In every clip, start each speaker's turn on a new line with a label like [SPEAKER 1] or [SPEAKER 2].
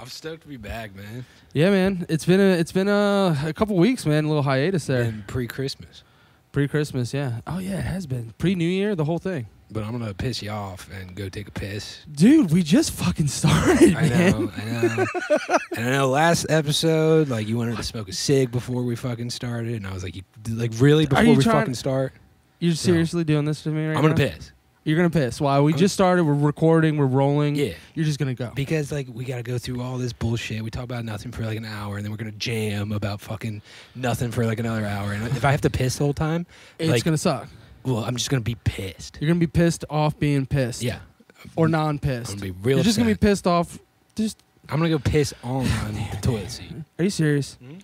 [SPEAKER 1] I'm stoked to be back, man.
[SPEAKER 2] Yeah, man. It's been a it's been a, a couple weeks, man. A little hiatus there.
[SPEAKER 1] And pre-Christmas,
[SPEAKER 2] Pre Christmas, yeah. Oh yeah, it has been. Pre New Year, the whole thing.
[SPEAKER 1] but I'm gonna piss you off and go take a piss.
[SPEAKER 2] Dude, we just fucking started,
[SPEAKER 1] I
[SPEAKER 2] man.
[SPEAKER 1] know, I know. and I know. Last episode, like you wanted to smoke a cig before we fucking started, and I was like, you, like really before
[SPEAKER 2] you
[SPEAKER 1] we
[SPEAKER 2] trying-
[SPEAKER 1] fucking start,
[SPEAKER 2] You're seriously doing this to me right
[SPEAKER 1] I'm gonna
[SPEAKER 2] now?
[SPEAKER 1] piss.
[SPEAKER 2] You're gonna piss. Why? We
[SPEAKER 1] I'm-
[SPEAKER 2] just started. We're recording. We're rolling.
[SPEAKER 1] Yeah.
[SPEAKER 2] You're just gonna go.
[SPEAKER 1] Because like we gotta go through all this bullshit. We talk about nothing for like an hour, and then we're gonna jam about fucking nothing for like another hour. And if I have to piss the whole time,
[SPEAKER 2] It's
[SPEAKER 1] like,
[SPEAKER 2] gonna suck.
[SPEAKER 1] well, I'm just gonna be pissed.
[SPEAKER 2] You're gonna be pissed off being pissed.
[SPEAKER 1] Yeah,
[SPEAKER 2] Or non
[SPEAKER 1] I'm
[SPEAKER 2] pissed.
[SPEAKER 1] gonna be real.
[SPEAKER 2] You're just gonna be
[SPEAKER 1] upset.
[SPEAKER 2] pissed off. Just
[SPEAKER 1] I'm gonna go piss on the toilet seat.
[SPEAKER 2] are you serious?
[SPEAKER 1] Mhm.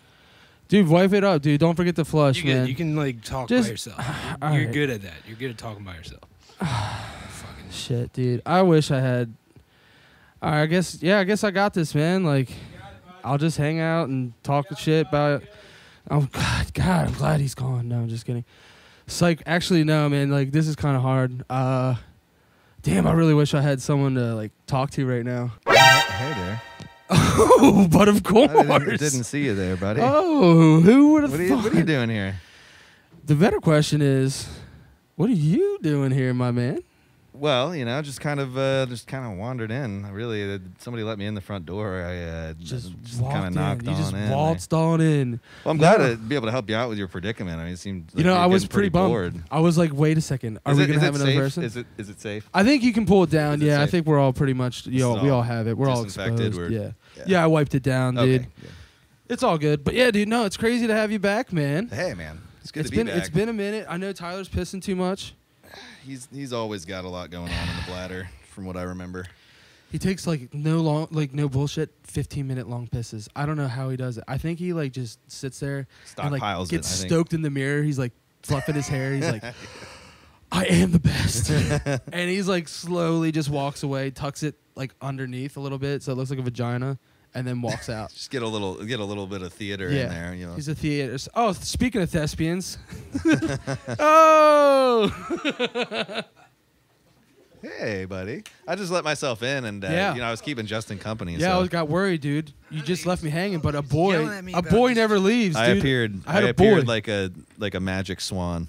[SPEAKER 2] Dude, wipe it up, dude. Don't forget to flush,
[SPEAKER 1] You
[SPEAKER 2] man.
[SPEAKER 1] can, you can like talk
[SPEAKER 2] Just-
[SPEAKER 1] by yourself.
[SPEAKER 2] All
[SPEAKER 1] You're
[SPEAKER 2] right.
[SPEAKER 1] good at that. You're good at talking by yourself. Fucking sh-
[SPEAKER 2] Shit, dude. I wish I had. All right, I guess. Yeah, I guess I got this, man. Like, I'll just hang out and talk shit about. Oh God, God, I'm glad he's gone. No, I'm just kidding. Psych. Actually, no, man. Like, this is kind of hard. Uh, damn, I really wish I had someone to like talk to right now.
[SPEAKER 3] Hey there.
[SPEAKER 2] Oh, but of course.
[SPEAKER 3] I didn't, didn't see you there, buddy.
[SPEAKER 2] Oh, who would have
[SPEAKER 3] what, are you, what are you doing here?
[SPEAKER 2] The better question is, what are you doing here, my man?
[SPEAKER 3] Well, you know, just kind of, uh, just kind of wandered in. I Really, uh, somebody let me in the front door. I uh,
[SPEAKER 2] Just,
[SPEAKER 3] kind of
[SPEAKER 2] walked
[SPEAKER 3] knocked
[SPEAKER 2] in.
[SPEAKER 3] on
[SPEAKER 2] You just
[SPEAKER 3] in.
[SPEAKER 2] waltzed on in.
[SPEAKER 3] I- well, I'm glad
[SPEAKER 2] Yeah.
[SPEAKER 3] to be able to help you out with your predicament. I mean, it seemed like
[SPEAKER 2] you know,
[SPEAKER 3] you're
[SPEAKER 2] I was
[SPEAKER 3] getting
[SPEAKER 2] pretty, bummed.
[SPEAKER 3] bored.
[SPEAKER 2] I was like, wait a second, are
[SPEAKER 3] is
[SPEAKER 2] we
[SPEAKER 3] it,
[SPEAKER 2] gonna
[SPEAKER 3] is it
[SPEAKER 2] have another
[SPEAKER 3] safe?
[SPEAKER 2] person?
[SPEAKER 3] Is it is it safe?
[SPEAKER 2] I think you can pull it down.
[SPEAKER 3] Is it
[SPEAKER 2] yeah, I
[SPEAKER 3] safe?
[SPEAKER 2] think we're all pretty much.
[SPEAKER 3] is
[SPEAKER 2] You all, we
[SPEAKER 3] all
[SPEAKER 2] all have it. We're all
[SPEAKER 3] disinfected,
[SPEAKER 2] exposed.
[SPEAKER 3] we're-
[SPEAKER 2] yeah. yeah,
[SPEAKER 3] yeah.
[SPEAKER 2] I wiped it down,
[SPEAKER 3] Okay,
[SPEAKER 2] dude.
[SPEAKER 3] good.
[SPEAKER 2] It's all good. But yeah, dude, no, it's crazy to have you back, man.
[SPEAKER 3] Hey, man, it's good
[SPEAKER 2] It's
[SPEAKER 3] to
[SPEAKER 2] been
[SPEAKER 3] be back.
[SPEAKER 2] it's been a minute. I know Tyler's pissing too much.
[SPEAKER 3] He's he's always got a lot going on in the bladder, from what I remember.
[SPEAKER 2] He takes like no long, like no bullshit, fifteen minute long pisses. I don't know how he does it. I think he like just sits there and like
[SPEAKER 3] Stockpiles it,
[SPEAKER 2] gets
[SPEAKER 3] I think.
[SPEAKER 2] stoked in the mirror. He's like fluffing his hair. He's like, I am the best. and he's like slowly just walks away, tucks it like underneath a little bit so it looks like a vagina, and then walks out.
[SPEAKER 3] Just get a little get a little bit of theater
[SPEAKER 2] yeah,
[SPEAKER 3] in there. You know,
[SPEAKER 2] he's a theater. Oh, speaking of thespians, oh.
[SPEAKER 3] Hey, buddy. I just let myself in, and uh,
[SPEAKER 2] Yeah.
[SPEAKER 3] you know, I was keeping Justin company.
[SPEAKER 2] Yeah,
[SPEAKER 3] so
[SPEAKER 2] I got worried, dude. You just left me hanging, but a
[SPEAKER 1] yelling
[SPEAKER 2] boy,
[SPEAKER 1] at me
[SPEAKER 2] a
[SPEAKER 1] about
[SPEAKER 2] boy
[SPEAKER 1] this.
[SPEAKER 2] never leaves.
[SPEAKER 3] I
[SPEAKER 2] dude.
[SPEAKER 3] appeared.
[SPEAKER 2] I had a
[SPEAKER 3] appeared
[SPEAKER 2] boy.
[SPEAKER 3] like a like a magic swan.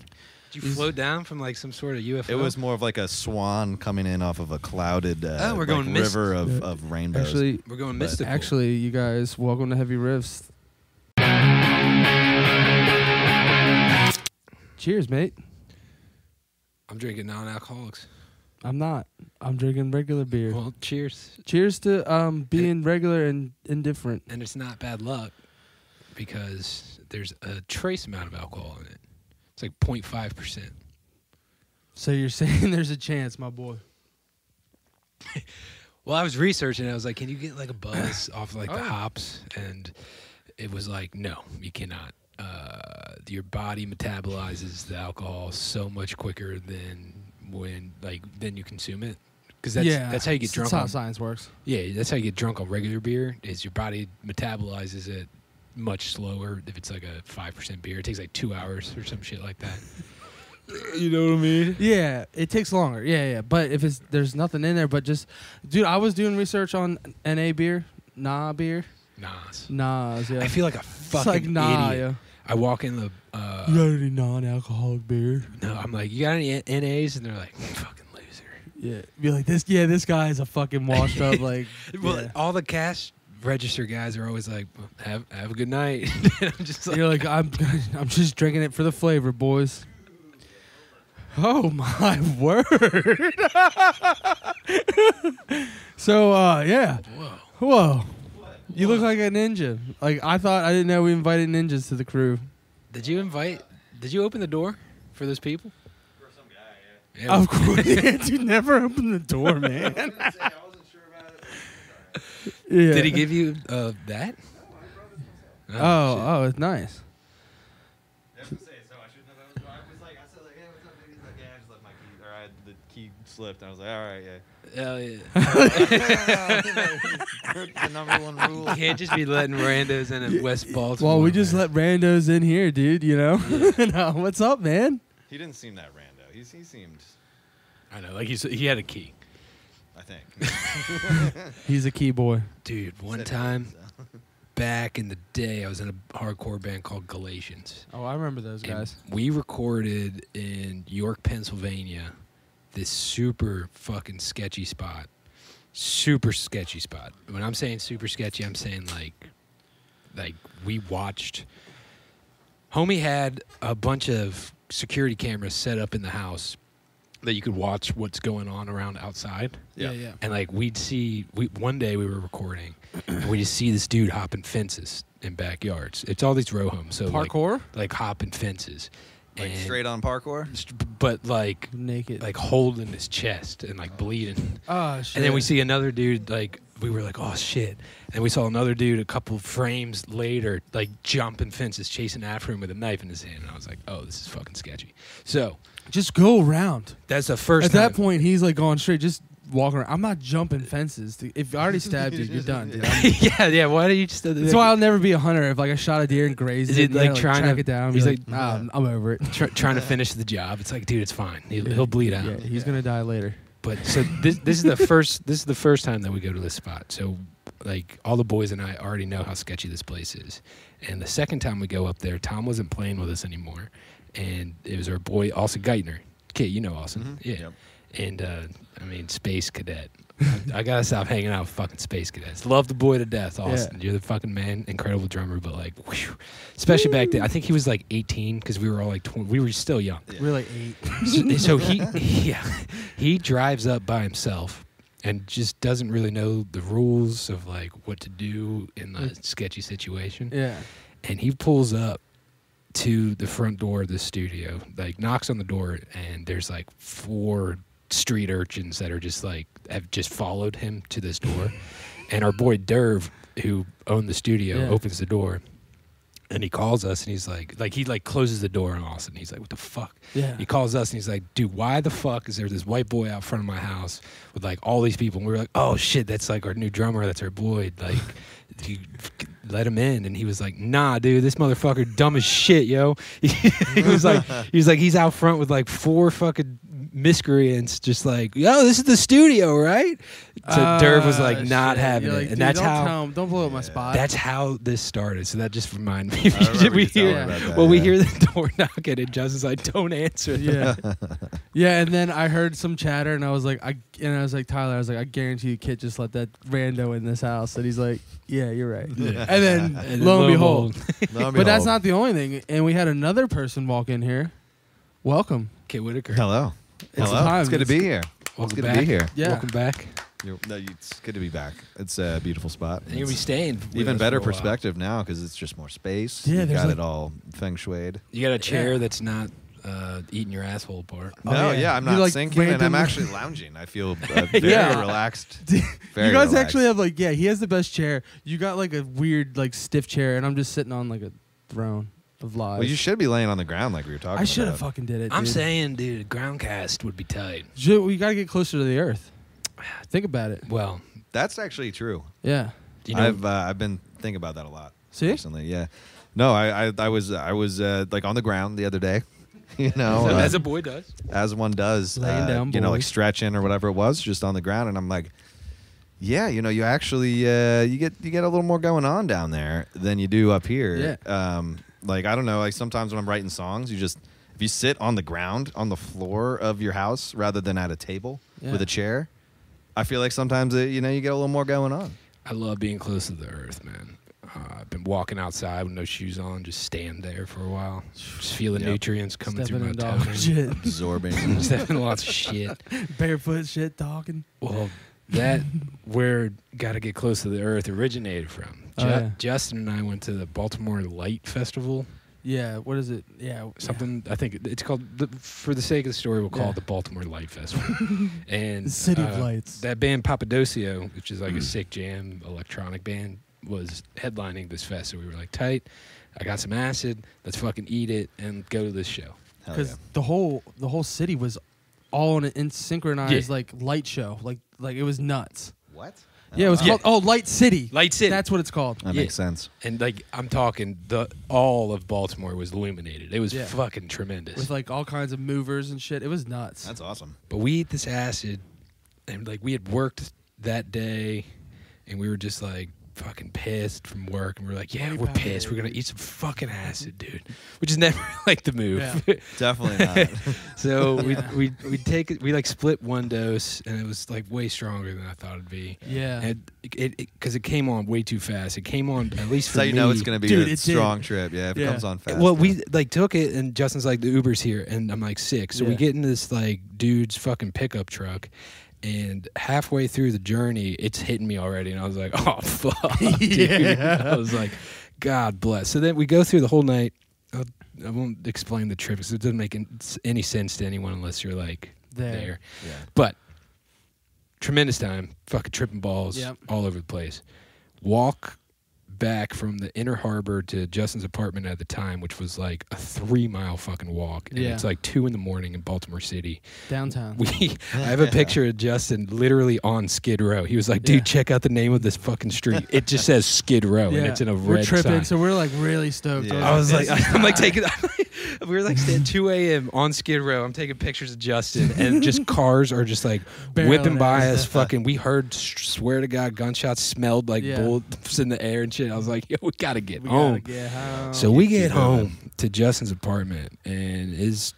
[SPEAKER 1] Did you float down from like some sort of UFO?
[SPEAKER 3] It was more of like a swan coming in off of a clouded uh,
[SPEAKER 1] Oh, we're
[SPEAKER 3] like,
[SPEAKER 1] going mist-
[SPEAKER 3] river of, of rainbows.
[SPEAKER 2] Actually,
[SPEAKER 1] We're going
[SPEAKER 3] But
[SPEAKER 1] mystical.
[SPEAKER 2] actually, you guys, welcome to Heavy Riffs. Cheers, mate.
[SPEAKER 1] I'm drinking non-alcoholics.
[SPEAKER 2] I'm not. I'm drinking regular beer.
[SPEAKER 1] Well, cheers.
[SPEAKER 2] Cheers to um, being regular and indifferent.
[SPEAKER 1] And it's not bad luck because there's a trace amount of alcohol in it. It's like 0.5 percent.
[SPEAKER 2] So you're saying there's a chance, my boy.
[SPEAKER 1] Well, I was researching. I was like, can you get like a buzz off like the
[SPEAKER 2] Oh.
[SPEAKER 1] hops? And it was like, no, you cannot. Uh, your body metabolizes the alcohol so much quicker than when like then you consume it. Because that's
[SPEAKER 2] yeah,
[SPEAKER 1] that's how you get drunk.
[SPEAKER 2] That's how
[SPEAKER 1] on-
[SPEAKER 2] science works.
[SPEAKER 1] yeah, that's how you get drunk on regular beer. Is your body metabolizes it much slower if it's like a five percent beer. It takes like two hours or some shit like that. you know what I mean?
[SPEAKER 2] Yeah, it takes longer. Yeah, yeah. But if it's there's nothing in there, but just, dude, I was doing research on NA beer, nah beer,
[SPEAKER 1] Nas.
[SPEAKER 2] nahs. Yeah,
[SPEAKER 1] I feel like a
[SPEAKER 2] it's
[SPEAKER 1] fucking
[SPEAKER 2] like nah.
[SPEAKER 1] idiot. I walk in the. Uh,
[SPEAKER 2] Yeah. You got any non-alcoholic beer?
[SPEAKER 1] No, I'm like, you got any N- NAs? And they're like, fucking loser.
[SPEAKER 2] Yeah, be like this. Yeah, this guy is a fucking washed up. Like,
[SPEAKER 1] Well,
[SPEAKER 2] yeah.
[SPEAKER 1] all the cash register guys are always like, have have a good night. and I'm just like,
[SPEAKER 2] you're like I'm. I'm just drinking it for the flavor, boys. Oh my word! so uh, yeah,
[SPEAKER 1] whoa.
[SPEAKER 2] whoa, you look like a ninja. Like I thought, I didn't know we invited ninjas to the crew.
[SPEAKER 1] Did you invite? Did you open the door for those people? For some guy, yeah.
[SPEAKER 2] Of course, yeah, dude, never open the door, man. yeah.
[SPEAKER 1] Did he give you uh, that?
[SPEAKER 2] Oh, oh, it's nice.
[SPEAKER 3] I had the key slipped. I was like, all right, yeah.
[SPEAKER 1] shit. Hell Oh, yeah.
[SPEAKER 3] the number one rule.
[SPEAKER 1] You can't just be letting randos in at West Baltimore.
[SPEAKER 2] Well, we just
[SPEAKER 1] man.
[SPEAKER 2] let randos in here, dude. You know, No, what's up, man?
[SPEAKER 3] He didn't seem that rando. He, he seemed.
[SPEAKER 1] I know, like he he had a key.
[SPEAKER 3] I think.
[SPEAKER 2] He's a key boy.
[SPEAKER 1] Dude, one
[SPEAKER 3] Said it,
[SPEAKER 1] time
[SPEAKER 3] so.
[SPEAKER 1] back in the day, I was in a hardcore band called Galatians.
[SPEAKER 2] Oh, I remember those
[SPEAKER 1] And
[SPEAKER 2] guys.
[SPEAKER 1] we recorded in York, Pennsylvania, this super fucking sketchy spot. Super sketchy spot. When I'm saying super sketchy, I'm saying like, like we watched. Homie had a bunch of security cameras set up in the house that you could watch what's going on around outside.
[SPEAKER 3] Yeah.
[SPEAKER 2] yeah.
[SPEAKER 1] And like we'd see, we one day we were recording, and we just see this dude hopping fences in backyards. It's all these row homes, so like-
[SPEAKER 2] Parkour?
[SPEAKER 1] like hopping fences,
[SPEAKER 3] Like
[SPEAKER 1] and-
[SPEAKER 3] straight on parkour.
[SPEAKER 1] st- but like
[SPEAKER 2] Naked.
[SPEAKER 1] like holding his chest and like bleeding.
[SPEAKER 2] oh, shit.
[SPEAKER 1] And then we see another dude like we were like oh shit, and we saw another dude a couple frames later like jumping fences, chasing after him with a knife in his hand. And I was like oh this is fucking sketchy. So
[SPEAKER 2] Just go around.
[SPEAKER 1] that's the first.
[SPEAKER 2] At that
[SPEAKER 1] time-
[SPEAKER 2] point, he's like going straight. Just walk around. I'm not jumping fences. dude. If I already stabbed you, you're done. Dude.
[SPEAKER 1] yeah yeah. Why do you just? uh,
[SPEAKER 2] That's why I'll never be a hunter. If like I shot a deer and grazed
[SPEAKER 1] Is
[SPEAKER 2] it,
[SPEAKER 1] it,
[SPEAKER 2] and you
[SPEAKER 1] like,
[SPEAKER 2] had to,
[SPEAKER 1] trying
[SPEAKER 2] track
[SPEAKER 1] to-
[SPEAKER 2] it down. and
[SPEAKER 1] he's
[SPEAKER 2] be
[SPEAKER 1] like,
[SPEAKER 2] "Nah, I'm- I'm over it.
[SPEAKER 1] try, trying to finish the job. It's like, dude, it's fine. He'll, he'll bleed out.
[SPEAKER 2] Yeah, he's gonna die later.
[SPEAKER 1] But so this this is the first this is the first time that we go to this spot. So like all the boys and I already know how sketchy this place is. And the second time we go up there, Tom wasn't playing with us anymore, and it was our boy Austin Geitner. Kid, you know Austin,
[SPEAKER 3] Mhm.
[SPEAKER 1] yeah.
[SPEAKER 3] Yep.
[SPEAKER 1] And uh, I mean, Space Cadet. I, I gotta stop hanging out with fucking Space Cadets. Love the boy to death, Austin. You're the fucking man, incredible drummer. But like, whew, especially back then, I think he was like 18 because we were all like 20. We were still young
[SPEAKER 3] Yeah.
[SPEAKER 2] We're like eight.
[SPEAKER 1] so, so he yeah he drives up by himself and just doesn't really know the rules of like what to do in a sketchy situation
[SPEAKER 2] Yeah.
[SPEAKER 1] and he pulls up to the front door of the studio like knocks on the door and there's like four street urchins that are just like have just followed him to this door and our boy derv who owned the studio
[SPEAKER 2] Yeah.
[SPEAKER 1] opens the door and he calls us and he's like like he like closes the door on austin he's like what the fuck
[SPEAKER 2] Yeah.
[SPEAKER 1] he calls us and he's like, dude, why the fuck is there this white boy out front of my house with like all these people? And we were like, oh shit, that's like our new drummer. That's our boy. Like, you let him in. And he was like, nah, dude, this motherfucker dumb as shit, yo. he was like, he was like, he's out front with like four fucking miscreants, just like, yo, this is the studio, right? So Derv was like,
[SPEAKER 2] Ah,
[SPEAKER 1] not
[SPEAKER 2] shit.
[SPEAKER 1] having
[SPEAKER 2] You're
[SPEAKER 1] it.
[SPEAKER 2] like,
[SPEAKER 1] and
[SPEAKER 2] "Dude,
[SPEAKER 1] that's
[SPEAKER 2] don't
[SPEAKER 1] how.
[SPEAKER 2] tell him- don't blow up my
[SPEAKER 3] Yeah.
[SPEAKER 2] spot.
[SPEAKER 1] That's how this started. So that just reminded me.
[SPEAKER 3] I remember
[SPEAKER 1] we
[SPEAKER 3] you telling
[SPEAKER 1] hear,
[SPEAKER 2] yeah.
[SPEAKER 3] me about that,
[SPEAKER 1] well, we
[SPEAKER 3] yeah.
[SPEAKER 1] hear the door knocking, and Justin's like, "Don't answer."
[SPEAKER 2] yeah. yeah, and then I heard some chatter, and I was like, I and I was like, Tyler, I was like, I guarantee you, Kit just let that rando in this house, and he's like, Yeah, you're right. And then,
[SPEAKER 1] And
[SPEAKER 2] lo
[SPEAKER 1] lo
[SPEAKER 2] and behold,
[SPEAKER 3] Lo and
[SPEAKER 2] but that's
[SPEAKER 3] behold.
[SPEAKER 2] not the only thing. And we had another person walk in here. Welcome.
[SPEAKER 1] Kit Whitaker.
[SPEAKER 3] Hello.
[SPEAKER 2] It's
[SPEAKER 3] Hello.
[SPEAKER 2] time.
[SPEAKER 3] It's good to be here. It's
[SPEAKER 1] Welcome
[SPEAKER 3] good
[SPEAKER 1] back.
[SPEAKER 3] to be here.
[SPEAKER 2] Yeah.
[SPEAKER 1] Welcome back.
[SPEAKER 3] You're- no, you- it's good to be back. It's a beautiful spot.
[SPEAKER 1] And you'll be
[SPEAKER 3] It's
[SPEAKER 1] staying. with
[SPEAKER 3] even
[SPEAKER 1] us
[SPEAKER 3] better
[SPEAKER 1] for a while.
[SPEAKER 3] perspective now because it's just more space.
[SPEAKER 2] Yeah,
[SPEAKER 3] you
[SPEAKER 2] there's
[SPEAKER 3] got
[SPEAKER 2] like-
[SPEAKER 3] it all feng shuied.
[SPEAKER 1] You got a chair
[SPEAKER 2] Yeah.
[SPEAKER 1] that's not uh, eating your asshole apart.
[SPEAKER 2] Oh,
[SPEAKER 3] no,
[SPEAKER 2] yeah.
[SPEAKER 3] yeah. I'm
[SPEAKER 2] You,
[SPEAKER 3] not
[SPEAKER 2] like,
[SPEAKER 3] sinking, and I'm
[SPEAKER 2] randomly-
[SPEAKER 3] actually lounging. I feel uh, very
[SPEAKER 2] Yeah.
[SPEAKER 3] relaxed.
[SPEAKER 2] you
[SPEAKER 3] Very
[SPEAKER 2] you guys
[SPEAKER 3] relaxed.
[SPEAKER 2] actually have like, yeah, he has the best chair. You got like a weird, like stiff chair, and I'm just sitting on like a throne of lies.
[SPEAKER 3] Well, you should be laying on the ground like we were talking.
[SPEAKER 2] I should have
[SPEAKER 3] about.
[SPEAKER 2] fucking did it.
[SPEAKER 1] I'm
[SPEAKER 2] dude.
[SPEAKER 1] saying, dude, Groundcast would be tight.
[SPEAKER 2] Ju- we gotta get closer to the earth. Think about it.
[SPEAKER 1] Well,
[SPEAKER 3] That's actually true.
[SPEAKER 2] Yeah.
[SPEAKER 1] you know,
[SPEAKER 3] I've uh, I've been thinking about that a lot
[SPEAKER 2] See?
[SPEAKER 3] recently. Yeah. No, I I, I was I was uh, like on the ground the other day. You know, uh,
[SPEAKER 1] as a boy does.
[SPEAKER 3] as one does,
[SPEAKER 2] Laying
[SPEAKER 3] uh,
[SPEAKER 2] down,
[SPEAKER 3] you know, like
[SPEAKER 2] boys.
[SPEAKER 3] stretching or whatever it was, just on the ground, and I'm like, yeah, you know, you actually uh, you get you get a little more going on down there than you do up here. Um, like I don't know, like sometimes when I'm writing songs, you just if you sit on the ground on the floor of your house rather than at a table
[SPEAKER 2] Yeah.
[SPEAKER 3] with a chair, I feel like sometimes uh you know you get a little more going on.
[SPEAKER 1] I love being close to the earth, man. Uh, I've been walking outside with no shoes on, just stand there for a while, just feel the
[SPEAKER 3] Yep.
[SPEAKER 1] nutrients coming
[SPEAKER 2] Stepping in
[SPEAKER 1] through my
[SPEAKER 2] dog
[SPEAKER 1] toes.
[SPEAKER 2] shit.
[SPEAKER 3] Absorbing.
[SPEAKER 1] Stepping in lots of shit.
[SPEAKER 2] Barefoot shit talking.
[SPEAKER 1] Well, that where gotta get close to the earth originated from.
[SPEAKER 2] Oh,
[SPEAKER 1] Ju-
[SPEAKER 2] yeah.
[SPEAKER 1] Justin and I went to the Baltimore Light Festival.
[SPEAKER 2] Yeah, what is it? Yeah,
[SPEAKER 1] Something I think it's called. The, for the sake of the story, we'll call
[SPEAKER 2] Yeah.
[SPEAKER 1] it the Baltimore Light Festival. and
[SPEAKER 2] The City of Mm.
[SPEAKER 1] uh,
[SPEAKER 2] Lights.
[SPEAKER 1] That band Papadocio, which is like a sick jam electronic band, was headlining this fest. So we were like, tight. I got some acid. Let's fucking eat it and go to this show.
[SPEAKER 3] Hell
[SPEAKER 2] Because
[SPEAKER 3] yeah.
[SPEAKER 2] the whole the whole city was all in an in synchronized
[SPEAKER 1] Yeah.
[SPEAKER 2] like light show. Like like it was nuts.
[SPEAKER 3] What?
[SPEAKER 2] Yeah, it was
[SPEAKER 1] wow.
[SPEAKER 2] called oh Light City.
[SPEAKER 1] Light City.
[SPEAKER 2] That's what it's called.
[SPEAKER 3] That
[SPEAKER 1] Yeah.
[SPEAKER 3] makes sense.
[SPEAKER 1] and like I'm talking, the all of Baltimore was illuminated. It was
[SPEAKER 2] Yeah.
[SPEAKER 1] fucking tremendous.
[SPEAKER 2] With like all kinds of movers and shit. It was nuts.
[SPEAKER 3] That's awesome.
[SPEAKER 1] But we eat this acid, and like we had worked that day, and we were just like fucking pissed from work, and we were like, yeah, we're pissed. We're gonna eat some fucking acid, dude, which is never like the move.
[SPEAKER 4] Yeah.
[SPEAKER 3] Definitely not.
[SPEAKER 1] so we we we take it. We like split one dose, and it was like way stronger than I thought it'd be.
[SPEAKER 4] Yeah.
[SPEAKER 1] And it because it, came on way too fast. It came on at least for
[SPEAKER 3] so you know
[SPEAKER 1] me-
[SPEAKER 3] it's gonna be
[SPEAKER 4] Dude,
[SPEAKER 3] a
[SPEAKER 4] it did.
[SPEAKER 3] strong trip. Yeah, if it
[SPEAKER 4] Yeah.
[SPEAKER 3] comes on fast.
[SPEAKER 1] well,
[SPEAKER 3] yeah.
[SPEAKER 1] we like took it, and Justin's like, "The Uber's here," and I'm like, sick. So we
[SPEAKER 2] Yeah.
[SPEAKER 1] get in this like dude's fucking pickup truck, and halfway through the journey, it's hitting me already, and I was like, "Oh fuck!" dude. I was like, "God bless." So then we go through the whole night. I'll, I won't explain the trip because it doesn't make an- any sense to anyone unless you're like
[SPEAKER 2] There.
[SPEAKER 1] there.
[SPEAKER 3] Yeah.
[SPEAKER 1] But tremendous time, fucking tripping balls
[SPEAKER 2] Yep.
[SPEAKER 1] all over the place. Walk back from the inner harbor to Justin's apartment at the time, which was like a three mile fucking walk. And
[SPEAKER 2] Yeah.
[SPEAKER 1] it's like two in the morning in Baltimore City.
[SPEAKER 2] downtown.
[SPEAKER 1] We I have a picture of Justin literally on Skid Row. He was like, dude,
[SPEAKER 2] Yeah.
[SPEAKER 1] check out the name of this fucking street. It just says Skid Row and it's in a
[SPEAKER 2] we're
[SPEAKER 1] red
[SPEAKER 2] tripping,
[SPEAKER 1] sign.
[SPEAKER 2] so we're like really stoked.
[SPEAKER 3] Yeah.
[SPEAKER 1] I was like,
[SPEAKER 2] this is
[SPEAKER 1] I'm like
[SPEAKER 2] hot.
[SPEAKER 1] taking. we were like at 2 a.m. on Skid Row. I'm taking pictures of Justin, and just cars are just like whipping
[SPEAKER 2] Barreling
[SPEAKER 1] by
[SPEAKER 2] at
[SPEAKER 1] us. Fucking, we heard, s- swear to God, gunshots smelled like
[SPEAKER 2] Yeah.
[SPEAKER 1] bullets in the air and shit. I was like, yo, we gotta get
[SPEAKER 2] We
[SPEAKER 1] home.
[SPEAKER 2] gotta get "Oh." home.
[SPEAKER 1] so we get
[SPEAKER 3] keep
[SPEAKER 1] home to Justin's apartment, and his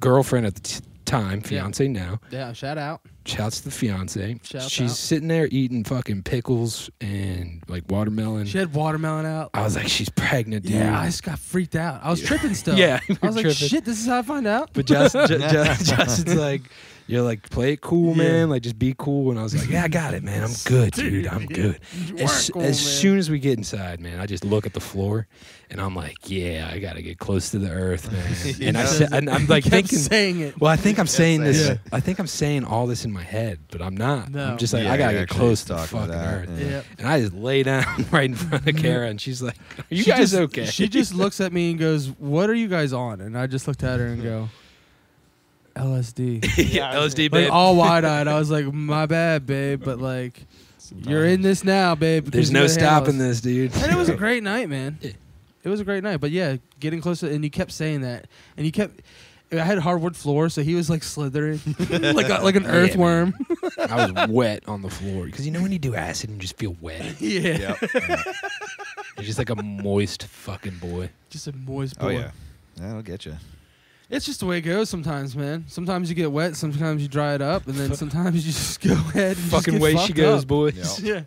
[SPEAKER 1] girlfriend at the t- time, fiance now,
[SPEAKER 2] yeah, shout out.
[SPEAKER 1] shouts to the fiance.
[SPEAKER 2] Shouts
[SPEAKER 1] She's
[SPEAKER 2] out.
[SPEAKER 1] sitting there eating fucking pickles and like watermelon.
[SPEAKER 2] She had watermelon out.
[SPEAKER 1] I was like, she's pregnant, dude.
[SPEAKER 2] yeah, I just got freaked out. I was tripping still.
[SPEAKER 1] Yeah,
[SPEAKER 2] I
[SPEAKER 1] we
[SPEAKER 2] was
[SPEAKER 1] were
[SPEAKER 2] like,
[SPEAKER 1] tripping.
[SPEAKER 2] shit, this is how I find out.
[SPEAKER 1] But Justin, Ju- Ju- Justin's like, you're like, play it cool, man. Like, just be cool. And I was like, yeah, I got it, man. I'm good, dude. I'm good. As,
[SPEAKER 2] cool,
[SPEAKER 1] as
[SPEAKER 2] man.
[SPEAKER 1] soon as we get inside, man, I just look at the floor and I'm like, yeah, I got to get close to the earth, man. And, I
[SPEAKER 3] Yeah.
[SPEAKER 1] sa- and I'm like
[SPEAKER 2] Kept
[SPEAKER 1] thinking,
[SPEAKER 2] saying it.
[SPEAKER 1] well, I think I'm saying
[SPEAKER 3] saying
[SPEAKER 1] this.
[SPEAKER 3] it.
[SPEAKER 1] I think I'm saying all this in my head, but I'm not.
[SPEAKER 2] No.
[SPEAKER 1] I'm just like,
[SPEAKER 3] Yeah,
[SPEAKER 1] I got to
[SPEAKER 3] you're
[SPEAKER 1] get
[SPEAKER 3] actually
[SPEAKER 1] close to the
[SPEAKER 3] talking to
[SPEAKER 1] fucking
[SPEAKER 3] that,
[SPEAKER 1] earth.
[SPEAKER 3] yeah.
[SPEAKER 2] Yep.
[SPEAKER 1] And I just lay down right in front of Kara and she's like, are you
[SPEAKER 2] She
[SPEAKER 1] guys
[SPEAKER 2] just-
[SPEAKER 1] okay?
[SPEAKER 2] She just looks at me and goes, "What are you guys on?" And I just looked at her and go, "LSD."
[SPEAKER 1] yeah, LSD, babe.
[SPEAKER 2] Like all wide eyed, I was like, "My bad, babe," but like, you're in this now, babe. because
[SPEAKER 1] Uh, There's
[SPEAKER 2] you
[SPEAKER 1] no
[SPEAKER 2] gotta handle
[SPEAKER 1] stopping this, dude.
[SPEAKER 2] And it was a great night, man.
[SPEAKER 1] Yeah.
[SPEAKER 2] It was a great night, but yeah, getting closer, and you kept saying that, and you kept. I had hardwood floor, so he was like slithering, like a, like an
[SPEAKER 1] Yeah,
[SPEAKER 2] earthworm.
[SPEAKER 1] I was wet on the floor because you know when you do acid and you just feel wet,
[SPEAKER 2] Yeah,
[SPEAKER 3] Yep.
[SPEAKER 1] you're just like a moist fucking boy.
[SPEAKER 2] just a moist boy.
[SPEAKER 3] Oh yeah. Yeah, it'll get you.
[SPEAKER 2] It's just the way it goes sometimes, man. Sometimes you get wet, sometimes you dry it up, and then sometimes you just go ahead. And just
[SPEAKER 1] Fucking
[SPEAKER 2] get
[SPEAKER 1] way she
[SPEAKER 2] fucked
[SPEAKER 1] goes,
[SPEAKER 2] up.
[SPEAKER 1] boys.
[SPEAKER 2] Yeah.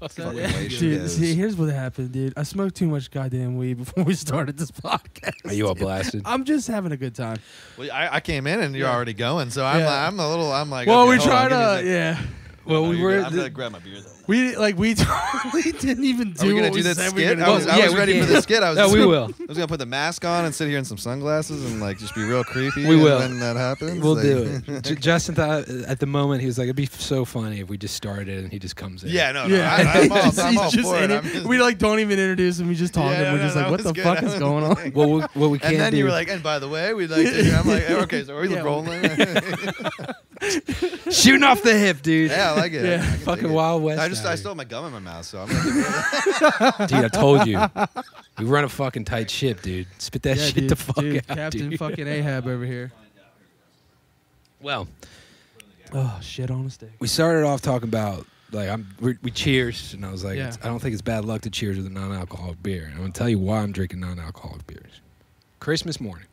[SPEAKER 3] Fucking
[SPEAKER 2] Yeah.
[SPEAKER 3] way she
[SPEAKER 2] Dude,
[SPEAKER 3] goes.
[SPEAKER 2] see, here's what happened, dude. I smoked too much goddamn weed before we started this podcast.
[SPEAKER 1] Are you all blasted?
[SPEAKER 2] I'm just having a good time.
[SPEAKER 3] Well, I, I came in and you're
[SPEAKER 2] Yeah.
[SPEAKER 3] already going, so I'm
[SPEAKER 2] Yeah.
[SPEAKER 3] like, I'm a little, I'm like.
[SPEAKER 2] well,
[SPEAKER 3] okay,
[SPEAKER 2] we
[SPEAKER 3] hold
[SPEAKER 2] tried
[SPEAKER 3] on, give me a
[SPEAKER 2] to,
[SPEAKER 3] sec.
[SPEAKER 2] yeah.
[SPEAKER 1] Well,
[SPEAKER 3] No,
[SPEAKER 1] we
[SPEAKER 3] you're
[SPEAKER 1] were.
[SPEAKER 3] good. I'm gonna grab my beer though.
[SPEAKER 2] We like we totally didn't even do.
[SPEAKER 3] Are we gonna
[SPEAKER 2] what
[SPEAKER 3] do
[SPEAKER 2] we
[SPEAKER 3] that
[SPEAKER 2] said
[SPEAKER 3] skit?
[SPEAKER 2] We were
[SPEAKER 3] I was,
[SPEAKER 2] gonna do.
[SPEAKER 3] I
[SPEAKER 1] yeah,
[SPEAKER 3] was
[SPEAKER 1] we
[SPEAKER 3] ready for
[SPEAKER 1] can.
[SPEAKER 3] the skit. I was
[SPEAKER 1] No,
[SPEAKER 3] just
[SPEAKER 1] we
[SPEAKER 3] gonna,
[SPEAKER 1] will.
[SPEAKER 3] I was gonna put the mask on and sit here in some sunglasses and like just be real creepy.
[SPEAKER 1] We
[SPEAKER 3] and
[SPEAKER 1] will.
[SPEAKER 3] When that happens,
[SPEAKER 1] We'll
[SPEAKER 3] like-
[SPEAKER 1] do it. J- Justin thought uh, at the moment he was like, "It'd be so funny if we just started," and he just comes in.
[SPEAKER 3] Yeah, no, no.
[SPEAKER 2] yeah,
[SPEAKER 3] I, I'm all,
[SPEAKER 2] He's
[SPEAKER 3] I'm all
[SPEAKER 2] just
[SPEAKER 3] for it.
[SPEAKER 2] in
[SPEAKER 3] I'm just-
[SPEAKER 2] We like don't even introduce him. We just talk.
[SPEAKER 3] Yeah,
[SPEAKER 2] and we're
[SPEAKER 3] no,
[SPEAKER 2] just
[SPEAKER 3] no,
[SPEAKER 2] like,
[SPEAKER 3] that
[SPEAKER 2] what the
[SPEAKER 3] was good.
[SPEAKER 2] fuck
[SPEAKER 3] That
[SPEAKER 2] is
[SPEAKER 3] was
[SPEAKER 2] going on?
[SPEAKER 1] Well, we, what we can
[SPEAKER 3] and then
[SPEAKER 1] do.
[SPEAKER 3] you were like, and by the way, we'd like. To, I'm like, okay, so are we
[SPEAKER 2] Yeah,
[SPEAKER 3] rolling?
[SPEAKER 1] shooting off the hip, dude.
[SPEAKER 3] yeah, I like it.
[SPEAKER 2] Yeah.
[SPEAKER 3] I can dig
[SPEAKER 1] Fucking
[SPEAKER 3] it.
[SPEAKER 1] Wild West.
[SPEAKER 3] I just
[SPEAKER 1] out
[SPEAKER 3] I
[SPEAKER 1] here.
[SPEAKER 3] still have my gum in my mouth, so I'm. Like,
[SPEAKER 1] dude. I told you, we run a fucking tight ship, dude. Spit that
[SPEAKER 2] yeah,
[SPEAKER 1] shit
[SPEAKER 2] dude,
[SPEAKER 1] the fuck
[SPEAKER 2] dude,
[SPEAKER 1] out,
[SPEAKER 2] Captain
[SPEAKER 1] dude.
[SPEAKER 2] fucking Ahab over here.
[SPEAKER 1] Well,
[SPEAKER 2] Oh shit on a stick.
[SPEAKER 1] we started off talking about like I'm we, we cheers and I was like
[SPEAKER 2] Yeah.
[SPEAKER 1] it's- I don't think it's bad luck to cheers with a non-alcoholic beer. And I'm gonna tell you why I'm drinking non-alcoholic beers. Christmas morning.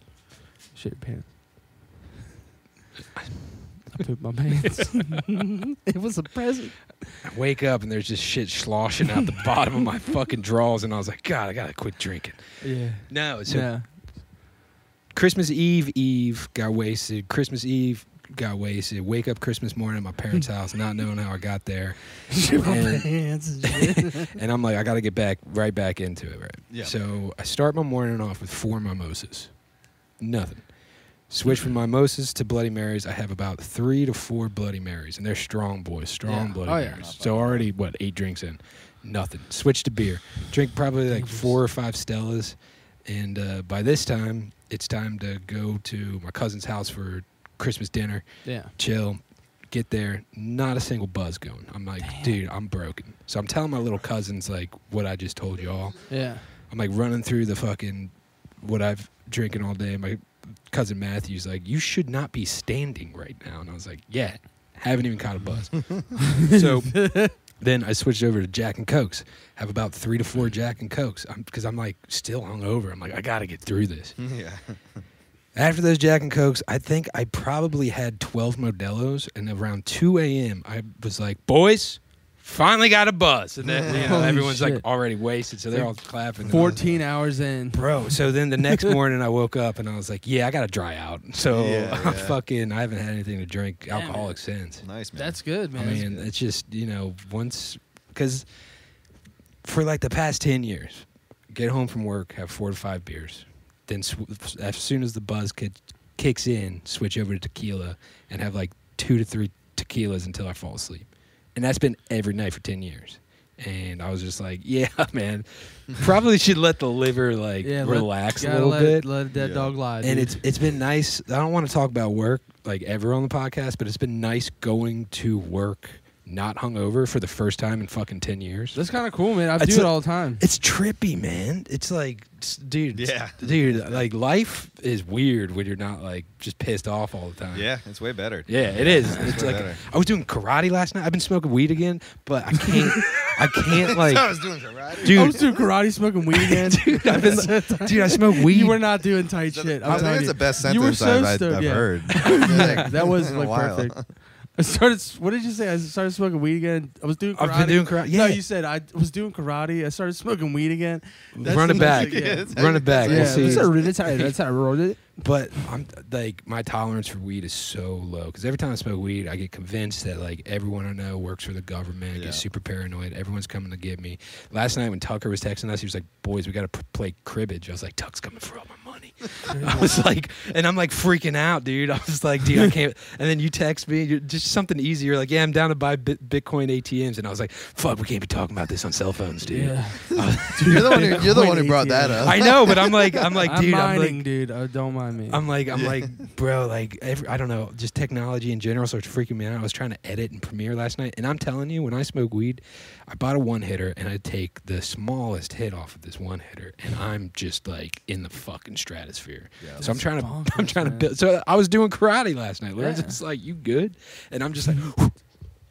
[SPEAKER 2] Shit your pants. I pooped my pants. it was a present.
[SPEAKER 1] I wake up and there's just shit sloshing out the bottom of my fucking drawers and I was like, God, I gotta quit drinking.
[SPEAKER 2] Yeah.
[SPEAKER 1] No, so
[SPEAKER 2] Yeah.
[SPEAKER 1] Christmas Eve Eve got wasted. Christmas Eve got wasted. Wake up Christmas morning at my parents' house, not knowing how I got there.
[SPEAKER 2] Shit my
[SPEAKER 1] And-
[SPEAKER 2] pants. and shit.
[SPEAKER 1] And I'm like, I gotta get back right back into it, right?
[SPEAKER 3] Yeah.
[SPEAKER 1] So I start my morning off with four mimosas. Nothing. Switch from mimosas to Bloody Marys. I have about three to four Bloody Marys, and they're strong boys, strong
[SPEAKER 2] Yeah.
[SPEAKER 1] Bloody
[SPEAKER 2] Oh, yeah.
[SPEAKER 1] Marys. So already what eight drinks in, nothing. Switch to beer. Drink probably like four or five Stellas, and uh, by this time it's time to go to my cousin's house for Christmas dinner
[SPEAKER 2] yeah.
[SPEAKER 1] chill, get there, not a single buzz going. I'm like, dude, I'm broken. So I'm telling my little cousins like what I just told y'all.
[SPEAKER 2] Yeah.
[SPEAKER 1] I'm like running through the fucking what I've drinking all day. My cousin Matthew's like, you should not be standing right now. And I was like, yeah, Haven't even caught a buzz. so then I switched over to Jack and Cokes. Have about three to four Jack and Cokes because I'm, like still hungover. I'm like, I got to get through this.
[SPEAKER 3] yeah.
[SPEAKER 1] After those Jack and Cokes, I think I probably had 12 Modelo's. And around 2 a.m., I was like, boys, finally got a buzz. And then, you know,
[SPEAKER 2] Holy
[SPEAKER 1] everyone's like
[SPEAKER 2] shit.
[SPEAKER 1] already wasted. So they're all clapping. And I was
[SPEAKER 2] 14 hours in.
[SPEAKER 1] bro. So then the next morning I woke up and I was like, yeah, I got to dry out. So
[SPEAKER 3] Yeah,
[SPEAKER 1] I'm
[SPEAKER 3] yeah.
[SPEAKER 1] fucking, I haven't had anything to drink
[SPEAKER 2] Damn,
[SPEAKER 1] alcoholic since.
[SPEAKER 3] Nice man.
[SPEAKER 2] That's good,
[SPEAKER 1] I
[SPEAKER 2] man.
[SPEAKER 1] mean, it's just, you know, once, because for like the past 10 years, get home from work, have four to five beers. Then sw- as soon as the buzz ki- kicks in, switch over to tequila and have like two to three tequilas until I fall asleep. And that's been every night for 10 years. And I was just like, yeah, man, probably should let the liver like
[SPEAKER 2] Yeah, let-
[SPEAKER 1] relax a
[SPEAKER 2] Gotta
[SPEAKER 1] little
[SPEAKER 2] let,
[SPEAKER 1] bit.
[SPEAKER 2] Let a dead
[SPEAKER 3] Yeah.
[SPEAKER 2] dog lie.
[SPEAKER 1] and
[SPEAKER 2] dude.
[SPEAKER 1] it's it's been nice. I don't want to talk about work like ever on the podcast, but it's been nice going to work not hungover for the first time in fucking ten years.
[SPEAKER 2] that's kind of cool, man. I
[SPEAKER 1] It's
[SPEAKER 2] do it
[SPEAKER 1] a-
[SPEAKER 2] all the time.
[SPEAKER 1] it's trippy, man. It's like, s- dude,
[SPEAKER 3] Yeah.
[SPEAKER 1] dude, like life is weird when you're not like just pissed off all the time.
[SPEAKER 3] yeah, it's way better.
[SPEAKER 1] Yeah, it is.
[SPEAKER 3] That's
[SPEAKER 1] It's
[SPEAKER 3] way
[SPEAKER 1] like
[SPEAKER 3] better.
[SPEAKER 1] I was doing karate last night. I've been smoking weed again, but I can't. I can't like,
[SPEAKER 3] I was doing karate.
[SPEAKER 2] I
[SPEAKER 1] dude.
[SPEAKER 2] was doing karate, smoking weed again.
[SPEAKER 1] Dude, I've been, dude, I smoke weed.
[SPEAKER 2] you were not doing tight shit. I'm
[SPEAKER 3] I think
[SPEAKER 2] telling
[SPEAKER 3] that's
[SPEAKER 2] you.
[SPEAKER 3] the best
[SPEAKER 2] You were
[SPEAKER 3] sentence
[SPEAKER 2] so
[SPEAKER 3] I've, I've,
[SPEAKER 2] stoked,
[SPEAKER 3] I've
[SPEAKER 2] yeah.
[SPEAKER 3] heard.
[SPEAKER 2] that was
[SPEAKER 3] In a
[SPEAKER 2] like
[SPEAKER 3] while.
[SPEAKER 2] perfect. I started. What did you say? I started smoking weed again. I was doing. Karate.
[SPEAKER 1] I've been doing karate.
[SPEAKER 2] No,
[SPEAKER 1] Yeah.
[SPEAKER 2] you said I was doing karate. I started smoking weed again. That's
[SPEAKER 1] Run
[SPEAKER 2] the
[SPEAKER 1] it back.
[SPEAKER 2] music, yeah.
[SPEAKER 1] Run it back.
[SPEAKER 3] Yeah,
[SPEAKER 1] We'll
[SPEAKER 3] that's
[SPEAKER 1] see.
[SPEAKER 2] how- that's how- that's how I rolled it.
[SPEAKER 1] but I'm like my tolerance for weed is so low because every time I smoke weed, I get convinced that like everyone I know works for the government. I
[SPEAKER 3] Yeah.
[SPEAKER 1] get super paranoid. Everyone's coming to get me. Last night when Tucker was texting us, he was like, "Boys, we got to p- play cribbage." I was like, "Tuck's coming for all my money." I was like, and I'm like freaking out, dude. I was like, "Dude, I can't." And then you text me, you're just something easy. You're like, "Yeah, I'm down to buy Bi- Bitcoin ATMs," and I was like, "Fuck, we can't be talking about this on cell phones, dude."
[SPEAKER 2] Yeah.
[SPEAKER 3] You're the one. Who, you're the one who brought
[SPEAKER 2] Yeah.
[SPEAKER 3] that up.
[SPEAKER 1] I know, but I'm like, I'm like,
[SPEAKER 2] I'm
[SPEAKER 1] dude, I'm like,
[SPEAKER 2] mining, dude. Oh, don't mind me.
[SPEAKER 1] I'm like, I'm like, bro, like, every, I don't know, just technology in general starts freaking me out. I was trying to edit and premiere last night, and I'm telling you, when I smoke weed, I bought a one hitter and I take the smallest hit off of this one hitter, and I'm just like in the fucking stratosphere.
[SPEAKER 3] Yeah.
[SPEAKER 1] so I'm trying to, I'm
[SPEAKER 2] bonkers,
[SPEAKER 1] trying to
[SPEAKER 2] man.
[SPEAKER 1] build. So I was doing karate last night. Lorenzo's
[SPEAKER 2] Yeah.
[SPEAKER 1] just like, you good? And I'm just like.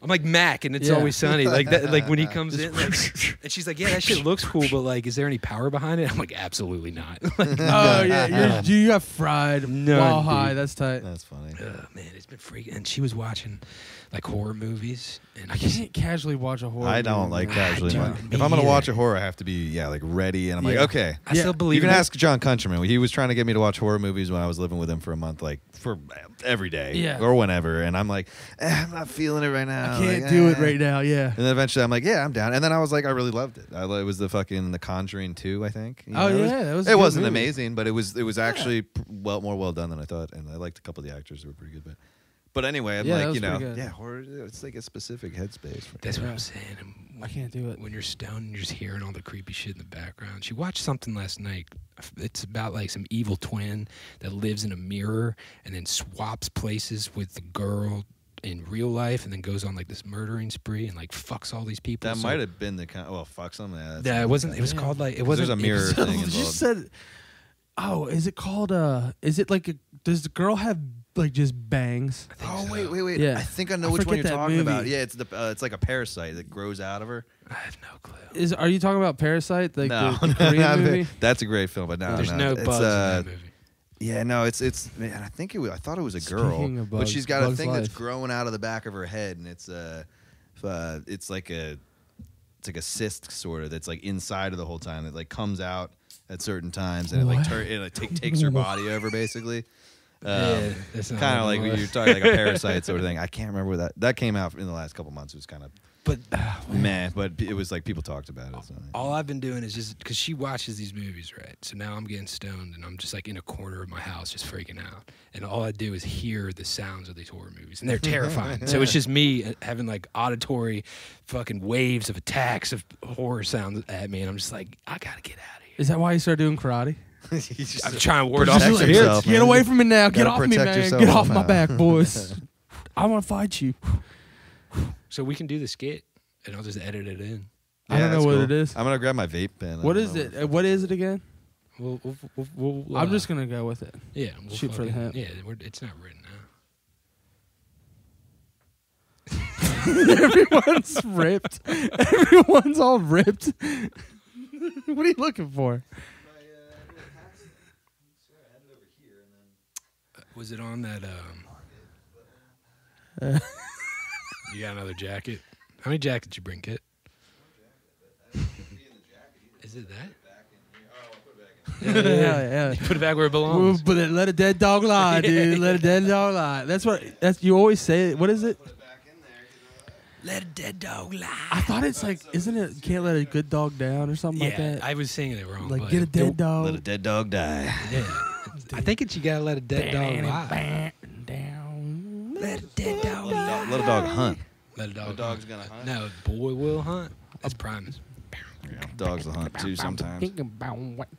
[SPEAKER 1] I'm like Mac, and it's
[SPEAKER 2] Yeah.
[SPEAKER 1] always sunny. Like that, like when he comes in, like, and she's like, "Yeah, that shit looks cool, but like, is there any power behind it?" I'm like, "Absolutely not." like,
[SPEAKER 2] oh yeah, you're, you got fried.
[SPEAKER 1] None,
[SPEAKER 2] Wow, high.
[SPEAKER 1] dude.
[SPEAKER 2] That's tight.
[SPEAKER 3] That's funny.
[SPEAKER 1] Oh man, it's been freaking. And she was watching like horror movies, and I
[SPEAKER 2] I
[SPEAKER 1] just
[SPEAKER 2] can't casually watch a horror.
[SPEAKER 3] I don't
[SPEAKER 2] movie,
[SPEAKER 3] like
[SPEAKER 2] man.
[SPEAKER 3] casually.
[SPEAKER 1] don't-
[SPEAKER 3] much.
[SPEAKER 1] me
[SPEAKER 3] If I'm gonna watch
[SPEAKER 1] either.
[SPEAKER 3] a horror, I have to be yeah, like ready. And I'm
[SPEAKER 2] Yeah.
[SPEAKER 3] like, okay.
[SPEAKER 1] I
[SPEAKER 2] Yeah.
[SPEAKER 1] still believe.
[SPEAKER 3] You can
[SPEAKER 1] in it.
[SPEAKER 3] ask John Countryman. He was trying to get me to watch horror movies when I was living with him for a month, like for every day
[SPEAKER 2] Yeah.
[SPEAKER 3] or whenever. And I'm like, eh, I'm not feeling it right now.
[SPEAKER 2] I can't
[SPEAKER 3] Like,
[SPEAKER 2] do it
[SPEAKER 3] eh.
[SPEAKER 2] right now. Yeah.
[SPEAKER 3] And then eventually, I'm like, yeah, I'm down. And then I was like, I really loved it. I, lo- it was the fucking The Conjuring 2, I think. You
[SPEAKER 2] Oh,
[SPEAKER 3] know, it was-
[SPEAKER 2] yeah, that was a
[SPEAKER 3] It
[SPEAKER 2] good
[SPEAKER 3] wasn't
[SPEAKER 2] movie.
[SPEAKER 3] amazing, but it was it was actually pr- well more well done than I thought. And I liked a couple of the actors; they were pretty good. But but anyway, I'm
[SPEAKER 2] Yeah, that
[SPEAKER 3] like,
[SPEAKER 2] was
[SPEAKER 3] you know,
[SPEAKER 2] pretty good.
[SPEAKER 3] yeah, horror. It's like a specific headspace. For
[SPEAKER 1] That's what
[SPEAKER 2] Yeah.
[SPEAKER 1] I'm saying. And
[SPEAKER 2] I can't do it.
[SPEAKER 1] when you're stoned, and you're just hearing all the creepy shit in the background. She watched something last night. It's about like some evil twin that lives in a mirror and then swaps places with the girl in real life, and then goes on like this murdering spree and like fucks all these people.
[SPEAKER 3] that
[SPEAKER 1] So-
[SPEAKER 3] might have been the con- well, fuck something. Yeah, that's-
[SPEAKER 1] That wasn't. It was
[SPEAKER 2] Yeah.
[SPEAKER 1] called like it
[SPEAKER 3] 'Cause
[SPEAKER 1] wasn't.
[SPEAKER 3] there's a
[SPEAKER 1] it was-
[SPEAKER 3] mirror
[SPEAKER 2] So
[SPEAKER 3] thing
[SPEAKER 2] you
[SPEAKER 3] involved.
[SPEAKER 2] said, "Oh, is it called uh? Is it like a? Does the girl have like just bangs?
[SPEAKER 1] I think
[SPEAKER 3] Oh
[SPEAKER 1] so.
[SPEAKER 3] wait, wait, wait!
[SPEAKER 2] Yeah.
[SPEAKER 3] I think I
[SPEAKER 2] I
[SPEAKER 3] know which one you're
[SPEAKER 2] forget that
[SPEAKER 3] talking about.
[SPEAKER 2] movie.
[SPEAKER 3] Yeah, it's the uh, it's like a parasite that grows out of her.
[SPEAKER 1] I have no clue.
[SPEAKER 2] Is are you talking about Parasite? Like
[SPEAKER 3] no,
[SPEAKER 2] the, the Korean
[SPEAKER 3] not-
[SPEAKER 2] movie?
[SPEAKER 3] that's a great film, but no,
[SPEAKER 1] There's no,
[SPEAKER 3] no,
[SPEAKER 1] bugs
[SPEAKER 3] it's,
[SPEAKER 1] in
[SPEAKER 3] uh,
[SPEAKER 1] that movie.
[SPEAKER 3] Yeah, no, it's it's. Man, I think it was. I thought it was a girl,
[SPEAKER 2] Speaking of
[SPEAKER 3] but
[SPEAKER 2] bugs,
[SPEAKER 3] she's got a
[SPEAKER 2] Bugs
[SPEAKER 3] thing
[SPEAKER 2] Life.
[SPEAKER 3] that's growing out of the back of her head, and it's uh, f- uh it's like a, it's like a cyst sort of that's like inside of the whole time that like comes out at certain times, and it
[SPEAKER 2] What?
[SPEAKER 3] like tur- it like take, takes her body over basically. Um,
[SPEAKER 1] that's not
[SPEAKER 3] kind of
[SPEAKER 1] what
[SPEAKER 3] like
[SPEAKER 1] it
[SPEAKER 3] when
[SPEAKER 1] was.
[SPEAKER 3] you're talking like a parasite sort of thing. I can't remember where that that came out in the last couple months. It was kind of
[SPEAKER 1] But ah,
[SPEAKER 2] Oh,
[SPEAKER 3] meh, but it was like people talked about it. So.
[SPEAKER 1] all I've been doing is just because she watches these movies, right? So now I'm getting stoned and I'm just like in a corner of my house, just freaking out. And all I do is hear the sounds of these horror movies, and they're terrifying. so it's just me uh, having like auditory fucking waves of attacks of horror sounds at me, and I'm just like, I gotta get out of here.
[SPEAKER 2] Is that why you started doing karate?
[SPEAKER 1] I'm trying to ward off
[SPEAKER 3] Protect
[SPEAKER 1] the
[SPEAKER 3] yourself.
[SPEAKER 1] spirits.
[SPEAKER 2] Get
[SPEAKER 3] man.
[SPEAKER 2] away from me now! Get
[SPEAKER 3] Gotta
[SPEAKER 2] off me,
[SPEAKER 3] protect
[SPEAKER 2] man!
[SPEAKER 3] yourself
[SPEAKER 2] Get off my
[SPEAKER 3] somehow.
[SPEAKER 2] back, boys! I want to fight you.
[SPEAKER 1] So we can do the skit, and I'll just edit it in.
[SPEAKER 2] I don't know
[SPEAKER 3] that's
[SPEAKER 2] what it is.
[SPEAKER 3] I'm gonna grab my vape pen. I
[SPEAKER 2] What
[SPEAKER 3] don't
[SPEAKER 2] is
[SPEAKER 3] know
[SPEAKER 2] it? Uh, What is it again?
[SPEAKER 1] We'll, we'll, we'll, we'll,
[SPEAKER 2] I'm
[SPEAKER 1] uh,
[SPEAKER 2] just gonna go with it.
[SPEAKER 1] yeah we'll
[SPEAKER 2] shoot for the
[SPEAKER 1] fucking-
[SPEAKER 2] hip.
[SPEAKER 1] Yeah, we're, it's not written out.
[SPEAKER 2] Everyone's ripped. Everyone's all ripped. what are you looking for?
[SPEAKER 1] Was it on that? Um, you got another jacket? How many jackets you bring, Kit? Is it that?
[SPEAKER 2] yeah, yeah.
[SPEAKER 1] Put it back where it
[SPEAKER 2] Well,
[SPEAKER 1] belongs.
[SPEAKER 2] But then let a dead dog lie, dude. Let a dead dog lie. That's what. That's you always say. it. What is it?
[SPEAKER 1] Let a dead dog lie.
[SPEAKER 2] I thought it's like, isn't it? You can't let a good dog down or something like
[SPEAKER 1] Yeah,
[SPEAKER 2] that.
[SPEAKER 1] I was singing it wrong.
[SPEAKER 2] like
[SPEAKER 1] but
[SPEAKER 2] get a
[SPEAKER 1] it-
[SPEAKER 2] dead dog.
[SPEAKER 3] Let a dead dog die.
[SPEAKER 1] Yeah. I think it's you gotta let a dead dog lie.
[SPEAKER 2] down.
[SPEAKER 1] Let a dead dog
[SPEAKER 3] Let a
[SPEAKER 1] lie.
[SPEAKER 3] dog, let a dog hunt.
[SPEAKER 1] Let a dog.
[SPEAKER 3] The dog's gonna hunt.
[SPEAKER 1] No, boy will hunt. That's promise.
[SPEAKER 3] Dogs will hunt too sometimes.
[SPEAKER 1] All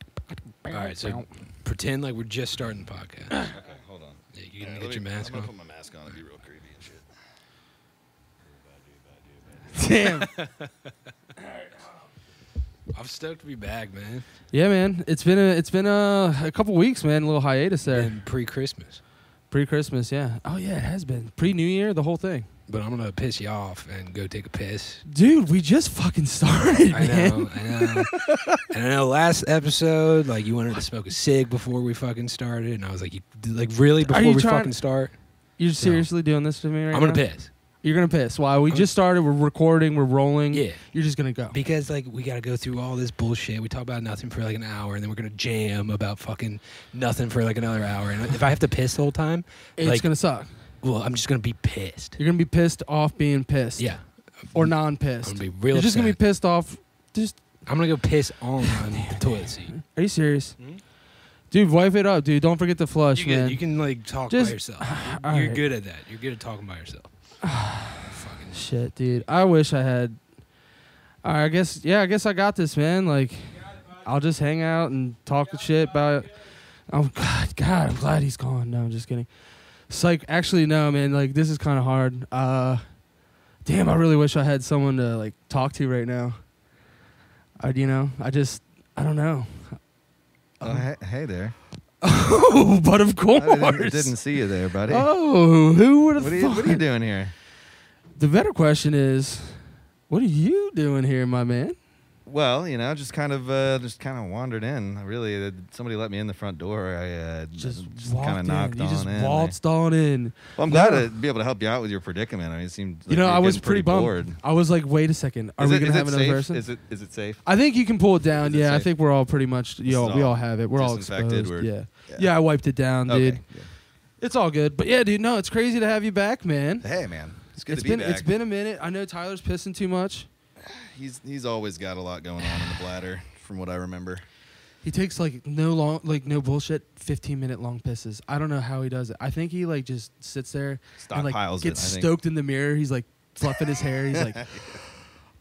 [SPEAKER 1] right, so pretend like we're just starting the podcast.
[SPEAKER 3] Okay, hold on.
[SPEAKER 1] Yeah, you gonna get your mask on?
[SPEAKER 3] my mask on. It'd be real creepy and shit.
[SPEAKER 2] Damn.
[SPEAKER 1] I'm stoked to be back, man.
[SPEAKER 2] yeah, man. It's been a it's been a, a couple weeks, man. A little hiatus there.
[SPEAKER 1] And pre-Christmas,
[SPEAKER 2] Pre Christmas, yeah. Oh yeah, it has been pre New Year, the whole thing.
[SPEAKER 1] but I'm gonna piss you off and go take a piss.
[SPEAKER 2] Dude, we just fucking started,
[SPEAKER 1] I
[SPEAKER 2] man.
[SPEAKER 1] know, I know. and I know last episode, like you wanted to smoke a cig before we fucking started, and I was like, you, like really before
[SPEAKER 2] you
[SPEAKER 1] we
[SPEAKER 2] trying-
[SPEAKER 1] fucking start,
[SPEAKER 2] You're seriously doing this to me right
[SPEAKER 1] I'm gonna
[SPEAKER 2] now?
[SPEAKER 1] piss.
[SPEAKER 2] You're gonna piss. Why? We
[SPEAKER 1] I'm-
[SPEAKER 2] just started. We're recording. We're rolling.
[SPEAKER 1] Yeah,
[SPEAKER 2] You're just gonna go.
[SPEAKER 1] because like we gotta go through all this bullshit. We talk about nothing for like an hour, and then we're gonna jam about fucking nothing for like another hour. And if I have to piss the whole time,
[SPEAKER 2] it's
[SPEAKER 1] like-
[SPEAKER 2] gonna suck.
[SPEAKER 1] well, I'm just gonna be pissed.
[SPEAKER 2] You're gonna be pissed off being pissed.
[SPEAKER 1] Yeah,
[SPEAKER 2] Or non
[SPEAKER 1] I'm
[SPEAKER 2] pissed.
[SPEAKER 1] gonna be real.
[SPEAKER 2] You're just gonna be
[SPEAKER 1] upset.
[SPEAKER 2] pissed off. Just
[SPEAKER 1] I'm gonna go piss on, on the toilet seat.
[SPEAKER 2] are you serious?
[SPEAKER 1] Hmm?
[SPEAKER 2] Dude, wipe it up, dude. Don't forget to flush,
[SPEAKER 1] You
[SPEAKER 2] man.
[SPEAKER 1] can, you can like talk
[SPEAKER 2] Just-
[SPEAKER 1] by yourself.
[SPEAKER 2] All
[SPEAKER 1] You're
[SPEAKER 2] right.
[SPEAKER 1] good at that. You're good at talking by yourself. Fucking
[SPEAKER 2] Shit, dude. I wish I had. All right, I guess. Yeah, I guess I got this, man. Like, I'll just hang out and talk shit about. Oh God, God, I'm glad he's gone. No, I'm just kidding. Psych. Actually, no, man. Like, this is kind of hard. Uh, damn, I really wish I had someone to like talk to right now. I, you know, I just, I don't know.
[SPEAKER 3] Oh, hey, hey there.
[SPEAKER 2] Oh, but of course.
[SPEAKER 3] I didn't, didn't see you there, buddy.
[SPEAKER 2] Oh, who would have
[SPEAKER 3] what, are you, what are you doing here?
[SPEAKER 2] The better question is, what are you doing here, my man?
[SPEAKER 3] Well, you know, just kind of, uh, just kind of wandered in. Really, uh, somebody let me in the front door. I uh,
[SPEAKER 2] Just, walked
[SPEAKER 3] kind of knocked
[SPEAKER 2] in.
[SPEAKER 3] on
[SPEAKER 2] you just
[SPEAKER 3] in.
[SPEAKER 2] waltzed on in.
[SPEAKER 3] Well, I'm glad
[SPEAKER 2] Yeah.
[SPEAKER 3] to be able to help you out with your predicament. I mean, it seemed like
[SPEAKER 2] You know,
[SPEAKER 3] you're
[SPEAKER 2] I was
[SPEAKER 3] getting
[SPEAKER 2] pretty, bummed.
[SPEAKER 3] bored.
[SPEAKER 2] I was like, wait a second, are
[SPEAKER 3] is
[SPEAKER 2] we
[SPEAKER 3] it,
[SPEAKER 2] gonna
[SPEAKER 3] is
[SPEAKER 2] have
[SPEAKER 3] it
[SPEAKER 2] another
[SPEAKER 3] safe?
[SPEAKER 2] person?
[SPEAKER 3] Is it is it safe?
[SPEAKER 2] I think you can pull it down.
[SPEAKER 3] Is it
[SPEAKER 2] yeah, I
[SPEAKER 3] safe?
[SPEAKER 2] think we're all pretty much.
[SPEAKER 3] is
[SPEAKER 2] Y'all, we
[SPEAKER 3] all
[SPEAKER 2] all have it. We're all
[SPEAKER 3] disinfected,
[SPEAKER 2] exposed.
[SPEAKER 3] we're-
[SPEAKER 2] yeah.
[SPEAKER 3] Yeah.
[SPEAKER 2] yeah, I wiped it down, dude.
[SPEAKER 3] Okay, good.
[SPEAKER 2] It's all good. But yeah, dude, no, it's crazy to have you back, man.
[SPEAKER 3] Hey, man, it's good
[SPEAKER 2] It's
[SPEAKER 3] to be
[SPEAKER 2] been
[SPEAKER 3] back.
[SPEAKER 2] it's been a minute. I know Tyler's pissing too much.
[SPEAKER 3] He's he's always got a lot going on in the bladder, from what I remember.
[SPEAKER 2] He takes like no long, like no bullshit, fifteen minute long pisses. I don't know how he does it. I think he like just sits there and like
[SPEAKER 3] Stockpiles
[SPEAKER 2] gets
[SPEAKER 3] it. I think.
[SPEAKER 2] stoked in the mirror. He's like fluffing his hair. He's like,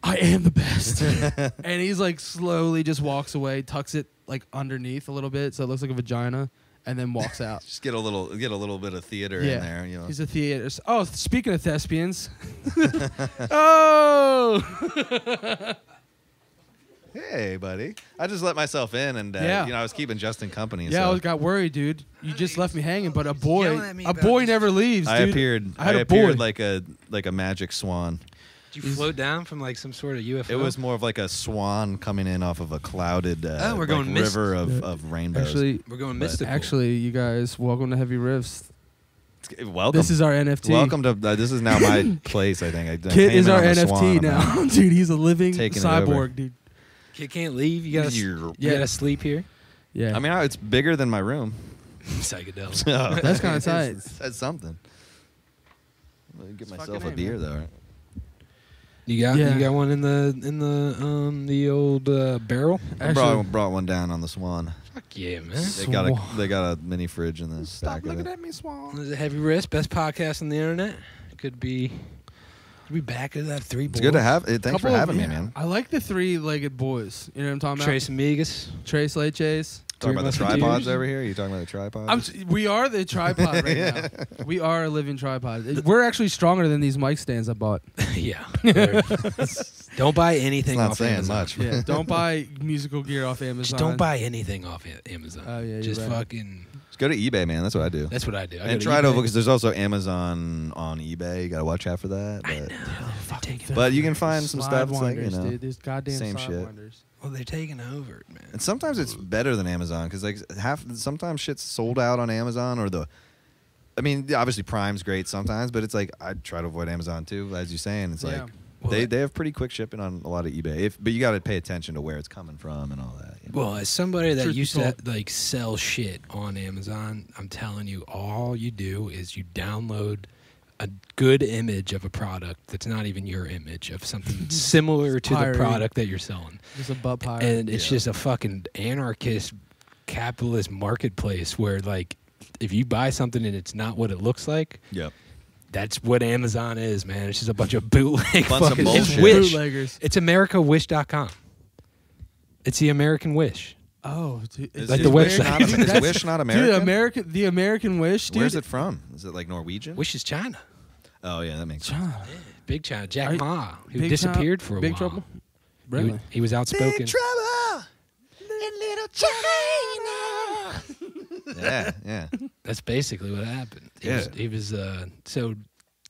[SPEAKER 2] I am the best. and he's like slowly just walks away, tucks it like underneath a little bit so it looks like a vagina, and then walks out.
[SPEAKER 3] Just get a little get a little bit of theater
[SPEAKER 2] Yeah.
[SPEAKER 3] in there. You know.
[SPEAKER 2] He's a theater. Oh, speaking of thespians. oh,
[SPEAKER 3] Hey, buddy. I just let myself in, and uh,
[SPEAKER 2] Yeah.
[SPEAKER 3] you know, I was keeping Justin company.
[SPEAKER 2] yeah,
[SPEAKER 3] so
[SPEAKER 2] I got worried, dude. You just left me hanging, but a
[SPEAKER 1] yelling
[SPEAKER 2] boy,
[SPEAKER 1] at me
[SPEAKER 2] a
[SPEAKER 1] about
[SPEAKER 2] boy
[SPEAKER 1] this.
[SPEAKER 2] never leaves, dude.
[SPEAKER 3] I appeared.
[SPEAKER 2] I had a
[SPEAKER 3] appeared
[SPEAKER 2] boy.
[SPEAKER 3] like a like a magic swan.
[SPEAKER 1] Did you
[SPEAKER 2] He's-
[SPEAKER 1] float down from like some sort of UFO?
[SPEAKER 3] It
[SPEAKER 2] Uh-huh.
[SPEAKER 3] was more of like a swan coming in off of a clouded uh,
[SPEAKER 1] Oh, we're
[SPEAKER 3] like
[SPEAKER 1] going mist-
[SPEAKER 3] river of,
[SPEAKER 2] Yeah.
[SPEAKER 3] of rainbows.
[SPEAKER 2] Actually,
[SPEAKER 1] We're going
[SPEAKER 3] But
[SPEAKER 1] mystical.
[SPEAKER 2] actually, you guys, welcome to Heavy Riffs.
[SPEAKER 3] It's- welcome.
[SPEAKER 2] This is our NFT.
[SPEAKER 3] welcome to uh, this is now my place. I think I, I
[SPEAKER 2] Kit
[SPEAKER 3] came
[SPEAKER 2] is
[SPEAKER 3] in
[SPEAKER 2] our
[SPEAKER 3] on a swan,
[SPEAKER 2] NFT
[SPEAKER 3] I'm out.
[SPEAKER 2] now, dude. He's a living
[SPEAKER 3] Taking it over.
[SPEAKER 2] cyborg, dude.
[SPEAKER 1] You can't leave. You gotta,
[SPEAKER 3] Yeah.
[SPEAKER 1] you gotta sleep here.
[SPEAKER 2] Yeah,
[SPEAKER 3] I mean, I- it's bigger than my room.
[SPEAKER 1] Psychedelic.
[SPEAKER 3] So
[SPEAKER 2] That's kinda tight.
[SPEAKER 3] It says Oh. something. Let me get
[SPEAKER 2] It's
[SPEAKER 3] myself
[SPEAKER 2] fucking
[SPEAKER 3] a
[SPEAKER 2] A,
[SPEAKER 3] beer
[SPEAKER 2] man.
[SPEAKER 3] though. right?
[SPEAKER 1] You got
[SPEAKER 2] Yeah.
[SPEAKER 1] you got one in the in the um the old uh, barrel.
[SPEAKER 3] I brought,
[SPEAKER 2] Actually-
[SPEAKER 3] brought one down on the swan.
[SPEAKER 1] Fuck yeah, man.
[SPEAKER 3] They got a
[SPEAKER 2] Swan.
[SPEAKER 3] they got a mini fridge in the stack of it.
[SPEAKER 1] me, Swan. There's a heavy wrist. Best podcast on the internet. Could be. Could be back to that three.
[SPEAKER 3] It's
[SPEAKER 1] boys.
[SPEAKER 3] good to have. It, thanks for
[SPEAKER 2] Couple of-
[SPEAKER 3] having me,
[SPEAKER 2] yeah.
[SPEAKER 3] man.
[SPEAKER 2] I like the three-legged boys. You know what I'm talking
[SPEAKER 1] Trace Amigas.
[SPEAKER 2] about? Trace Late Chase.
[SPEAKER 1] Three
[SPEAKER 3] Talking about the
[SPEAKER 1] Musketeers.
[SPEAKER 3] tripods over here. You talking about the tripods?
[SPEAKER 2] I'm, s- we are the tripod right now. We are a living tripod. It- We're actually stronger than these mic stands I bought.
[SPEAKER 1] yeah. They're- don't buy anything
[SPEAKER 3] it's not
[SPEAKER 1] off
[SPEAKER 3] saying
[SPEAKER 1] Amazon.
[SPEAKER 3] much.
[SPEAKER 2] Yeah, don't buy musical gear off Amazon.
[SPEAKER 1] Just don't buy anything off A- Amazon.
[SPEAKER 2] Oh, yeah, you're
[SPEAKER 1] Just
[SPEAKER 2] right.
[SPEAKER 1] fucking
[SPEAKER 3] Just go to eBay, man. That's what I do.
[SPEAKER 1] That's what I do. I go
[SPEAKER 3] and
[SPEAKER 1] to
[SPEAKER 3] try to
[SPEAKER 1] eBay.
[SPEAKER 3] because there's also Amazon on eBay. You gotta watch out for that. But
[SPEAKER 1] Fucking
[SPEAKER 3] But you can find some stuff that's like, you
[SPEAKER 2] Slidewinders,
[SPEAKER 3] know,
[SPEAKER 2] dude. These goddamn
[SPEAKER 3] same shit.
[SPEAKER 2] slidewinders.
[SPEAKER 1] Well, they're taking over, man.
[SPEAKER 3] and sometimes it's better than Amazon because like half sometimes shit's sold out on Amazon or the. I mean, obviously Prime's great sometimes, but it's like I try to avoid Amazon too, as you're saying. It's
[SPEAKER 2] Yeah.
[SPEAKER 3] like
[SPEAKER 1] Well,
[SPEAKER 3] they
[SPEAKER 1] that-
[SPEAKER 3] they have pretty quick shipping on a lot of eBay. If but you got to pay attention to where it's coming from and all that. you know.
[SPEAKER 1] Well, as somebody that
[SPEAKER 2] Truth be
[SPEAKER 1] used to
[SPEAKER 2] told.
[SPEAKER 1] like sell shit on Amazon, I'm telling you, all you do is you download a good image of a product that's not even your image of something similar to the
[SPEAKER 2] Pirate.
[SPEAKER 1] product that you're selling,
[SPEAKER 2] Just a butt pie.
[SPEAKER 1] and it's
[SPEAKER 3] Yeah.
[SPEAKER 1] just a fucking anarchist capitalist marketplace where like if you buy something and it's not what it looks like,
[SPEAKER 3] Yep.
[SPEAKER 1] that's what Amazon is, man. It's just a bunch of bootleg
[SPEAKER 3] Bunch of
[SPEAKER 1] fucking
[SPEAKER 3] bullshit.
[SPEAKER 1] it's Wish.
[SPEAKER 2] Bootleggers.
[SPEAKER 1] It's AmericaWish.com. It's the American Wish.
[SPEAKER 2] Oh, dude.
[SPEAKER 3] Is-
[SPEAKER 1] Like
[SPEAKER 3] is
[SPEAKER 1] the
[SPEAKER 3] Wish
[SPEAKER 1] website.
[SPEAKER 3] not Amer- is
[SPEAKER 2] That's-
[SPEAKER 3] Wish not American.
[SPEAKER 2] Dude, America, the American Wish, dude.
[SPEAKER 3] Where's it from? Is it like Norwegian?
[SPEAKER 1] Wish is China.
[SPEAKER 3] Oh yeah, that makes sense.
[SPEAKER 2] John,
[SPEAKER 1] Big China. Jack
[SPEAKER 2] Are you-
[SPEAKER 1] Ma, who
[SPEAKER 2] Big
[SPEAKER 1] disappeared
[SPEAKER 2] China-
[SPEAKER 1] for a
[SPEAKER 2] Big
[SPEAKER 1] while.
[SPEAKER 2] Trouble?
[SPEAKER 1] He wa-
[SPEAKER 2] Really?
[SPEAKER 1] He, was outspoken.
[SPEAKER 3] trouble in little China. yeah, yeah.
[SPEAKER 1] That's basically what happened. He
[SPEAKER 3] Yeah.
[SPEAKER 1] was, he was uh, so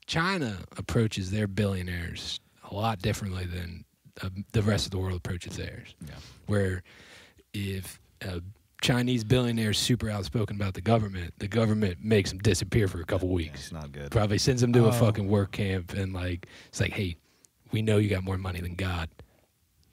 [SPEAKER 1] China approaches their billionaires a lot differently than uh, the rest of the world approaches theirs.
[SPEAKER 3] Yeah.
[SPEAKER 1] Where if a Chinese billionaire is super outspoken about the government, the government makes him disappear for a couple weeks.
[SPEAKER 3] It's not good.
[SPEAKER 1] probably sends him to
[SPEAKER 2] Oh.
[SPEAKER 1] a fucking work camp and like it's like hey we know you got more money than god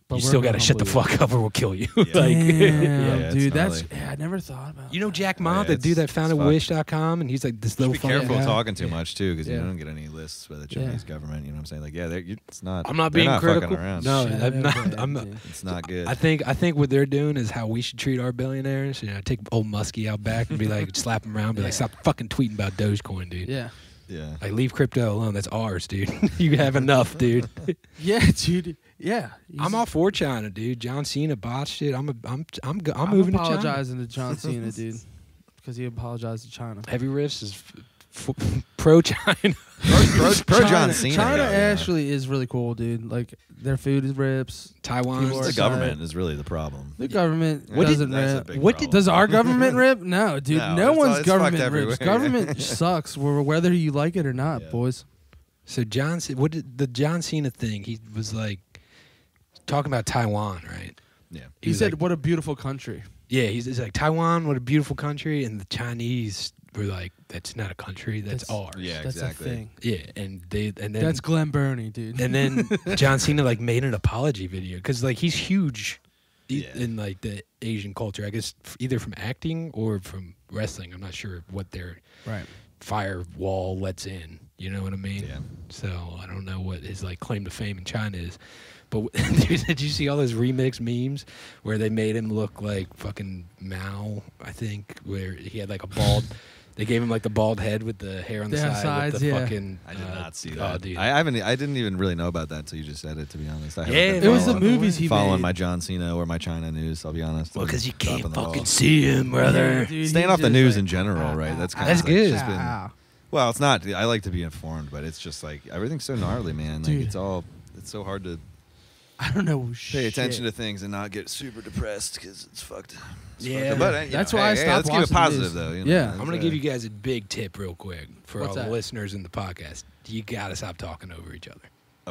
[SPEAKER 2] But
[SPEAKER 1] you
[SPEAKER 2] we're
[SPEAKER 1] still
[SPEAKER 2] gonna
[SPEAKER 1] got to shut the
[SPEAKER 2] humble
[SPEAKER 1] fuck up or we'll kill you
[SPEAKER 3] Yeah.
[SPEAKER 1] like
[SPEAKER 2] Damn,
[SPEAKER 3] Yeah, it's
[SPEAKER 2] dude, that's
[SPEAKER 3] gnarly.
[SPEAKER 2] yeah, I never thought about.
[SPEAKER 1] you know
[SPEAKER 2] that.
[SPEAKER 1] jack ma
[SPEAKER 3] Yeah,
[SPEAKER 1] the dude
[SPEAKER 3] it's-
[SPEAKER 1] that founded
[SPEAKER 3] it's fucked.
[SPEAKER 1] wish.com and he's like this
[SPEAKER 3] Just
[SPEAKER 1] little
[SPEAKER 3] be
[SPEAKER 1] fucking
[SPEAKER 3] careful
[SPEAKER 1] guy.
[SPEAKER 3] talking too much too, because
[SPEAKER 2] Yeah.
[SPEAKER 3] you don't get any lists by the
[SPEAKER 2] Yeah.
[SPEAKER 3] Chinese government. You know what I'm saying? Like, yeah, they're, you, it's not.
[SPEAKER 1] i'm not
[SPEAKER 3] they're
[SPEAKER 1] being critical
[SPEAKER 3] Fucking around.
[SPEAKER 1] no
[SPEAKER 2] Shut
[SPEAKER 1] i'm
[SPEAKER 2] up,
[SPEAKER 1] not i'm not
[SPEAKER 2] dude.
[SPEAKER 3] it's not good.
[SPEAKER 1] I think I think what they're doing is how we should treat our billionaires. You know, take old Muskie out back and be like, slap him around, be like,
[SPEAKER 2] Yeah.
[SPEAKER 1] stop fucking tweeting about Dogecoin, dude.
[SPEAKER 2] Yeah,
[SPEAKER 3] yeah.
[SPEAKER 1] Like, leave crypto alone. That's ours, dude. you have enough, dude.
[SPEAKER 2] yeah, dude, yeah.
[SPEAKER 1] I'm all for China, dude. John Cena botched it. I'm a, I'm I'm go, I'm,
[SPEAKER 2] I'm
[SPEAKER 1] moving to China.
[SPEAKER 2] apologizing to, John Cena, dude, because he apologized to China.
[SPEAKER 1] Heavy riffs is f- f- pro China.
[SPEAKER 3] Pro, pro, pro
[SPEAKER 2] China,
[SPEAKER 3] John Cena.
[SPEAKER 2] China
[SPEAKER 3] though, you know.
[SPEAKER 2] actually is really cool, dude. Like their food is rips.
[SPEAKER 1] Taiwan.
[SPEAKER 2] People
[SPEAKER 3] It's
[SPEAKER 2] are-
[SPEAKER 3] the government is really the problem.
[SPEAKER 2] The government
[SPEAKER 3] What did-
[SPEAKER 2] doesn't
[SPEAKER 3] That's a
[SPEAKER 2] rip.
[SPEAKER 3] big
[SPEAKER 1] what did-
[SPEAKER 3] problem.
[SPEAKER 2] Does our government rip? No, dude. No,
[SPEAKER 3] No, it's all-
[SPEAKER 2] one's
[SPEAKER 3] it's fucked
[SPEAKER 2] government
[SPEAKER 3] everywhere.
[SPEAKER 2] rips. Government sucks, wh- whether you like it or not,
[SPEAKER 3] Yeah.
[SPEAKER 2] boys.
[SPEAKER 1] So John, Ce- what did the John Cena thing? He was like talking about Taiwan, right?
[SPEAKER 3] yeah.
[SPEAKER 2] He,
[SPEAKER 1] was
[SPEAKER 2] said,
[SPEAKER 1] like-
[SPEAKER 2] "What a beautiful country."
[SPEAKER 1] "Yeah, he's, he's like Taiwan. What a beautiful country." And the Chinese were like, "That's not a country. That's,
[SPEAKER 2] That's-
[SPEAKER 1] ours."
[SPEAKER 3] Yeah,
[SPEAKER 2] That's
[SPEAKER 3] exactly.
[SPEAKER 2] a thing.
[SPEAKER 1] yeah. And they and then
[SPEAKER 2] That's Glen Burnie, dude.
[SPEAKER 1] and then John Cena like made an apology video because like he's huge e-
[SPEAKER 3] Yeah.
[SPEAKER 1] in like the Asian culture. I guess f- either from acting or from wrestling. I'm not sure what their
[SPEAKER 2] right.
[SPEAKER 1] firewall lets in. You know what I mean?
[SPEAKER 3] Yeah.
[SPEAKER 1] So I don't know what his like claim to fame in China is. But w- dude, did you see all those remix memes where they made him look like fucking Mao? I think where he had like a bald. they gave him like the bald head with the hair on the side
[SPEAKER 2] Yeah,
[SPEAKER 1] with
[SPEAKER 2] sides,
[SPEAKER 1] the
[SPEAKER 2] yeah.
[SPEAKER 1] fucking.
[SPEAKER 3] I did
[SPEAKER 1] uh,
[SPEAKER 3] not see
[SPEAKER 1] oh,
[SPEAKER 3] that.
[SPEAKER 1] dude.
[SPEAKER 3] I haven't. e, I didn't even really know about that until you just said it. To be honest, I haven't
[SPEAKER 1] Yeah,
[SPEAKER 3] been
[SPEAKER 2] It was the
[SPEAKER 3] following-
[SPEAKER 2] movies he
[SPEAKER 3] following
[SPEAKER 2] made.
[SPEAKER 3] my John Cena or my China news. I'll be honest.
[SPEAKER 1] Well,
[SPEAKER 3] I'm
[SPEAKER 1] because you
[SPEAKER 3] dropping
[SPEAKER 1] can't
[SPEAKER 3] the ball.
[SPEAKER 1] fucking see him, brother.
[SPEAKER 2] Dude, he's
[SPEAKER 3] Staying off the
[SPEAKER 2] just
[SPEAKER 3] news
[SPEAKER 2] like,
[SPEAKER 3] in general,
[SPEAKER 2] ah,
[SPEAKER 3] right? That's
[SPEAKER 2] ah,
[SPEAKER 3] kind
[SPEAKER 1] That's
[SPEAKER 3] of
[SPEAKER 1] good.
[SPEAKER 3] Just been,
[SPEAKER 2] ah.
[SPEAKER 3] well, it's not. I like to be informed, but it's just like everything's so gnarly, man. Like
[SPEAKER 2] Dude.
[SPEAKER 3] it's all. It's so hard to
[SPEAKER 2] I don't know.
[SPEAKER 3] pay attention to things and not get super depressed because it's fucked. It's
[SPEAKER 1] Yeah.
[SPEAKER 3] fucked. but uh, you
[SPEAKER 2] That's
[SPEAKER 3] know,
[SPEAKER 2] why I
[SPEAKER 3] hey, hey,
[SPEAKER 2] stopped
[SPEAKER 3] Let's keep it
[SPEAKER 2] watching
[SPEAKER 3] positive
[SPEAKER 2] news.
[SPEAKER 3] though. you know,
[SPEAKER 2] Yeah.
[SPEAKER 3] that's,
[SPEAKER 1] I'm gonna
[SPEAKER 3] uh,
[SPEAKER 1] give you guys a big tip real quick for
[SPEAKER 2] What's
[SPEAKER 1] all
[SPEAKER 2] that?
[SPEAKER 1] the listeners in the podcast. You gotta stop talking over each other.
[SPEAKER 3] uh,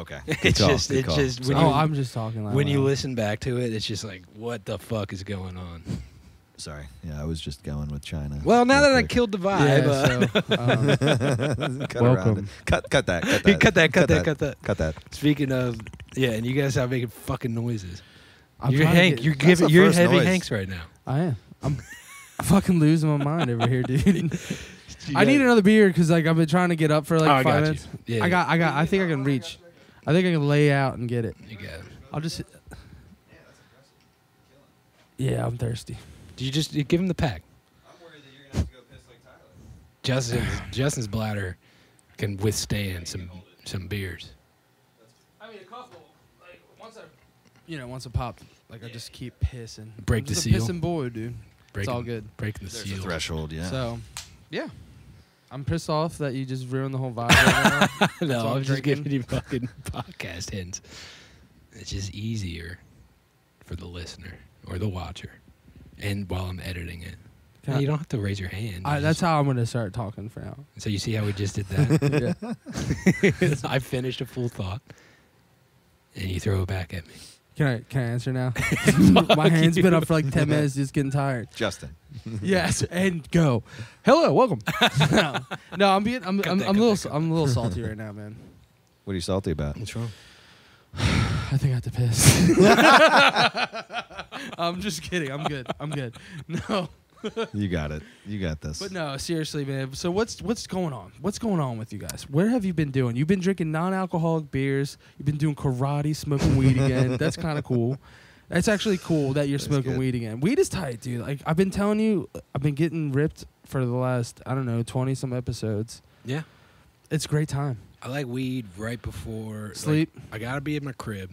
[SPEAKER 3] Okay.
[SPEAKER 1] It's just- it's just when
[SPEAKER 3] When
[SPEAKER 1] you-
[SPEAKER 2] Oh, I'm just talking. Loud
[SPEAKER 1] when you
[SPEAKER 2] loud.
[SPEAKER 1] listen back to it, it's just like, what the fuck is going on?
[SPEAKER 3] sorry. Yeah, I was just going with China.
[SPEAKER 1] Well, now
[SPEAKER 3] real
[SPEAKER 1] that I
[SPEAKER 3] quick.
[SPEAKER 1] killed the vibe, uh,
[SPEAKER 2] Yeah, so, um,
[SPEAKER 3] cut around it.
[SPEAKER 2] Welcome.
[SPEAKER 3] Cut, cut that. Cut that.
[SPEAKER 1] Cut that, cut that, cut that.
[SPEAKER 3] Cut that.
[SPEAKER 1] speaking of, yeah, and you guys stop making fucking noises.
[SPEAKER 2] I'm
[SPEAKER 1] you're
[SPEAKER 2] trying to
[SPEAKER 1] Hank.
[SPEAKER 2] get-
[SPEAKER 1] you're
[SPEAKER 3] that's
[SPEAKER 1] giving.
[SPEAKER 3] the
[SPEAKER 1] You're
[SPEAKER 3] first
[SPEAKER 1] heavy
[SPEAKER 3] noise.
[SPEAKER 1] Hanks right now.
[SPEAKER 2] I am. I'm I'm fucking losing my mind over here, dude.
[SPEAKER 1] You
[SPEAKER 2] I need
[SPEAKER 1] gotta-
[SPEAKER 2] another beer because like I've been trying to get up for like
[SPEAKER 1] Oh,
[SPEAKER 2] five
[SPEAKER 1] I got
[SPEAKER 2] minutes.
[SPEAKER 1] you. Yeah,
[SPEAKER 2] I got. I got. I think I can reach. I think I can lay out and get it.
[SPEAKER 1] You got. it.
[SPEAKER 2] I'll just. Yeah, I'm thirsty.
[SPEAKER 1] Do you just you give him the pack? Justin, Justin's bladder can withstand some some beers.
[SPEAKER 2] I mean, a couple. Like once I, you know, once I pop, like I just keep pissing.
[SPEAKER 1] Break
[SPEAKER 2] I'm
[SPEAKER 1] the
[SPEAKER 2] just a
[SPEAKER 1] seal.
[SPEAKER 2] Pissing boy, dude.
[SPEAKER 1] Breaking,
[SPEAKER 2] all good.
[SPEAKER 1] Breaking the
[SPEAKER 3] There's a
[SPEAKER 1] seal.
[SPEAKER 3] threshold, yeah.
[SPEAKER 2] So, yeah. I'm pissed off that you just ruined the whole vibe. Right now.
[SPEAKER 1] no,
[SPEAKER 2] all
[SPEAKER 1] I'm just
[SPEAKER 2] drinking.
[SPEAKER 1] giving you fucking podcast hints. It's just easier for the listener or the watcher, and while I'm editing it, No, you don't have to raise your hand.
[SPEAKER 2] I,
[SPEAKER 1] You
[SPEAKER 2] that's
[SPEAKER 1] just-
[SPEAKER 2] how I'm gonna start talking for now.
[SPEAKER 1] so you see how we just did that.
[SPEAKER 2] Yeah.
[SPEAKER 1] I finished a full thought, and you throw it back at me.
[SPEAKER 2] Can I can I answer now? My hand's been up for like ten minutes, just getting tired.
[SPEAKER 3] Justin.
[SPEAKER 2] Yes, and go. Hello, welcome. no, no, I'm being I'm
[SPEAKER 1] Cut
[SPEAKER 2] I'm,
[SPEAKER 1] that,
[SPEAKER 2] I'm
[SPEAKER 1] cut
[SPEAKER 2] a little
[SPEAKER 1] that, cut
[SPEAKER 2] I'm a little salty right now, man.
[SPEAKER 3] What are you salty about?
[SPEAKER 1] What's wrong?
[SPEAKER 2] I think I have to piss. I'm just kidding. I'm good. I'm good. No,
[SPEAKER 3] You got it. You got this.
[SPEAKER 2] but no, seriously, man. So what's what's going on? What's going on with you guys? Where have you been doing? You've been drinking non-alcoholic beers. You've been doing karate, smoking weed again. That's kind of cool. That's actually cool that you're
[SPEAKER 3] That's
[SPEAKER 2] smoking
[SPEAKER 3] good.
[SPEAKER 2] weed again. Weed is tight, dude. Like I've been telling you, I've been getting ripped for the last I don't know twenty some episodes.
[SPEAKER 1] Yeah,
[SPEAKER 2] It's a great time.
[SPEAKER 1] I like weed right before like,
[SPEAKER 2] Sleep.
[SPEAKER 1] I gotta be in my crib.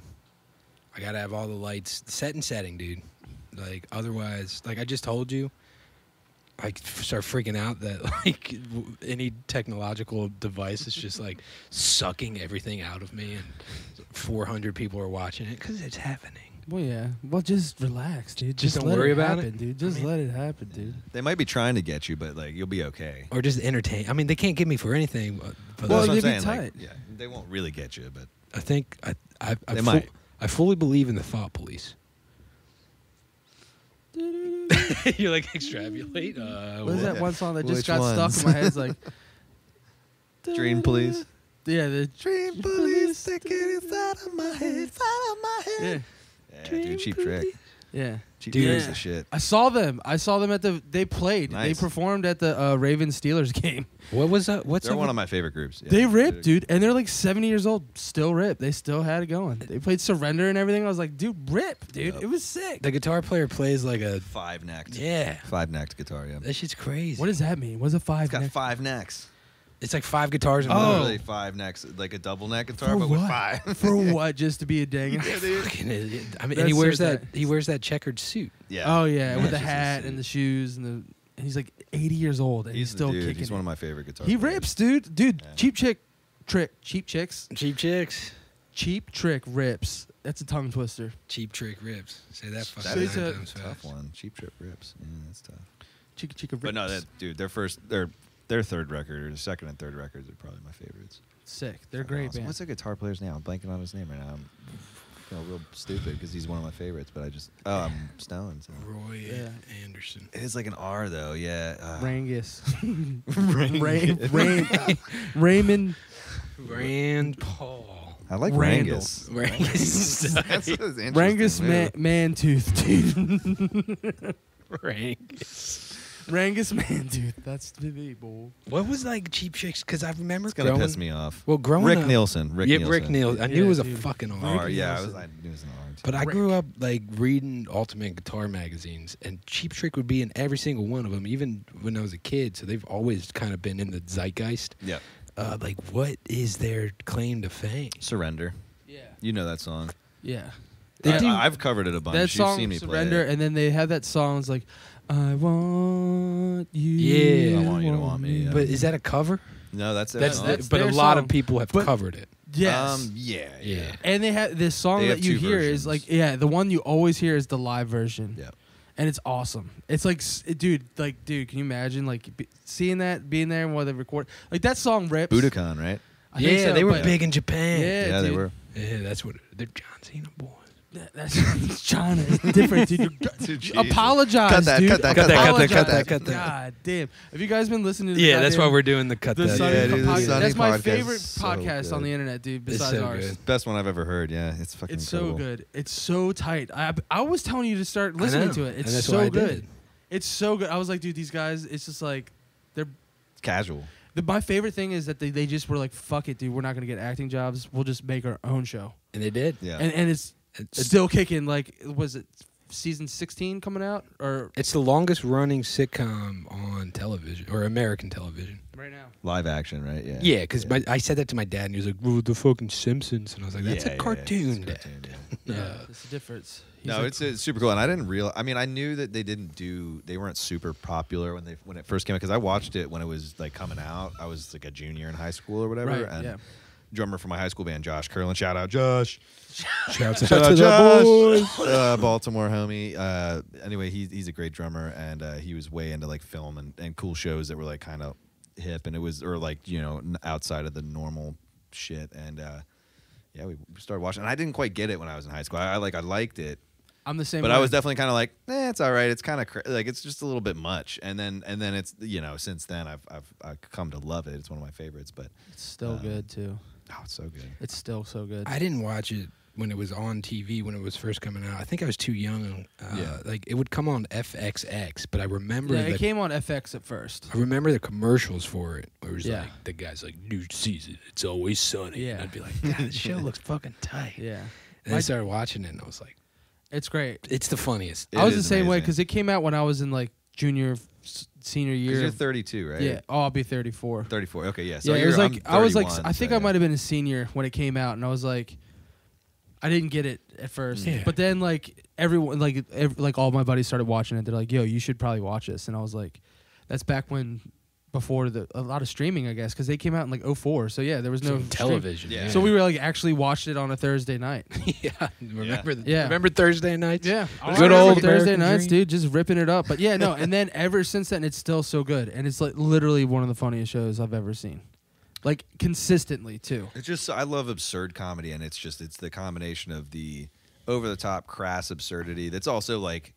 [SPEAKER 1] I gotta have all the lights set and setting, dude. Like otherwise, like I just told you, I f- start freaking out that like w- any technological device is just like sucking everything out of me, and 400 people are watching it because it's happening.
[SPEAKER 2] Well, yeah. Well, just relax, dude.
[SPEAKER 1] Just
[SPEAKER 2] Just,
[SPEAKER 1] don't
[SPEAKER 2] let
[SPEAKER 1] worry
[SPEAKER 2] it
[SPEAKER 1] about it?
[SPEAKER 2] happen, dude. Just
[SPEAKER 1] I mean-
[SPEAKER 2] let it happen, dude.
[SPEAKER 3] They might be trying to get you, but like you'll be okay.
[SPEAKER 1] Or just entertain. I mean, they can't get me for anything. But, but
[SPEAKER 2] Well,
[SPEAKER 3] That's what
[SPEAKER 2] you'd
[SPEAKER 3] I'm
[SPEAKER 2] be
[SPEAKER 3] saying, like,
[SPEAKER 2] tight.
[SPEAKER 3] yeah, they won't really get you, but
[SPEAKER 1] I think I I I,
[SPEAKER 3] They
[SPEAKER 1] fu-
[SPEAKER 3] might.
[SPEAKER 1] I fully believe in the thought police. you like extrapolate. Uh,
[SPEAKER 2] What is
[SPEAKER 3] Well,
[SPEAKER 2] that one song that just
[SPEAKER 3] which
[SPEAKER 2] got
[SPEAKER 3] ones?
[SPEAKER 2] stuck in my head? It's like
[SPEAKER 3] Dream Police.
[SPEAKER 2] Yeah, the
[SPEAKER 3] Dream
[SPEAKER 2] police, they
[SPEAKER 3] get inside of my head, inside of my
[SPEAKER 2] yeah,
[SPEAKER 3] Yeah, dude, cheap trick.
[SPEAKER 2] yeah.
[SPEAKER 3] Cheap
[SPEAKER 1] Dude.
[SPEAKER 3] trick's
[SPEAKER 1] Yeah.
[SPEAKER 3] the shit.
[SPEAKER 2] I saw them. I saw them at the. They played.
[SPEAKER 3] Nice.
[SPEAKER 2] They performed at the uh, Ravens Steelers game.
[SPEAKER 1] What was that? What's
[SPEAKER 3] They're
[SPEAKER 1] up
[SPEAKER 3] one
[SPEAKER 1] with-
[SPEAKER 3] of my favorite groups. Yeah,
[SPEAKER 2] they
[SPEAKER 3] they're-
[SPEAKER 2] ripped, dude, and they're like seventy years old, still rip. They still had it going. They played Surrender and everything. I was like, dude, rip, dude.
[SPEAKER 3] Yep.
[SPEAKER 2] It was sick.
[SPEAKER 1] The guitar player plays like a
[SPEAKER 3] Five necked.
[SPEAKER 1] yeah.
[SPEAKER 3] Five necked guitar, yeah.
[SPEAKER 1] That shit's crazy.
[SPEAKER 2] what does that mean? Was it
[SPEAKER 3] It's
[SPEAKER 2] five?
[SPEAKER 3] got
[SPEAKER 2] neck-
[SPEAKER 3] five necks.
[SPEAKER 1] It's like five guitars. In
[SPEAKER 2] Oh.
[SPEAKER 1] one.
[SPEAKER 3] Literally five necks. Like a double neck guitar,
[SPEAKER 2] For
[SPEAKER 3] but with
[SPEAKER 2] what?
[SPEAKER 3] five.
[SPEAKER 2] For what? Just to be a dang.
[SPEAKER 3] yeah, dude.
[SPEAKER 1] Fucking idiot. I mean,
[SPEAKER 2] That's
[SPEAKER 1] and he wears
[SPEAKER 2] so
[SPEAKER 1] that. He wears that checkered suit.
[SPEAKER 3] Yeah.
[SPEAKER 2] Oh yeah, with the
[SPEAKER 3] it's just
[SPEAKER 2] hat
[SPEAKER 3] insane.
[SPEAKER 2] and the shoes and the. And he's like eighty years old and he's,
[SPEAKER 3] He's the
[SPEAKER 2] still
[SPEAKER 3] dude.
[SPEAKER 2] kicking.
[SPEAKER 3] He's
[SPEAKER 2] it.
[SPEAKER 3] one of my favorite guitar
[SPEAKER 2] He
[SPEAKER 3] players.
[SPEAKER 2] rips, dude. Dude,
[SPEAKER 3] Yeah.
[SPEAKER 2] cheap chick trick. Cheap chicks.
[SPEAKER 1] Cheap chicks.
[SPEAKER 2] Cheap trick rips. That's a tongue twister.
[SPEAKER 1] Cheap trick ribs. Say that
[SPEAKER 3] That
[SPEAKER 1] fucking
[SPEAKER 2] is
[SPEAKER 1] nine
[SPEAKER 2] a
[SPEAKER 1] times fast.
[SPEAKER 3] Tough one. Cheap trip rips. Yeah, that's tough.
[SPEAKER 2] Chicka chicka rips.
[SPEAKER 3] But no, that dude, their first, their their third record or their second and third records are probably my favorites.
[SPEAKER 2] sick. They're
[SPEAKER 3] Fucking
[SPEAKER 2] great,
[SPEAKER 3] awesome.
[SPEAKER 2] man.
[SPEAKER 3] What's the guitar player's name? I'm blanking on his name right now. I'm you know, real stupid because he's one of my favorites, but I just oh, I'm stoned. So.
[SPEAKER 1] Roy
[SPEAKER 2] Yeah.
[SPEAKER 1] Anderson.
[SPEAKER 3] It's like an R though, yeah. Uh,
[SPEAKER 2] Rangus.
[SPEAKER 3] Ring.
[SPEAKER 2] Ray, Ray, Raymond.
[SPEAKER 1] Rand Paul.
[SPEAKER 3] I like
[SPEAKER 2] Randall.
[SPEAKER 3] Rangus.
[SPEAKER 1] Rangus.
[SPEAKER 3] That's his interesting
[SPEAKER 2] Rangus man,
[SPEAKER 3] name.
[SPEAKER 2] Mantooth, dude.
[SPEAKER 1] Rangus.
[SPEAKER 2] Rangus Mantooth. That's the me, boy.
[SPEAKER 1] What was like cheap chicks? Because I remember
[SPEAKER 3] It's gonna
[SPEAKER 1] growing.
[SPEAKER 3] piss me off.
[SPEAKER 1] Well, growing
[SPEAKER 3] Rick
[SPEAKER 1] up.
[SPEAKER 3] Nielsen. Rick
[SPEAKER 1] yeah,
[SPEAKER 3] Nielsen.
[SPEAKER 1] Rick Nielsen. I knew
[SPEAKER 2] Yeah,
[SPEAKER 1] it was a
[SPEAKER 2] dude.
[SPEAKER 1] fucking R.
[SPEAKER 3] R,
[SPEAKER 2] Rick
[SPEAKER 3] yeah, I
[SPEAKER 2] Nielsen.
[SPEAKER 3] was. I knew it was an R. Too.
[SPEAKER 1] But I
[SPEAKER 2] Rick.
[SPEAKER 1] grew up like reading Ultimate Guitar magazines, and Cheap Trick would be in every single one of them, even when I was a kid. So they've always kind of been in the zeitgeist.
[SPEAKER 3] yeah,
[SPEAKER 1] Uh, like, what is their claim to fame?
[SPEAKER 3] surrender.
[SPEAKER 2] Yeah.
[SPEAKER 3] You know that song.
[SPEAKER 2] Yeah. They
[SPEAKER 3] I,
[SPEAKER 2] do-
[SPEAKER 3] I've covered it a bunch.
[SPEAKER 2] That
[SPEAKER 3] You've
[SPEAKER 2] song,
[SPEAKER 3] seen me
[SPEAKER 2] Surrender,
[SPEAKER 3] play it.
[SPEAKER 2] and then they have that song. It's like, I want you.
[SPEAKER 1] Yeah. I
[SPEAKER 3] want you to want me, yeah.
[SPEAKER 1] But is that a cover?
[SPEAKER 3] No, that's their
[SPEAKER 1] That's,
[SPEAKER 3] song.
[SPEAKER 2] that's
[SPEAKER 1] but a
[SPEAKER 2] their
[SPEAKER 1] lot
[SPEAKER 2] song.
[SPEAKER 1] of people have
[SPEAKER 2] But-
[SPEAKER 1] covered it.
[SPEAKER 2] Yes.
[SPEAKER 3] Um, yeah, yeah,
[SPEAKER 1] Yeah.
[SPEAKER 2] and they have this song
[SPEAKER 3] They
[SPEAKER 2] that
[SPEAKER 3] have
[SPEAKER 2] you
[SPEAKER 3] two
[SPEAKER 2] hear
[SPEAKER 3] versions.
[SPEAKER 2] is like, yeah, the one you always hear is the live version.
[SPEAKER 3] yeah.
[SPEAKER 2] and it's awesome. It's like, s- dude, like, dude, can you imagine like be, seeing that, being there while they record? Like that song rips.
[SPEAKER 3] Budokan, right?
[SPEAKER 2] I think
[SPEAKER 1] Yeah,
[SPEAKER 2] so,
[SPEAKER 1] they were
[SPEAKER 2] but
[SPEAKER 1] big in Japan.
[SPEAKER 2] Yeah,
[SPEAKER 3] they
[SPEAKER 2] dude.
[SPEAKER 3] were.
[SPEAKER 1] Yeah, that's what they're John Cena boys.
[SPEAKER 2] that- That's China. It's different, dude. You're-
[SPEAKER 3] Dude, Jesus.
[SPEAKER 2] Apologize,
[SPEAKER 3] Cut that,
[SPEAKER 2] dude.
[SPEAKER 3] cut that,
[SPEAKER 1] cut
[SPEAKER 3] cut that,
[SPEAKER 1] that, cut
[SPEAKER 2] Apologize.
[SPEAKER 1] that, cut that.
[SPEAKER 2] God damn. Have you guys been listening to? The
[SPEAKER 1] Yeah, that's why
[SPEAKER 2] goddamn-
[SPEAKER 1] we're doing the cut.
[SPEAKER 2] The
[SPEAKER 1] that.
[SPEAKER 2] Sunny
[SPEAKER 3] Yeah, dude, the
[SPEAKER 2] podcast.
[SPEAKER 3] Sunny
[SPEAKER 2] That's my
[SPEAKER 3] podcast
[SPEAKER 2] favorite
[SPEAKER 3] is so
[SPEAKER 2] podcast on
[SPEAKER 3] good.
[SPEAKER 2] the internet, dude.
[SPEAKER 1] It's
[SPEAKER 2] Besides
[SPEAKER 1] so
[SPEAKER 2] ours.
[SPEAKER 1] good.
[SPEAKER 3] Best one I've ever heard. Yeah, it's fucking.
[SPEAKER 2] It's so
[SPEAKER 3] incredible.
[SPEAKER 2] good. It's so tight. I I was telling you to start
[SPEAKER 1] I
[SPEAKER 2] listening
[SPEAKER 1] know,
[SPEAKER 2] to it.
[SPEAKER 1] and
[SPEAKER 2] It's
[SPEAKER 1] that's
[SPEAKER 2] so
[SPEAKER 1] what I
[SPEAKER 2] good.
[SPEAKER 1] did.
[SPEAKER 2] It's so good. I was like, dude, these guys. It's just like they're.
[SPEAKER 3] It's casual.
[SPEAKER 2] The, my favorite thing is that they, they just were like, fuck it, dude. We're not gonna get acting jobs. We'll just make our own show.
[SPEAKER 1] And they did.
[SPEAKER 3] Yeah.
[SPEAKER 2] And and it's
[SPEAKER 1] It's,
[SPEAKER 2] still kicking. Like, was it season sixteen coming out or
[SPEAKER 1] it's the longest running sitcom on television or American television.
[SPEAKER 2] right now?
[SPEAKER 3] Live action, right? Yeah.
[SPEAKER 1] Yeah, because
[SPEAKER 3] Yeah.
[SPEAKER 1] I said that to my dad, and he was like, "Well, the fucking Simpsons," and I was like, "That's
[SPEAKER 3] Yeah,
[SPEAKER 1] a
[SPEAKER 3] yeah,
[SPEAKER 1] cartoon."
[SPEAKER 3] yeah,
[SPEAKER 1] Dad."
[SPEAKER 3] it's a cartoon, yeah.
[SPEAKER 2] Yeah, it's the difference. He's
[SPEAKER 3] No,
[SPEAKER 2] like,
[SPEAKER 3] it's, it's super cool, and I didn't real. I mean, I knew that they didn't do. They weren't super popular when they when it first came out because I watched it when it was like coming out. I was like a junior in high school or whatever,
[SPEAKER 2] Right,
[SPEAKER 3] and
[SPEAKER 2] yeah.
[SPEAKER 3] drummer for my high school band, Josh Curlin. Shout out, Josh.
[SPEAKER 1] Shouts
[SPEAKER 3] Shout
[SPEAKER 1] out to the boys.
[SPEAKER 3] uh, Baltimore homie. Uh, anyway, he, he's a great drummer, and uh, he was way into like film and, and cool shows that were like kind of hip, and it was or like you know n- outside of the normal shit. And uh, yeah, we started watching. And I didn't quite get it when I was in high school. I, I like I liked it,
[SPEAKER 2] I'm the same.
[SPEAKER 3] but
[SPEAKER 2] way.
[SPEAKER 3] I was definitely kind of like, eh, it's all right. It's kind of cra- like it's just a little bit much. And then and then it's you know since then I've I've, I've come to love it. It's one of my favorites. But
[SPEAKER 2] It's still
[SPEAKER 3] um,
[SPEAKER 2] good too.
[SPEAKER 3] oh, it's so good.
[SPEAKER 2] It's still so good.
[SPEAKER 1] I didn't watch it when it was on TV when it was first coming out. I think I was too young. Uh,
[SPEAKER 3] Yeah.
[SPEAKER 1] Like it would come on FXX, but I remember
[SPEAKER 2] yeah,
[SPEAKER 1] the
[SPEAKER 2] it came on FX at first.
[SPEAKER 1] I remember the commercials for it. Where it was
[SPEAKER 2] Yeah.
[SPEAKER 1] like the guy's like new season. It's always sunny.
[SPEAKER 2] Yeah.
[SPEAKER 1] And I'd be like, God, this show looks fucking tight.
[SPEAKER 2] Yeah,
[SPEAKER 1] And I
[SPEAKER 2] My-
[SPEAKER 1] started watching it and I was like,
[SPEAKER 2] it's great.
[SPEAKER 1] it's the funniest.
[SPEAKER 3] It
[SPEAKER 2] I was the
[SPEAKER 3] is
[SPEAKER 2] same way
[SPEAKER 3] amazing.
[SPEAKER 2] because it came out when I was in like junior, s- senior
[SPEAKER 3] 'Cause
[SPEAKER 2] year.
[SPEAKER 3] you're 32, right?
[SPEAKER 2] Yeah, oh, I'll be 34.
[SPEAKER 3] 34. Okay, yeah. So
[SPEAKER 2] yeah, it
[SPEAKER 3] you're,
[SPEAKER 2] was
[SPEAKER 3] I'm
[SPEAKER 2] like I was like s-
[SPEAKER 3] 31,
[SPEAKER 2] I think
[SPEAKER 3] so
[SPEAKER 2] I might have been a senior when it came out, and I was like, I didn't get it at first,
[SPEAKER 1] Yeah.
[SPEAKER 2] but then like everyone like ev- like all my buddies started watching it. They're like, "Yo, you should probably watch this," and I was like, "That's back when." Before the a lot of streaming, I guess, because they came out in like 04. So yeah, there was no
[SPEAKER 1] From
[SPEAKER 2] stream-
[SPEAKER 1] television.
[SPEAKER 3] Yeah.
[SPEAKER 2] So we were like actually watched it on a Thursday night.
[SPEAKER 1] yeah. Remember the,
[SPEAKER 2] Yeah.
[SPEAKER 1] remember Thursday nights?
[SPEAKER 2] Good
[SPEAKER 1] Good old
[SPEAKER 2] old Thursday
[SPEAKER 1] American
[SPEAKER 2] nights,
[SPEAKER 1] dream.
[SPEAKER 2] dude, just ripping it up. But yeah, no, and then ever since then, it's still so good, and it's like literally one of the funniest shows I've ever seen, like consistently too.
[SPEAKER 3] It's just I love absurd comedy, and it's just it's the combination of the over the top, crass absurdity that's also like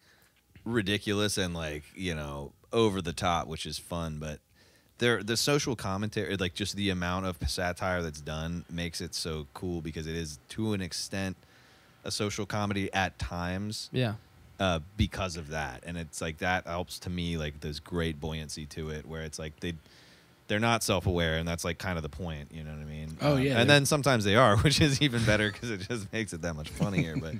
[SPEAKER 3] ridiculous and like you know over the top, which is fun. But there, the social commentary, like just the amount of satire that's done, makes it so cool because it is to an extent a social comedy at times
[SPEAKER 2] Yeah,
[SPEAKER 3] uh, because of that. And it's like that helps to me like this great buoyancy to it, where it's like they they're not self aware, and that's like kind of the point. You know what I mean?
[SPEAKER 1] Oh,
[SPEAKER 3] Um,
[SPEAKER 1] yeah,
[SPEAKER 3] And
[SPEAKER 1] they're-
[SPEAKER 3] then sometimes they are, which is even better because it just makes it that much funnier. but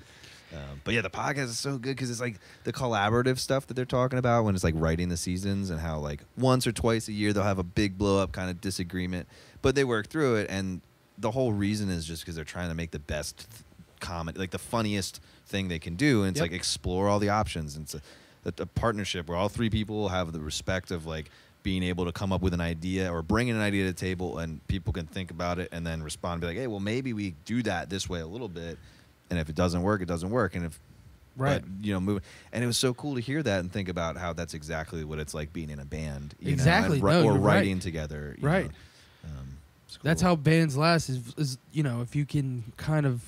[SPEAKER 3] um, but yeah, the podcast is so good because it's like the collaborative stuff that they're talking about when it's like writing the seasons and how like once or twice a year they'll have a big blow up kind of disagreement, but they work through it and. The whole reason is just because they're trying to make the best th- comedy, like the funniest thing they can do, and it's
[SPEAKER 2] Yep.
[SPEAKER 3] like explore all the options. And it's a, a, a partnership where all three people have the respect of like being able to come up with an idea or bringing an idea to the table, and people can think about it and then respond, and be like, "Hey, well, maybe we do that this way a little bit." And if it doesn't work, it doesn't work. And if
[SPEAKER 2] Right.
[SPEAKER 3] but, you know, moving, and it was so cool to hear that and think about how that's exactly what it's like being in a band, you know, and
[SPEAKER 2] Exactly.
[SPEAKER 3] ri-
[SPEAKER 2] No,
[SPEAKER 3] or
[SPEAKER 2] you're right.
[SPEAKER 3] writing together, you
[SPEAKER 2] Right.
[SPEAKER 3] know. Um, it's
[SPEAKER 2] that's
[SPEAKER 3] cool.
[SPEAKER 2] how bands last. Is, is you know if you can kind of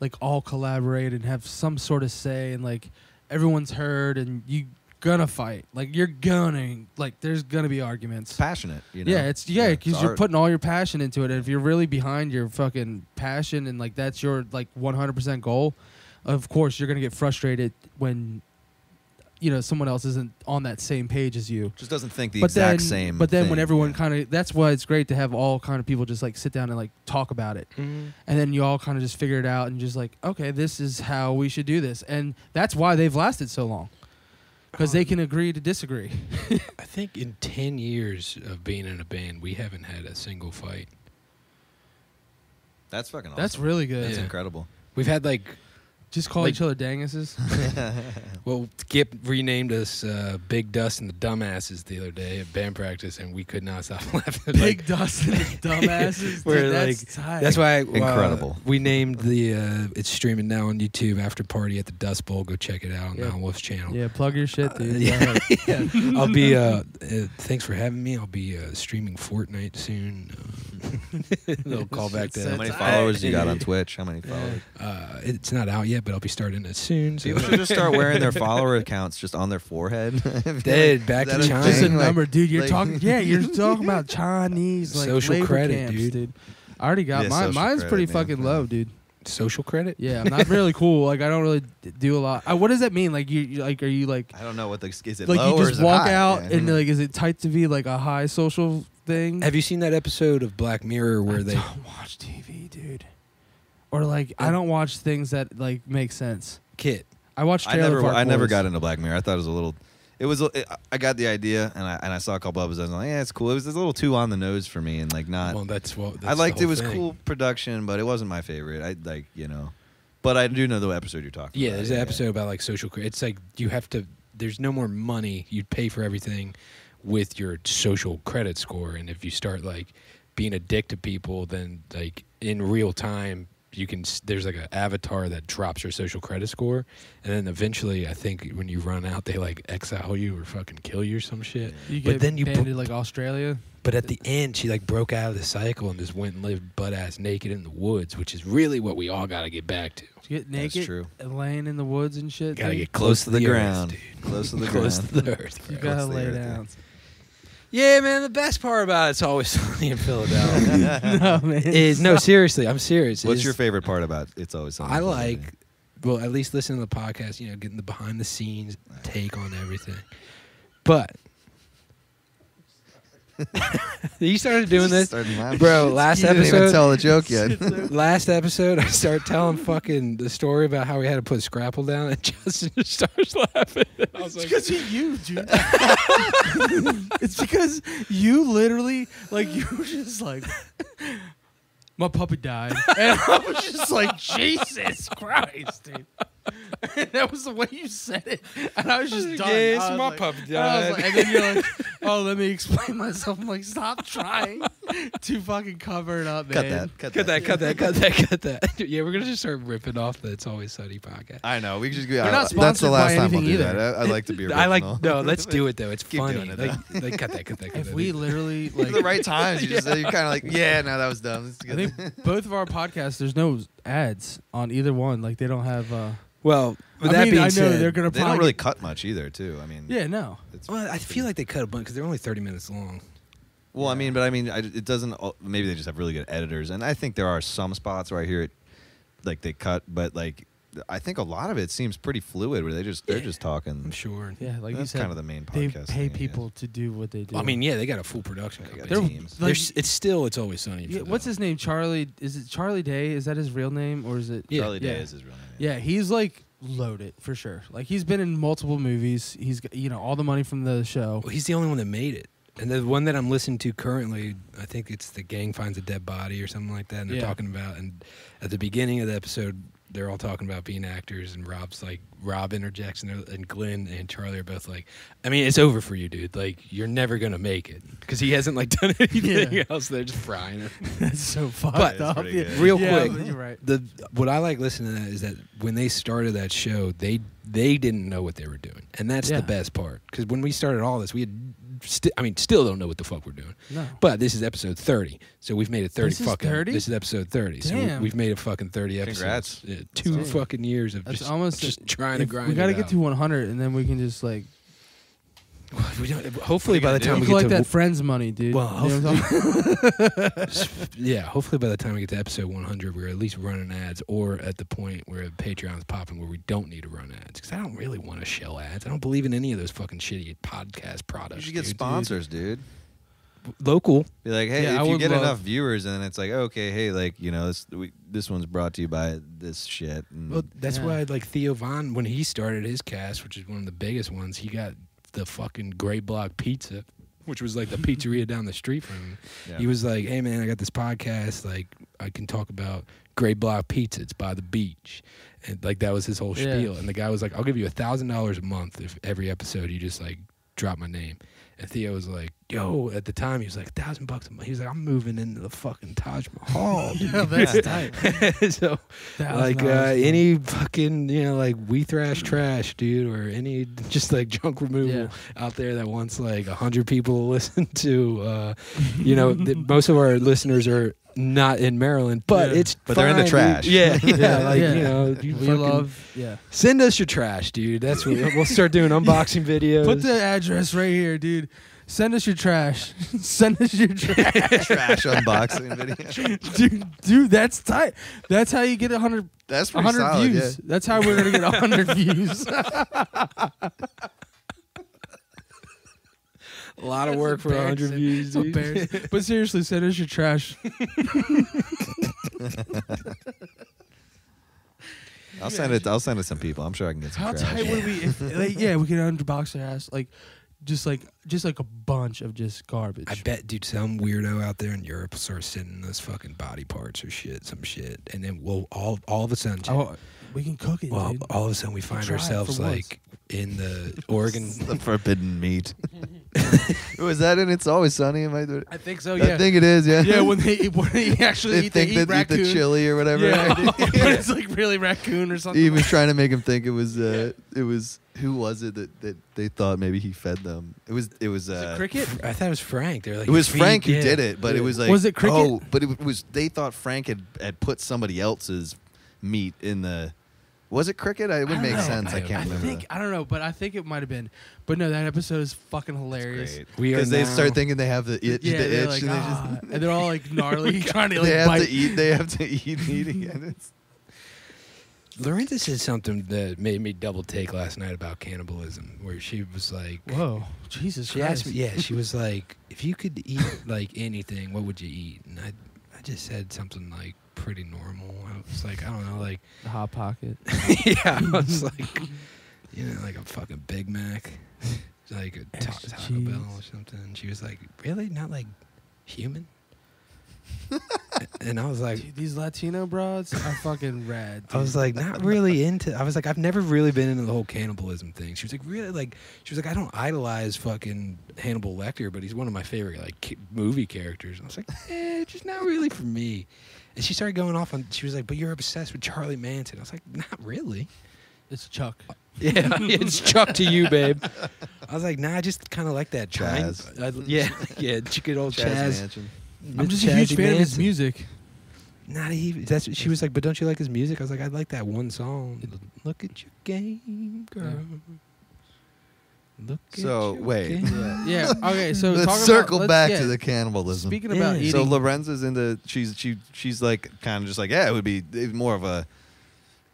[SPEAKER 2] like all collaborate and have some sort of say, and like everyone's heard, and you gonna fight, like you're gonna like there's gonna be arguments.
[SPEAKER 3] it's passionate. You know?
[SPEAKER 2] yeah, it's yeah, because you're
[SPEAKER 3] art.
[SPEAKER 2] putting all your passion into it. And if you're really behind your fucking passion and like that's your like 100% goal, of course you're gonna get frustrated when you know someone else isn't on that same page as you.
[SPEAKER 3] just doesn't think the
[SPEAKER 2] but
[SPEAKER 3] exact
[SPEAKER 2] then,
[SPEAKER 3] same.
[SPEAKER 2] But then
[SPEAKER 3] thing,
[SPEAKER 2] when everyone
[SPEAKER 3] yeah.
[SPEAKER 2] kind of that's why it's great to have all kind of people just like sit down and like talk about it,
[SPEAKER 3] Mm-hmm.
[SPEAKER 2] and then you all kind of just figure it out and just like okay, this is how we should do this, and that's why they've lasted so long because they can agree to disagree.
[SPEAKER 1] I think in 10 years of being in a band, we haven't had a single fight.
[SPEAKER 3] that's fucking awesome.
[SPEAKER 2] That's really good.
[SPEAKER 3] That's
[SPEAKER 1] Yeah.
[SPEAKER 3] incredible.
[SPEAKER 1] We've had like,
[SPEAKER 2] Just call
[SPEAKER 1] Like-
[SPEAKER 2] each other danguses.
[SPEAKER 1] well, Skip renamed us uh, Big Dust and the Dumbasses the other day at band practice, and we could not stop laughing. Like,
[SPEAKER 2] Big Dustin dumbasses.
[SPEAKER 1] We're
[SPEAKER 2] dude, that's
[SPEAKER 1] like-
[SPEAKER 2] tight.
[SPEAKER 1] That's why uh,
[SPEAKER 3] Incredible.
[SPEAKER 1] we named the. Uh, it's streaming now on YouTube. After party at the Dust Bowl. Go check it out on
[SPEAKER 2] Yeah.
[SPEAKER 1] the Wolf's channel.
[SPEAKER 2] Yeah, plug your shit, dude.
[SPEAKER 1] yeah.
[SPEAKER 2] Go ahead.
[SPEAKER 1] I'll be. Uh, uh, thanks for having me. I'll be uh, streaming Fortnite soon. Uh, little callback to.
[SPEAKER 3] How
[SPEAKER 1] that.
[SPEAKER 3] many
[SPEAKER 2] That's-
[SPEAKER 3] followers you got on Twitch? How many
[SPEAKER 2] Yeah.
[SPEAKER 3] followers?
[SPEAKER 1] Uh, it's not out yet, but I'll be starting it soon. So
[SPEAKER 3] People should just start wearing their follower accounts just on their forehead.
[SPEAKER 1] Dead, back
[SPEAKER 3] Is
[SPEAKER 1] to
[SPEAKER 3] that a
[SPEAKER 1] China.
[SPEAKER 2] Just a
[SPEAKER 3] thing? Like-
[SPEAKER 2] number, dude. You're
[SPEAKER 3] like-
[SPEAKER 2] talking. Yeah, you're talking about Chinese like
[SPEAKER 1] Social
[SPEAKER 2] labor
[SPEAKER 1] credit,
[SPEAKER 2] camps,
[SPEAKER 1] dude.
[SPEAKER 2] I already got
[SPEAKER 3] Yeah,
[SPEAKER 2] mine.
[SPEAKER 3] social
[SPEAKER 2] Mine's
[SPEAKER 3] credit,
[SPEAKER 2] pretty
[SPEAKER 3] man.
[SPEAKER 2] fucking low, dude.
[SPEAKER 1] social credit.
[SPEAKER 2] Yeah, I'm not really cool. Like I don't really d- do a lot. I, what does that mean? Like you, you- like are you like
[SPEAKER 3] I don't know what the is it
[SPEAKER 2] like
[SPEAKER 3] low
[SPEAKER 2] you
[SPEAKER 3] or
[SPEAKER 2] just
[SPEAKER 3] is it
[SPEAKER 2] walk
[SPEAKER 3] high?
[SPEAKER 2] out
[SPEAKER 3] Yeah.
[SPEAKER 2] and like is it tight to be like a high social thing?
[SPEAKER 1] Have you seen that episode of Black Mirror where
[SPEAKER 2] I
[SPEAKER 1] they?
[SPEAKER 2] don't watch TV, dude. Or like I don't watch things that like make sense.
[SPEAKER 1] Kit.
[SPEAKER 2] I watched.
[SPEAKER 3] I
[SPEAKER 2] Trailer
[SPEAKER 3] never
[SPEAKER 2] Park
[SPEAKER 3] I never
[SPEAKER 2] Boys.
[SPEAKER 3] got into Black Mirror. I thought it was a little it was a- I got the idea and I and I saw a couple episodes and I'm like, yeah, it's cool. It was a little too on the nose for me and like not
[SPEAKER 1] well, that's what.
[SPEAKER 3] I
[SPEAKER 1] that's the
[SPEAKER 3] liked it
[SPEAKER 1] whole
[SPEAKER 3] was
[SPEAKER 1] thing.
[SPEAKER 3] cool production, but it wasn't my favorite. I like, you know. But I do know the episode you're talking
[SPEAKER 1] Yeah,
[SPEAKER 3] about.
[SPEAKER 1] there's an episode about like social. cre- It's like you have to. There's no more money. You pay for everything with your social credit score, and if you start like being a dick to people, then like in real time, you can s- there's like an avatar that drops your social credit score, and then eventually, I think when you run out, they like exile you or fucking kill you or some shit.
[SPEAKER 2] You
[SPEAKER 1] But
[SPEAKER 2] get
[SPEAKER 1] then you
[SPEAKER 2] banned
[SPEAKER 1] bro-
[SPEAKER 2] to, like Australia.
[SPEAKER 1] But at the end, she like broke out of the cycle and just went and lived butt ass naked in the woods, which is really what we all got to get back to.
[SPEAKER 2] You get naked,
[SPEAKER 3] true.
[SPEAKER 2] and laying in the woods and shit.
[SPEAKER 1] Gotta
[SPEAKER 2] dude.
[SPEAKER 1] get close to the,
[SPEAKER 3] ground.
[SPEAKER 1] earth, dude.
[SPEAKER 3] Close to the
[SPEAKER 1] close
[SPEAKER 3] ground.
[SPEAKER 1] to the earth.
[SPEAKER 2] you
[SPEAKER 1] bro.
[SPEAKER 2] gotta
[SPEAKER 3] close to the
[SPEAKER 2] lay
[SPEAKER 3] earth,
[SPEAKER 2] down.
[SPEAKER 1] Yeah, man. The best part about it's always sunny in Philadelphia.
[SPEAKER 2] no man.
[SPEAKER 1] is no, seriously, I'm serious.
[SPEAKER 3] What's
[SPEAKER 1] is-
[SPEAKER 3] your favorite part about It's Always Sunny?
[SPEAKER 1] I
[SPEAKER 3] in
[SPEAKER 1] like,
[SPEAKER 3] Philadelphia?
[SPEAKER 1] well, at least listening to the podcast. You know, getting the behind the scenes take on everything. But you started doing this,
[SPEAKER 3] Started laughing.
[SPEAKER 1] bro. Last
[SPEAKER 3] you
[SPEAKER 1] episode,
[SPEAKER 3] didn't even tell a joke yet.
[SPEAKER 1] last episode, I start telling fucking the story about how we had to put Scrapple down, and Justin just starts laughing. And I was
[SPEAKER 2] It's
[SPEAKER 1] like,
[SPEAKER 2] because of you, dude. it's because you literally, like, you were just like, my puppy died, and I was just like, Jesus Christ, dude. And that was the way you said it, and I was just done.
[SPEAKER 1] "Yes,
[SPEAKER 2] I was
[SPEAKER 1] my
[SPEAKER 2] like-
[SPEAKER 1] puppy
[SPEAKER 2] and I was
[SPEAKER 1] died."
[SPEAKER 2] like- and then you're like, oh, let me explain myself. I'm like, stop trying to fucking cover it up, man.
[SPEAKER 3] Cut that. Cut,
[SPEAKER 1] Cut that, cut that, cut that, cut that. yeah, we're gonna just start ripping off the "It's Always Sunny" podcast.
[SPEAKER 3] I know. We could just.
[SPEAKER 2] not
[SPEAKER 3] I- that's
[SPEAKER 2] sponsored
[SPEAKER 3] the last
[SPEAKER 2] by
[SPEAKER 3] time we'll do
[SPEAKER 2] anything
[SPEAKER 3] that.
[SPEAKER 2] either.
[SPEAKER 3] I, I like to be original.
[SPEAKER 1] I like no. Let's do it though. It's
[SPEAKER 3] Keep
[SPEAKER 1] funny.
[SPEAKER 3] doing it,
[SPEAKER 1] like, like, cut that, cut that, cut
[SPEAKER 2] If
[SPEAKER 1] that.
[SPEAKER 2] we literally like
[SPEAKER 3] the right times. You just, you're kind of like, yeah, no, that was dumb. It's
[SPEAKER 2] I
[SPEAKER 3] good.
[SPEAKER 2] think both of our podcasts, there's no ads on either one. Like they don't have. Uh,
[SPEAKER 1] well, with
[SPEAKER 2] I
[SPEAKER 1] that
[SPEAKER 2] mean,
[SPEAKER 1] being
[SPEAKER 2] I know
[SPEAKER 1] said,
[SPEAKER 2] they're gonna.
[SPEAKER 3] they
[SPEAKER 2] probably
[SPEAKER 3] don't really cut much either, too. I mean,
[SPEAKER 2] get- yeah, no.
[SPEAKER 3] It's,
[SPEAKER 1] Well, I feel like they cut a bunch because they're only thirty minutes long.
[SPEAKER 3] well, I mean, but I mean, I, it doesn't. al- Maybe they just have really good editors, and I think there are some spots where I hear it, like they cut, but like I think a lot of it seems pretty fluid, where they just they're
[SPEAKER 1] Yeah.
[SPEAKER 3] just talking.
[SPEAKER 1] I'm sure.
[SPEAKER 2] Yeah, like you
[SPEAKER 3] That's
[SPEAKER 2] said,
[SPEAKER 3] kind of the main podcast.
[SPEAKER 2] they
[SPEAKER 3] thing, I
[SPEAKER 2] pay
[SPEAKER 3] guess.
[SPEAKER 2] people to do what they do.
[SPEAKER 1] I mean, yeah, they got a full production
[SPEAKER 3] They got
[SPEAKER 1] company.
[SPEAKER 2] they're,
[SPEAKER 1] They're-
[SPEAKER 3] teams.
[SPEAKER 2] like,
[SPEAKER 1] s- it's still it's always sunny. in
[SPEAKER 2] yeah, what's
[SPEAKER 1] Philadelphia.
[SPEAKER 2] his name? Charlie? Is it Charlie Day? Is that his real name or is it?
[SPEAKER 1] Yeah,
[SPEAKER 3] Charlie Day
[SPEAKER 2] yeah.
[SPEAKER 3] is his real name.
[SPEAKER 2] Yeah, he's like loaded for sure. Like he's been in multiple movies. He's got, you know all the money from the show.
[SPEAKER 1] Well, he's the only one that made it. And the one that I'm listening to currently, I think it's the gang finds a dead body or something like that, and they're
[SPEAKER 2] Yeah.
[SPEAKER 1] talking about. And at the beginning of the episode, they're all talking about being actors, and Rob's like, Rob interjects, and, they're- and Glenn and Charlie are both like, I mean, it's over for you, dude. Like, you're never gonna make it because he hasn't like done anything
[SPEAKER 2] Yeah.
[SPEAKER 1] else. They're just frying him.
[SPEAKER 2] That's so fucked
[SPEAKER 1] But-
[SPEAKER 2] up.
[SPEAKER 3] pretty
[SPEAKER 2] Yeah.
[SPEAKER 3] good.
[SPEAKER 1] Real
[SPEAKER 2] Yeah,
[SPEAKER 1] quick.
[SPEAKER 2] you're right.
[SPEAKER 1] the what I like listening to that is that when they started that show, they they didn't know what they were doing, and that's
[SPEAKER 2] Yeah.
[SPEAKER 1] the best part. Because when we started all this, we had, sti- I mean, still don't know what the fuck we're doing.
[SPEAKER 2] No,
[SPEAKER 1] But this is episode thirty, so we've made it thirty
[SPEAKER 2] This is
[SPEAKER 1] fucking.
[SPEAKER 2] 30?
[SPEAKER 1] This is episode thirty, so
[SPEAKER 2] Damn.
[SPEAKER 1] we- we've made it fucking thirty episodes.
[SPEAKER 3] Congrats.
[SPEAKER 1] Yeah, two
[SPEAKER 2] awesome.
[SPEAKER 1] fucking years of
[SPEAKER 2] That's
[SPEAKER 1] just
[SPEAKER 2] almost-
[SPEAKER 1] just trying to
[SPEAKER 2] If
[SPEAKER 1] grind.
[SPEAKER 2] we gotta
[SPEAKER 1] it
[SPEAKER 2] get
[SPEAKER 1] out.
[SPEAKER 2] to 100, and then we can just like
[SPEAKER 1] We don't, hopefully,
[SPEAKER 3] What
[SPEAKER 1] by
[SPEAKER 3] are
[SPEAKER 1] the
[SPEAKER 3] you
[SPEAKER 1] time we
[SPEAKER 2] we
[SPEAKER 1] get
[SPEAKER 2] collect
[SPEAKER 1] to
[SPEAKER 2] that friends money, dude.
[SPEAKER 1] Well,
[SPEAKER 2] You know what I'm talking-
[SPEAKER 1] yeah, hopefully by the time we get to episode 100, we're at least running ads, or at the point where Patreon's popping, where we don't need to run ads. Because I don't really want to shell ads. I don't believe in any of those fucking shitty podcast
[SPEAKER 3] You
[SPEAKER 1] products.
[SPEAKER 3] should get
[SPEAKER 1] dude.
[SPEAKER 3] sponsors, dude.
[SPEAKER 1] Local.
[SPEAKER 3] Be like, hey,
[SPEAKER 2] Yeah, I
[SPEAKER 3] if you
[SPEAKER 2] would
[SPEAKER 3] get
[SPEAKER 2] love-
[SPEAKER 3] enough viewers, and then it's like, okay, hey, like you know, this we, this one's brought to you by this shit. And
[SPEAKER 1] Well, that's
[SPEAKER 2] Yeah.
[SPEAKER 1] why like Theo Vaughn when he started his cast, which is one of the biggest ones. He got the fucking Gray Block Pizza, which was like the pizzeria down the street from him.
[SPEAKER 3] yeah.
[SPEAKER 1] He was like, "Hey man, I got this podcast. Like, I can talk about Great Block Pizza. It's by the beach." And like that was his whole
[SPEAKER 2] Yeah.
[SPEAKER 1] spiel. And the guy was like, "I'll give you a thousand dollars a month if every episode you just like drop my name." And Theo was like, "Yo!" At the time, he was like, thousand bucks a month." He was like, "I'm moving into the fucking Taj Mahal." dude."
[SPEAKER 2] Yeah, that's tight.
[SPEAKER 1] so
[SPEAKER 2] Thousand
[SPEAKER 1] like uh,
[SPEAKER 2] dollars.
[SPEAKER 1] any fucking you know like we thrash trash dude or any just like junk removal
[SPEAKER 2] Yeah.
[SPEAKER 1] out there that wants like 100 people to listen to uh, you know th- most of our listeners are not in maryland but
[SPEAKER 2] Yeah.
[SPEAKER 1] it's
[SPEAKER 3] But they're in the
[SPEAKER 1] fine, dude.
[SPEAKER 3] trash.
[SPEAKER 1] yeah yeah, like
[SPEAKER 2] Yeah.
[SPEAKER 1] you know you
[SPEAKER 2] we
[SPEAKER 1] fucking-
[SPEAKER 2] love. Yeah.
[SPEAKER 1] send us your trash dude that's what we'll start doing unboxing videos
[SPEAKER 2] Put the address right here, dude. Send us your trash. Send us your trash,
[SPEAKER 3] trash unboxing video.
[SPEAKER 2] dude. Dude, that's tight. That's how you get 100,
[SPEAKER 3] That's pretty
[SPEAKER 2] 100
[SPEAKER 3] solid.
[SPEAKER 2] views. That's how we're gonna get 100 views.
[SPEAKER 1] a lot of work for 100
[SPEAKER 2] embarrassing.
[SPEAKER 1] views
[SPEAKER 2] It's
[SPEAKER 1] dude.
[SPEAKER 2] embarrassing. But seriously, send us your trash.
[SPEAKER 3] Yeah. I'll send it. I'll send it to some people. I'm sure I can get some.
[SPEAKER 2] How
[SPEAKER 3] trash.
[SPEAKER 2] tight would we? If, like, yeah, we could unbox their ass. Like, just like, just like a bunch of just garbage.
[SPEAKER 1] I bet, dude, some weirdo out there in Europe will start sending us fucking body parts or shit, some shit, and then we'll all all of a sudden,
[SPEAKER 2] Oh, we can cook it,
[SPEAKER 1] well, uh,
[SPEAKER 2] dude.
[SPEAKER 1] all of a sudden we find
[SPEAKER 2] try it
[SPEAKER 1] ourselves
[SPEAKER 2] for once.
[SPEAKER 1] like in the Oregon.
[SPEAKER 3] the forbidden meat. Was that in It's Always Sunny? Am I, the-
[SPEAKER 2] I think so.
[SPEAKER 3] I think it is, yeah.
[SPEAKER 2] Oh, yeah, when they eat, when they actually
[SPEAKER 3] they
[SPEAKER 2] eat, they
[SPEAKER 3] think
[SPEAKER 2] eat
[SPEAKER 3] they eat
[SPEAKER 2] raccoon.
[SPEAKER 3] the chili or whatever.
[SPEAKER 2] Yeah, but it's like really raccoon or something.
[SPEAKER 3] he was trying to make him think it was uh, it was who was it that, that they thought maybe he fed them? It was it was, uh,
[SPEAKER 2] cricket?
[SPEAKER 1] I thought it was Frank. They were like,
[SPEAKER 3] It was
[SPEAKER 1] "Feed
[SPEAKER 3] Frank who
[SPEAKER 1] Dip."
[SPEAKER 3] did it, but it
[SPEAKER 1] Yeah.
[SPEAKER 3] was like
[SPEAKER 2] Was it cricket?
[SPEAKER 3] Oh, but it was they thought Frank had, had put somebody else's meat in the. Was it cricket? I- It
[SPEAKER 2] I
[SPEAKER 3] would
[SPEAKER 2] don't
[SPEAKER 3] make
[SPEAKER 2] know.
[SPEAKER 3] sense. I,
[SPEAKER 1] I-
[SPEAKER 3] can't
[SPEAKER 1] I
[SPEAKER 3] remember.
[SPEAKER 2] think I don't know, but I think it might have been. But no, that episode is fucking hilarious.
[SPEAKER 1] We are
[SPEAKER 3] because they
[SPEAKER 1] now-
[SPEAKER 3] start thinking they have the itch,
[SPEAKER 2] Yeah,
[SPEAKER 3] the
[SPEAKER 2] they're
[SPEAKER 3] itch,
[SPEAKER 2] like,
[SPEAKER 3] and they just
[SPEAKER 2] "Ah," and they're all like gnarly, trying to like
[SPEAKER 3] they have
[SPEAKER 2] bite.
[SPEAKER 3] to eat. They have to eat meat again. It's,
[SPEAKER 1] Lorenza said something that made me double take last night about cannibalism, where she was like,
[SPEAKER 2] Whoa, Jesus
[SPEAKER 1] She
[SPEAKER 2] Christ!
[SPEAKER 1] asked me, yeah, she was like, if you could eat like anything, what would you eat? And I, I just said something like pretty normal. I was like, I don't know, like,
[SPEAKER 2] The hot pocket.
[SPEAKER 1] yeah, I was like, you know, like a fucking Big Mac, like a ta-
[SPEAKER 2] Extra
[SPEAKER 1] Taco
[SPEAKER 2] cheese.
[SPEAKER 1] Bell or something. She was like, really? Not like human? and I was like,
[SPEAKER 2] Dude, these Latino broads are fucking rad.
[SPEAKER 1] I was
[SPEAKER 2] dude.
[SPEAKER 1] like, not really into. I was like, I've never really been into the whole cannibalism thing. She was like, really, like, she was like, I don't idolize fucking Hannibal Lecter, but he's one of my favorite like ki- movie characters. And I was like, eh, just not really for me. And she started going off on. She was like, but you're obsessed with Charlie Manson. I was like, not really.
[SPEAKER 2] it's Chuck.
[SPEAKER 1] Yeah, it's Chuck to you, babe. I was like, nah, I just kind of like that trying.
[SPEAKER 3] Chaz.
[SPEAKER 1] I- yeah, yeah, good old
[SPEAKER 3] Chaz
[SPEAKER 1] Chaz.
[SPEAKER 3] Manchin.
[SPEAKER 2] I'm just a huge
[SPEAKER 1] Chazzy
[SPEAKER 2] fan of his
[SPEAKER 1] Manson.
[SPEAKER 2] music.
[SPEAKER 1] Not even. That's what she was like. But don't you like his music? I was like, I like that one song. Look at your game, girl. Look.
[SPEAKER 3] So,
[SPEAKER 1] at your
[SPEAKER 3] wait.
[SPEAKER 1] Game.
[SPEAKER 2] Yeah. yeah. Okay. So talk
[SPEAKER 3] Let's
[SPEAKER 2] about-
[SPEAKER 3] circle
[SPEAKER 2] let's-
[SPEAKER 3] back
[SPEAKER 2] yeah,
[SPEAKER 3] to the cannibalism.
[SPEAKER 2] Speaking about
[SPEAKER 1] Yeah.
[SPEAKER 2] eating,
[SPEAKER 3] so Lorenza's into she's she she's like kind of just like yeah it would be it's more of a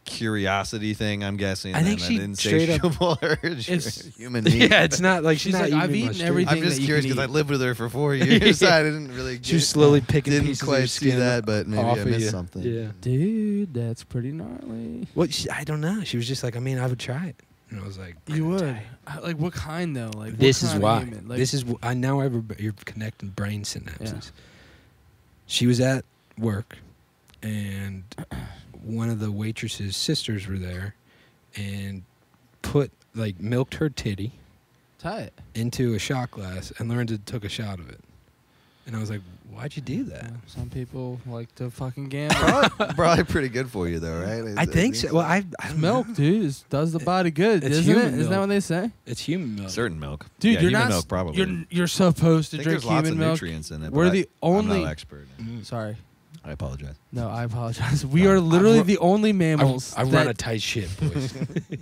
[SPEAKER 3] curiosity thing I'm guessing.
[SPEAKER 1] I think
[SPEAKER 3] than
[SPEAKER 1] she
[SPEAKER 3] an
[SPEAKER 1] straight up-
[SPEAKER 3] insatiable urge for
[SPEAKER 2] It's-
[SPEAKER 3] human meat.
[SPEAKER 1] yeah, it's not like she's,
[SPEAKER 2] She's
[SPEAKER 1] not
[SPEAKER 2] like, I've
[SPEAKER 1] eating
[SPEAKER 2] eaten
[SPEAKER 1] much, dude.
[SPEAKER 2] everything.
[SPEAKER 3] I'm just
[SPEAKER 2] that you
[SPEAKER 3] curious
[SPEAKER 2] can
[SPEAKER 3] because I
[SPEAKER 2] eat.
[SPEAKER 3] lived with her for four years. so I didn't really
[SPEAKER 1] She was
[SPEAKER 3] get,
[SPEAKER 1] slowly picking
[SPEAKER 3] didn't
[SPEAKER 1] pieces of your
[SPEAKER 3] quite see
[SPEAKER 1] skin
[SPEAKER 3] that, but maybe
[SPEAKER 1] off
[SPEAKER 3] I
[SPEAKER 1] of
[SPEAKER 3] missed
[SPEAKER 1] you.
[SPEAKER 3] something.
[SPEAKER 1] Yeah.
[SPEAKER 2] dude, that's pretty gnarly.
[SPEAKER 1] Well, she, I don't know. She was just like, I mean, I would try it, and I was like,
[SPEAKER 2] You would. I- Like what kind though? Like what
[SPEAKER 1] this is
[SPEAKER 2] kind of
[SPEAKER 1] why.
[SPEAKER 2] human? Like,
[SPEAKER 1] this is wh- I now ever you're connecting brain synapses. She was at work, and one of the waitress's sisters were there, and put like milked her titty
[SPEAKER 2] tight.
[SPEAKER 1] into a shot glass, and Lorenzo took a shot of it. And I was like, "Why'd you do that?"
[SPEAKER 2] Yeah, Some people like to fucking gamble.
[SPEAKER 3] probably, probably pretty good for you though, right?
[SPEAKER 1] I think so. Well, I, I don't
[SPEAKER 2] milk,
[SPEAKER 1] know.
[SPEAKER 2] dude, is, does the body good,
[SPEAKER 1] It's
[SPEAKER 2] isn't it?
[SPEAKER 1] human
[SPEAKER 2] Isn't that
[SPEAKER 1] milk.
[SPEAKER 2] what they say?
[SPEAKER 1] It's human milk.
[SPEAKER 3] certain milk,
[SPEAKER 2] Dude,
[SPEAKER 3] Yeah,
[SPEAKER 2] you're
[SPEAKER 3] human
[SPEAKER 2] not.
[SPEAKER 3] milk probably.
[SPEAKER 2] You're you're supposed
[SPEAKER 3] I
[SPEAKER 2] to
[SPEAKER 3] think
[SPEAKER 2] drink
[SPEAKER 3] there's lots
[SPEAKER 2] human
[SPEAKER 3] of
[SPEAKER 2] milk.
[SPEAKER 3] nutrients in it.
[SPEAKER 2] We're
[SPEAKER 3] but
[SPEAKER 2] the
[SPEAKER 3] I, I'm
[SPEAKER 2] only.
[SPEAKER 3] no expert.
[SPEAKER 1] Mm.
[SPEAKER 2] Sorry,
[SPEAKER 3] I apologize.
[SPEAKER 2] no, I apologize. We
[SPEAKER 3] No.
[SPEAKER 2] are literally
[SPEAKER 1] ru-
[SPEAKER 2] the only
[SPEAKER 1] I,
[SPEAKER 2] mammals.
[SPEAKER 1] I run
[SPEAKER 2] that,
[SPEAKER 1] a tight ship, boys.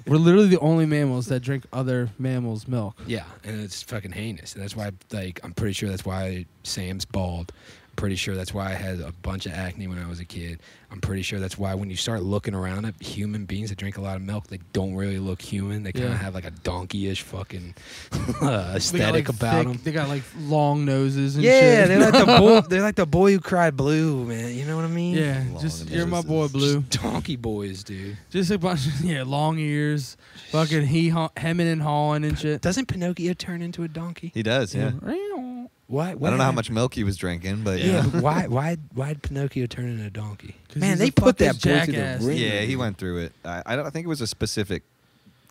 [SPEAKER 2] we're literally the only mammals that drink other mammals' milk.
[SPEAKER 1] Yeah, and it's fucking heinous. And that's why, like, I'm pretty sure that's why Sam's bald. I'm pretty sure that's why I had a bunch of acne when I was a kid. I'm pretty sure that's why when you start looking around at human beings that drink a lot of milk, they don't really look human. They kind of
[SPEAKER 2] Yeah.
[SPEAKER 1] have like a donkey-ish fucking uh,
[SPEAKER 2] They got,
[SPEAKER 1] aesthetic
[SPEAKER 2] like,
[SPEAKER 1] about
[SPEAKER 2] thick-
[SPEAKER 1] them.
[SPEAKER 2] They got like long noses and
[SPEAKER 1] Yeah,
[SPEAKER 2] shit.
[SPEAKER 1] they're like the boy. They're like the boy who cried blue, man. You know what I mean?
[SPEAKER 2] yeah,
[SPEAKER 3] Long
[SPEAKER 2] just you're my
[SPEAKER 3] noses.
[SPEAKER 2] boy, Blue.
[SPEAKER 1] Just donkey boys, dude.
[SPEAKER 2] Just a bunch of yeah, long ears, fucking he haw- hemming and hawing and shit.
[SPEAKER 1] Doesn't Pinocchio turn into a donkey?
[SPEAKER 3] He does, yeah.
[SPEAKER 1] Why?
[SPEAKER 3] I don't know how much milk he was drinking, but
[SPEAKER 1] Yeah,
[SPEAKER 3] yeah,
[SPEAKER 1] but why? Why? Why did Pinocchio turn into a donkey?
[SPEAKER 2] 'Cause
[SPEAKER 1] Man,
[SPEAKER 2] he's
[SPEAKER 1] they
[SPEAKER 2] a
[SPEAKER 1] put
[SPEAKER 2] fucking
[SPEAKER 1] that boy through the
[SPEAKER 2] jackass.
[SPEAKER 1] ringer.
[SPEAKER 3] Yeah, he went through it. I, I, don't, I think it was a specific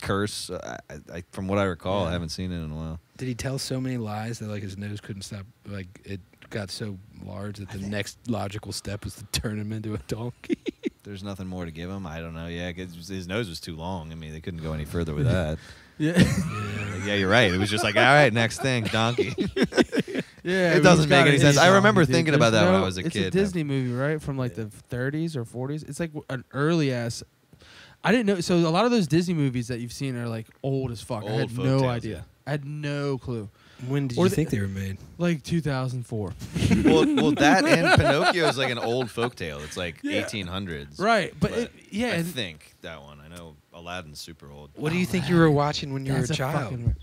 [SPEAKER 3] curse. I, I, I, from what I recall, I
[SPEAKER 1] Yeah.
[SPEAKER 3] haven't seen it in a while.
[SPEAKER 1] Did he tell so many lies that like his nose couldn't stop? Like it got so large that the next logical step was to turn him into a donkey.
[SPEAKER 3] There's nothing more to give him. I don't know. Yeah, 'cause his nose was too long. I mean, they couldn't go any further with that.
[SPEAKER 2] Yeah,
[SPEAKER 3] Like, yeah, you're right. It was just like, all right, next thing, donkey.
[SPEAKER 2] yeah.
[SPEAKER 3] It doesn't
[SPEAKER 2] he's
[SPEAKER 3] make
[SPEAKER 2] got
[SPEAKER 3] any
[SPEAKER 2] it.
[SPEAKER 3] sense.
[SPEAKER 2] He's
[SPEAKER 3] I remember
[SPEAKER 2] zombie, dude.
[SPEAKER 3] thinking about
[SPEAKER 2] There's
[SPEAKER 3] that when I
[SPEAKER 2] no-
[SPEAKER 3] was a
[SPEAKER 2] it's
[SPEAKER 3] kid,
[SPEAKER 2] It's a Disney movie, right, from like the 30s or 40s. It's like an early ass. I didn't know. So a lot of those Disney movies that you've seen are like old as fuck. I
[SPEAKER 3] Old
[SPEAKER 2] had
[SPEAKER 3] folk
[SPEAKER 2] no
[SPEAKER 3] tales,
[SPEAKER 2] idea.
[SPEAKER 3] yeah.
[SPEAKER 2] I had no clue.
[SPEAKER 1] When did
[SPEAKER 2] Or
[SPEAKER 1] you
[SPEAKER 2] the-
[SPEAKER 1] think they were made?
[SPEAKER 2] Like 2004.
[SPEAKER 3] well, well, that and Pinocchio is like an old folktale. It's like
[SPEAKER 2] Yeah.
[SPEAKER 3] 1800s.
[SPEAKER 2] Right, but,
[SPEAKER 3] But
[SPEAKER 2] it, yeah,
[SPEAKER 3] I
[SPEAKER 2] and-
[SPEAKER 3] think that one. I know Aladdin's super old.
[SPEAKER 1] What do you think you were watching when you were Oh, a
[SPEAKER 2] That's
[SPEAKER 1] child?
[SPEAKER 2] fucking-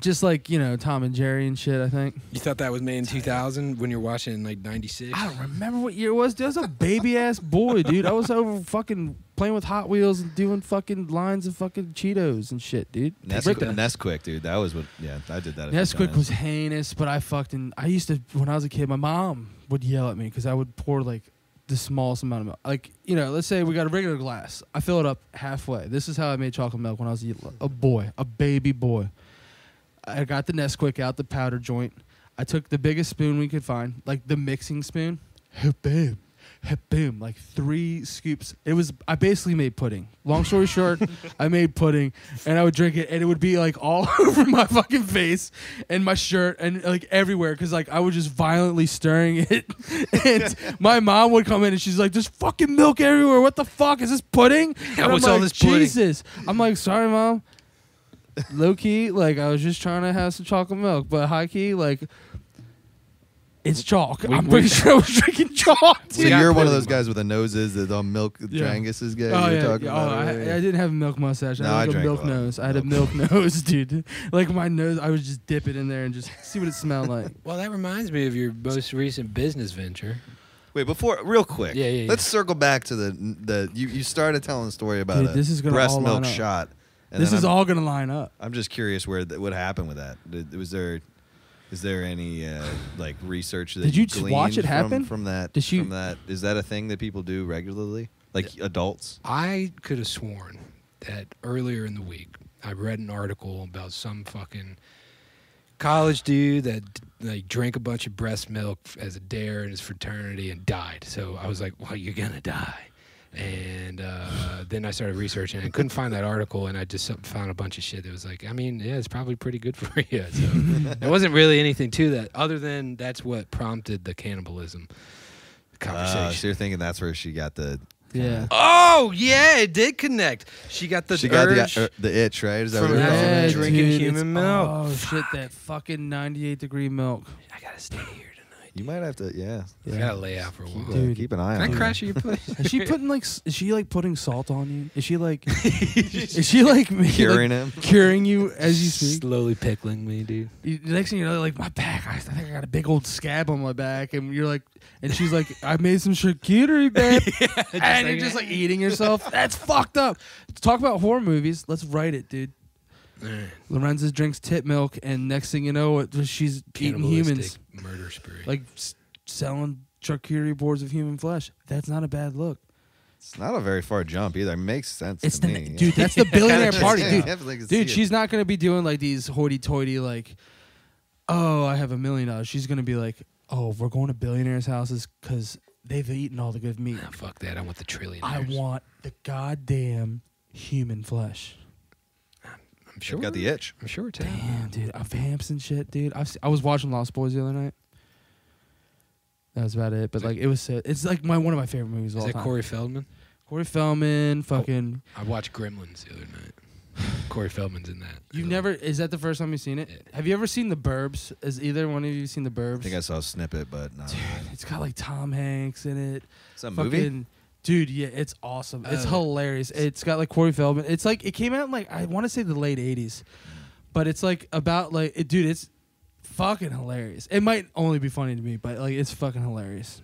[SPEAKER 2] Just like you know Tom and Jerry and shit. I think.
[SPEAKER 1] you thought that was made in 2000 when you're watching in like 96.
[SPEAKER 2] I don't remember what year it was. Dude, I was a baby ass boy, dude. I was over fucking playing with Hot Wheels and doing fucking lines of fucking Cheetos and shit, dude.
[SPEAKER 3] Nesqu-
[SPEAKER 2] Ripped it.
[SPEAKER 3] Nesquik, dude. That was what. Yeah, I did that. a few
[SPEAKER 2] Nesquik
[SPEAKER 3] times.
[SPEAKER 2] was heinous, but I fucking I used to when I was a kid. My mom would yell at me because I would pour like the smallest amount of milk. Like you know, let's say we got a regular glass. I fill it up halfway. This is how I made chocolate milk when I was a, a boy, a baby boy. I got the Nesquik out, the powder joint. I took the biggest spoon we could find, like the mixing spoon. Boom. Boom. Like three scoops. It was, I basically made pudding. Long story short, I made pudding and I would drink it and it would be like all over my fucking face and my shirt and like everywhere because like I was just violently stirring it. and my mom would come in and she's like, there's fucking milk everywhere. What the fuck? Is this pudding?
[SPEAKER 1] Yeah,
[SPEAKER 2] And
[SPEAKER 1] what's
[SPEAKER 2] I'm
[SPEAKER 1] all
[SPEAKER 2] like,
[SPEAKER 1] this pudding?
[SPEAKER 2] Jesus. I'm like, sorry, mom. Low key, like I was just trying to have some chocolate milk, but high key, like it's chalk.
[SPEAKER 1] We-
[SPEAKER 2] I'm
[SPEAKER 1] we-
[SPEAKER 2] pretty sure I was drinking chalk.
[SPEAKER 3] So
[SPEAKER 1] We got
[SPEAKER 3] you're one of
[SPEAKER 1] pudding.
[SPEAKER 3] those guys with the noses that the milk
[SPEAKER 2] Yeah.
[SPEAKER 3] Drangus is guy
[SPEAKER 2] oh
[SPEAKER 3] you're
[SPEAKER 2] yeah,
[SPEAKER 3] talking
[SPEAKER 2] yeah,
[SPEAKER 3] about.
[SPEAKER 2] oh, I, I
[SPEAKER 3] earlier.
[SPEAKER 2] didn't have a milk mustache.
[SPEAKER 3] No,
[SPEAKER 2] I
[SPEAKER 3] I
[SPEAKER 2] had like a
[SPEAKER 3] drank a
[SPEAKER 2] milk
[SPEAKER 3] lot of
[SPEAKER 2] nose. I had a
[SPEAKER 3] milk.
[SPEAKER 2] milk nose, dude. Like my nose, I would just dip it in there and just see what it smelled like.
[SPEAKER 1] Well, that reminds me of your most recent business venture.
[SPEAKER 3] Wait, before real quick.
[SPEAKER 1] Yeah, yeah, yeah.
[SPEAKER 3] Let's circle back to the the you, you started telling a story about
[SPEAKER 2] Dude,
[SPEAKER 3] a
[SPEAKER 2] this is gonna
[SPEAKER 3] breast
[SPEAKER 2] all
[SPEAKER 3] milk
[SPEAKER 2] line up.
[SPEAKER 3] shot. And
[SPEAKER 2] this
[SPEAKER 3] then
[SPEAKER 2] is
[SPEAKER 3] I'm,
[SPEAKER 2] all gonna line up.
[SPEAKER 3] I'm just curious where th- what happened with that. Did, was there is there any uh, like research that
[SPEAKER 2] Did you just watch
[SPEAKER 3] gleaned
[SPEAKER 2] it happen?
[SPEAKER 3] from, from that?
[SPEAKER 2] Did you-
[SPEAKER 3] from that is that a thing that people do regularly? Like adults?
[SPEAKER 1] I could have sworn that earlier in the week I read an article about some fucking college dude that like drank a bunch of breast milk f- as a dare in his fraternity and died. So I was like, "Well, you're gonna die." And uh, then I started researching and couldn't find that article, and I just some- found a bunch of shit that was like, I mean, yeah, it's probably pretty good for you. So there wasn't really anything to that, other than that's what prompted the cannibalism
[SPEAKER 3] Uh, so
[SPEAKER 1] conversation.
[SPEAKER 3] you're thinking that's where she got the
[SPEAKER 2] Yeah.
[SPEAKER 1] Oh yeah, it did connect. She got the
[SPEAKER 3] she got
[SPEAKER 1] urge
[SPEAKER 3] the, uh, the itch right? Is that
[SPEAKER 1] from
[SPEAKER 3] what you're
[SPEAKER 1] that
[SPEAKER 3] calling it?
[SPEAKER 1] Yeah, drinking
[SPEAKER 2] dude,
[SPEAKER 1] human
[SPEAKER 2] it's-
[SPEAKER 1] milk.
[SPEAKER 2] Oh shit, that fucking 98 degree milk.
[SPEAKER 1] I gotta stay here tonight.
[SPEAKER 3] You might have to yeah.
[SPEAKER 1] I
[SPEAKER 2] Yeah.
[SPEAKER 1] gotta lay out for a while.
[SPEAKER 3] Keep, uh,
[SPEAKER 2] Dude.
[SPEAKER 3] keep an eye
[SPEAKER 1] Can I
[SPEAKER 3] on. it.
[SPEAKER 1] crash at your place?
[SPEAKER 2] Is she putting like? s- Is she like putting salt on you? Is she like? is she like making, like,
[SPEAKER 3] Curing him.
[SPEAKER 2] curing you as you speak?
[SPEAKER 1] slowly pickling me, dude.
[SPEAKER 2] You- The next thing you know, like my back, I think I got a big old scab on my back, and you're like, and she's like, I made some charcuterie, babe, and you're just like eating yourself. That's fucked up. Talk about horror movies. Let's write it, dude. Lorenza drinks tit milk, and next thing you know, it, she's eating humans,
[SPEAKER 1] murder spree.
[SPEAKER 2] like s- selling charcuterie boards of human flesh. That's not a bad look.
[SPEAKER 3] It's not a very far jump either. It makes sense.
[SPEAKER 2] It's
[SPEAKER 3] to
[SPEAKER 2] the
[SPEAKER 3] me, yeah.
[SPEAKER 2] dude. That's the billionaire
[SPEAKER 3] Yeah,
[SPEAKER 2] party,
[SPEAKER 3] yeah,
[SPEAKER 2] dude.
[SPEAKER 3] definitely can
[SPEAKER 2] Dude,
[SPEAKER 3] see it.
[SPEAKER 2] she's not gonna be doing like these hoity-toity like, oh, I have a million dollars. She's gonna be like, oh, we're going to billionaires' houses because they've eaten all the good meat.
[SPEAKER 1] Nah, fuck that. I want the trillion.
[SPEAKER 2] I want the goddamn human flesh.
[SPEAKER 1] I'm
[SPEAKER 3] She's
[SPEAKER 1] sure.
[SPEAKER 3] got the itch.
[SPEAKER 1] I'm sure it's happening.
[SPEAKER 2] Damn, dude, i vamps and shit, dude. I've se- I was watching Lost Boys the other night. That was about it, but like it was so, it's like my one of my favorite movies of
[SPEAKER 1] Is
[SPEAKER 2] all
[SPEAKER 1] that
[SPEAKER 2] time.
[SPEAKER 1] Corey Feldman?
[SPEAKER 2] Corey Feldman, fucking.
[SPEAKER 1] I watched Gremlins the other night. Corey Feldman's in that.
[SPEAKER 2] You've never is that the first time you've seen it?
[SPEAKER 1] Yeah.
[SPEAKER 2] Have you ever seen The Burbs? Has either one of you seen The Burbs?
[SPEAKER 3] I think I saw a snippet, but not.
[SPEAKER 2] It's got like Tom Hanks in it.
[SPEAKER 3] It's a
[SPEAKER 2] Fucking,
[SPEAKER 3] movie.
[SPEAKER 2] Dude, yeah, it's awesome. It's
[SPEAKER 1] Oh.
[SPEAKER 2] hilarious. It's got like Corey Feldman. It's like it came out in like I want to say the late '80s, but it's like about like it, dude, it's fucking hilarious. It might only be funny to me, but like it's fucking hilarious.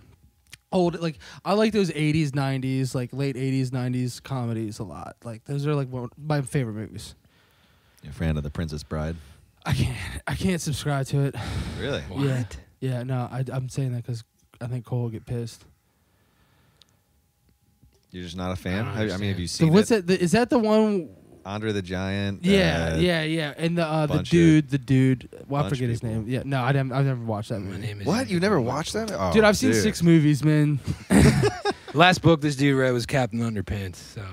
[SPEAKER 2] Old like I like those '80s, '90s, like late '80s, '90s comedies a lot. Like those are like one, my favorite movies.
[SPEAKER 3] You're a fan of the Princess Bride.
[SPEAKER 2] I can't I can't subscribe to it.
[SPEAKER 3] Really?
[SPEAKER 1] What?
[SPEAKER 2] Yeah. Yeah, no, I, I'm saying that because I think Cole will get pissed.
[SPEAKER 3] You're just not a fan?
[SPEAKER 1] I don't
[SPEAKER 3] I, I mean, have you
[SPEAKER 2] So
[SPEAKER 3] seen
[SPEAKER 2] what's
[SPEAKER 3] it?
[SPEAKER 2] that? The, is that the one?
[SPEAKER 3] Andre the Giant.
[SPEAKER 2] Yeah,
[SPEAKER 3] uh,
[SPEAKER 2] yeah, yeah. And the uh, the
[SPEAKER 3] bunch of-
[SPEAKER 2] dude, the dude. Well, I
[SPEAKER 3] bunch of
[SPEAKER 2] forget his
[SPEAKER 3] people.
[SPEAKER 2] name. Yeah, no, I didn't, I've never watched that
[SPEAKER 1] My
[SPEAKER 2] movie.
[SPEAKER 1] name is
[SPEAKER 3] What? You never watched that? Oh,
[SPEAKER 2] dude, I've seen six movies, man.
[SPEAKER 1] Last book this dude read was Captain Underpants. So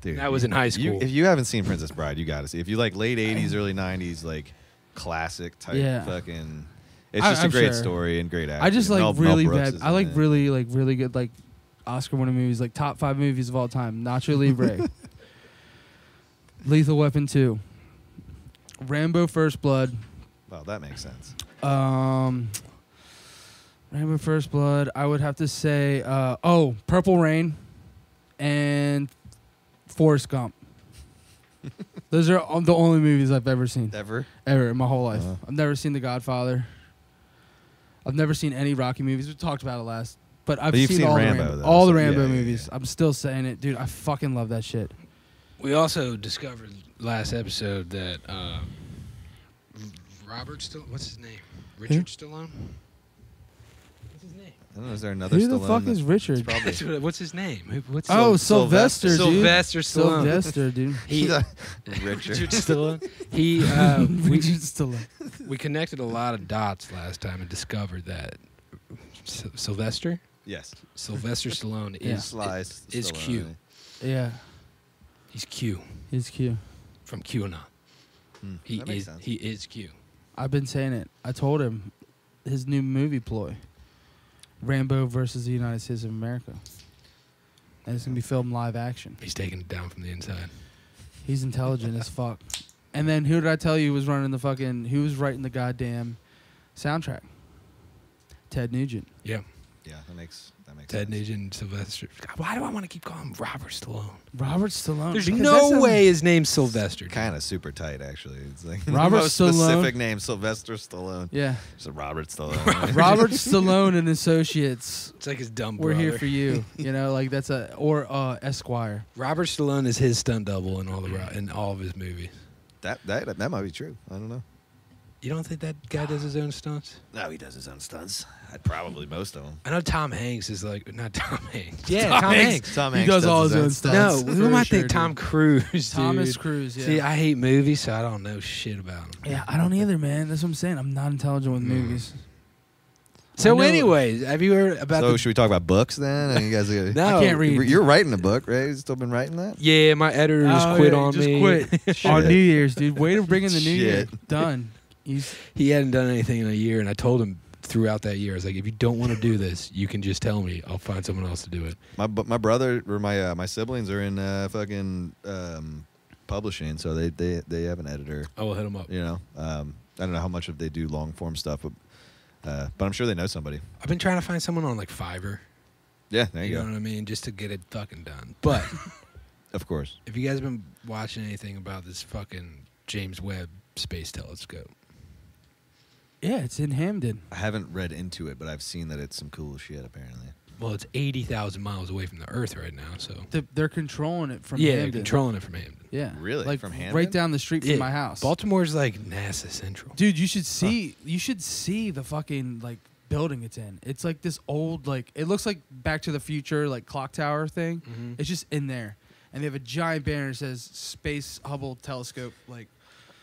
[SPEAKER 3] Dude,
[SPEAKER 1] that was in high
[SPEAKER 3] you-
[SPEAKER 1] school.
[SPEAKER 3] if you haven't seen Princess Bride, you got to see. If you like late '80s, early '90s, like classic type
[SPEAKER 2] Yeah.
[SPEAKER 3] fucking. It's
[SPEAKER 2] I-
[SPEAKER 3] just a
[SPEAKER 2] I'm
[SPEAKER 3] great
[SPEAKER 2] sure.
[SPEAKER 3] story and great acting.
[SPEAKER 2] I just like
[SPEAKER 3] Mel- Mel
[SPEAKER 2] really
[SPEAKER 3] Brooks
[SPEAKER 2] bad.
[SPEAKER 3] is
[SPEAKER 2] I
[SPEAKER 3] in
[SPEAKER 2] like
[SPEAKER 3] it.
[SPEAKER 2] really like really good like Oscar winning movies, like top five movies of all time. Nacho Libre, Lethal Weapon two, Rambo First Blood,
[SPEAKER 3] Well, that makes sense.
[SPEAKER 2] Um, Rainbow First Blood. I would have to say, uh, oh, Purple Rain, and Forrest Gump. Those are um, the only movies I've ever seen
[SPEAKER 3] Ever?
[SPEAKER 2] ever in my whole life.
[SPEAKER 3] Uh-huh.
[SPEAKER 2] I've never seen The Godfather. I've never seen any Rocky movies. We talked about it last, but I've
[SPEAKER 3] But you've
[SPEAKER 2] seen,
[SPEAKER 3] seen
[SPEAKER 2] all
[SPEAKER 3] Rambo,
[SPEAKER 2] the Rambo,
[SPEAKER 3] though,
[SPEAKER 2] all the
[SPEAKER 3] so- yeah,
[SPEAKER 2] Rambo
[SPEAKER 3] yeah, yeah,
[SPEAKER 2] movies.
[SPEAKER 3] yeah.
[SPEAKER 2] I'm still saying it, dude. I fucking love that shit.
[SPEAKER 1] We also discovered last episode that uh, Robert still what's his name? Richard Stallone. What's his name?
[SPEAKER 3] I don't know. Is there another?
[SPEAKER 2] Who the
[SPEAKER 3] Stallone
[SPEAKER 2] fuck
[SPEAKER 3] that-
[SPEAKER 2] is
[SPEAKER 3] it's
[SPEAKER 2] Richard?
[SPEAKER 3] Probably.
[SPEAKER 1] That's what- What's his name? Who- What's
[SPEAKER 2] Oh,
[SPEAKER 1] his-
[SPEAKER 2] Sylvester,
[SPEAKER 1] Sylvester
[SPEAKER 2] dude.
[SPEAKER 1] Stallone.
[SPEAKER 2] Sylvester, dude.
[SPEAKER 1] He,
[SPEAKER 3] Richard.
[SPEAKER 1] Richard Stallone. He, uh, we,
[SPEAKER 2] Richard Stallone.
[SPEAKER 1] we connected a lot of dots last time and discovered that Sy- Sylvester,
[SPEAKER 3] yes.
[SPEAKER 1] Sylvester Stallone
[SPEAKER 2] Yeah.
[SPEAKER 1] is
[SPEAKER 3] Slice
[SPEAKER 1] is
[SPEAKER 3] Stallone.
[SPEAKER 1] Q.
[SPEAKER 2] Yeah,
[SPEAKER 1] He's Q
[SPEAKER 2] he's cute.
[SPEAKER 1] from QAnon.
[SPEAKER 3] Hmm,
[SPEAKER 1] He
[SPEAKER 3] that makes
[SPEAKER 1] is
[SPEAKER 3] sense.
[SPEAKER 1] he is Q.
[SPEAKER 2] I've been saying it. I told him his new movie ploy, Rambo versus the United States of America, and it's gonna be filmed live action.
[SPEAKER 1] He's taking it down from the inside.
[SPEAKER 2] He's intelligent as fuck. And then who did I tell you was running the fucking? Who was writing the goddamn soundtrack? Ted Nugent.
[SPEAKER 1] Yeah,
[SPEAKER 3] Yeah, that makes that makes
[SPEAKER 1] Ted
[SPEAKER 3] sense.
[SPEAKER 1] Nugent, Sylvester. God, why do I want to keep calling him Robert Stallone?
[SPEAKER 2] Robert Stallone.
[SPEAKER 1] There's
[SPEAKER 2] Because that
[SPEAKER 1] no
[SPEAKER 2] sounds-
[SPEAKER 1] way his name's Sylvester. dude.
[SPEAKER 3] Kind of super tight, actually. It's like the
[SPEAKER 2] Robert
[SPEAKER 3] most
[SPEAKER 2] Stallone.
[SPEAKER 3] specific name, Sylvester Stallone.
[SPEAKER 2] Yeah,
[SPEAKER 3] It's a Robert Stallone.
[SPEAKER 2] Robert Stallone and Associates.
[SPEAKER 1] It's like his dumb
[SPEAKER 2] We're
[SPEAKER 1] brother.
[SPEAKER 2] here for you. You know, like that's a or uh, Esquire.
[SPEAKER 1] Robert Stallone is his stunt double in all the ro- in all of his movies.
[SPEAKER 3] that that that might be true. I don't know.
[SPEAKER 1] You don't think that guy does his own stunts?
[SPEAKER 3] No, he does his own stunts. I'd probably most of them.
[SPEAKER 1] I know Tom Hanks is like not Tom Hanks.
[SPEAKER 3] Tom
[SPEAKER 2] He
[SPEAKER 3] Hanks
[SPEAKER 2] does all his own
[SPEAKER 1] No,
[SPEAKER 2] That's
[SPEAKER 1] who am
[SPEAKER 2] for
[SPEAKER 1] I
[SPEAKER 2] sure,
[SPEAKER 1] thinking?
[SPEAKER 2] dude.
[SPEAKER 1] Tom Cruise. Dude.
[SPEAKER 2] Thomas Cruise. Yeah.
[SPEAKER 1] See, I hate movies, so I don't know shit about them.
[SPEAKER 2] yeah, I don't either, man. That's what I'm saying. I'm not intelligent with
[SPEAKER 1] Mm.
[SPEAKER 2] movies. I
[SPEAKER 1] So,
[SPEAKER 2] know-
[SPEAKER 1] anyways, have you heard about
[SPEAKER 3] So
[SPEAKER 1] the?
[SPEAKER 3] should we talk about books then? And you guys,
[SPEAKER 1] no,
[SPEAKER 2] I can't read.
[SPEAKER 3] you're writing a book, right? You still been writing that?
[SPEAKER 1] Yeah, my editor just
[SPEAKER 2] Oh,
[SPEAKER 1] quit
[SPEAKER 2] yeah,
[SPEAKER 1] on
[SPEAKER 2] just
[SPEAKER 1] me.
[SPEAKER 2] quit on
[SPEAKER 3] Shit.
[SPEAKER 2] New Year's, dude. Way to bring in the New Year.
[SPEAKER 3] Shit.
[SPEAKER 2] Done. He's
[SPEAKER 1] He hadn't done anything in a year, and I told him throughout that year, I was like, if you don't want to do this, you can just tell me. I'll find someone else to do it.
[SPEAKER 3] My bu- my brother or my uh, my siblings are in uh, fucking um, publishing, so they, they they have an editor.
[SPEAKER 1] I will hit him up.
[SPEAKER 3] You know, um, I don't know how much of they do long form stuff, but uh, but I'm sure they know somebody.
[SPEAKER 1] I've been trying to find someone on like Fiverr.
[SPEAKER 3] Yeah, there you,
[SPEAKER 1] You, know
[SPEAKER 3] go.
[SPEAKER 1] what I mean? Just to get it fucking done. But
[SPEAKER 3] Of course.
[SPEAKER 1] have you guys been watching anything about this fucking James Webb Space Telescope?
[SPEAKER 2] yeah, it's in Hamden.
[SPEAKER 3] I haven't read into it, but I've seen that it's some cool shit. Apparently,
[SPEAKER 1] Well, it's eighty thousand miles away from the Earth right now, so
[SPEAKER 2] The, they're controlling it from
[SPEAKER 1] yeah, they're
[SPEAKER 2] Hamden.
[SPEAKER 1] controlling it from Hamden.
[SPEAKER 2] Yeah,
[SPEAKER 3] Really?
[SPEAKER 2] Like
[SPEAKER 3] From
[SPEAKER 2] right
[SPEAKER 3] Hamden?
[SPEAKER 2] down the street from
[SPEAKER 1] Yeah.
[SPEAKER 2] my house.
[SPEAKER 1] Baltimore's like NASA Central.
[SPEAKER 2] Dude, you should see. You should see the fucking like building it's in. It's like this old like. It looks like Back to the Future like clock tower thing.
[SPEAKER 1] Mhm.
[SPEAKER 2] It's just in there, and they have a giant banner that says Space Hubble Telescope. Like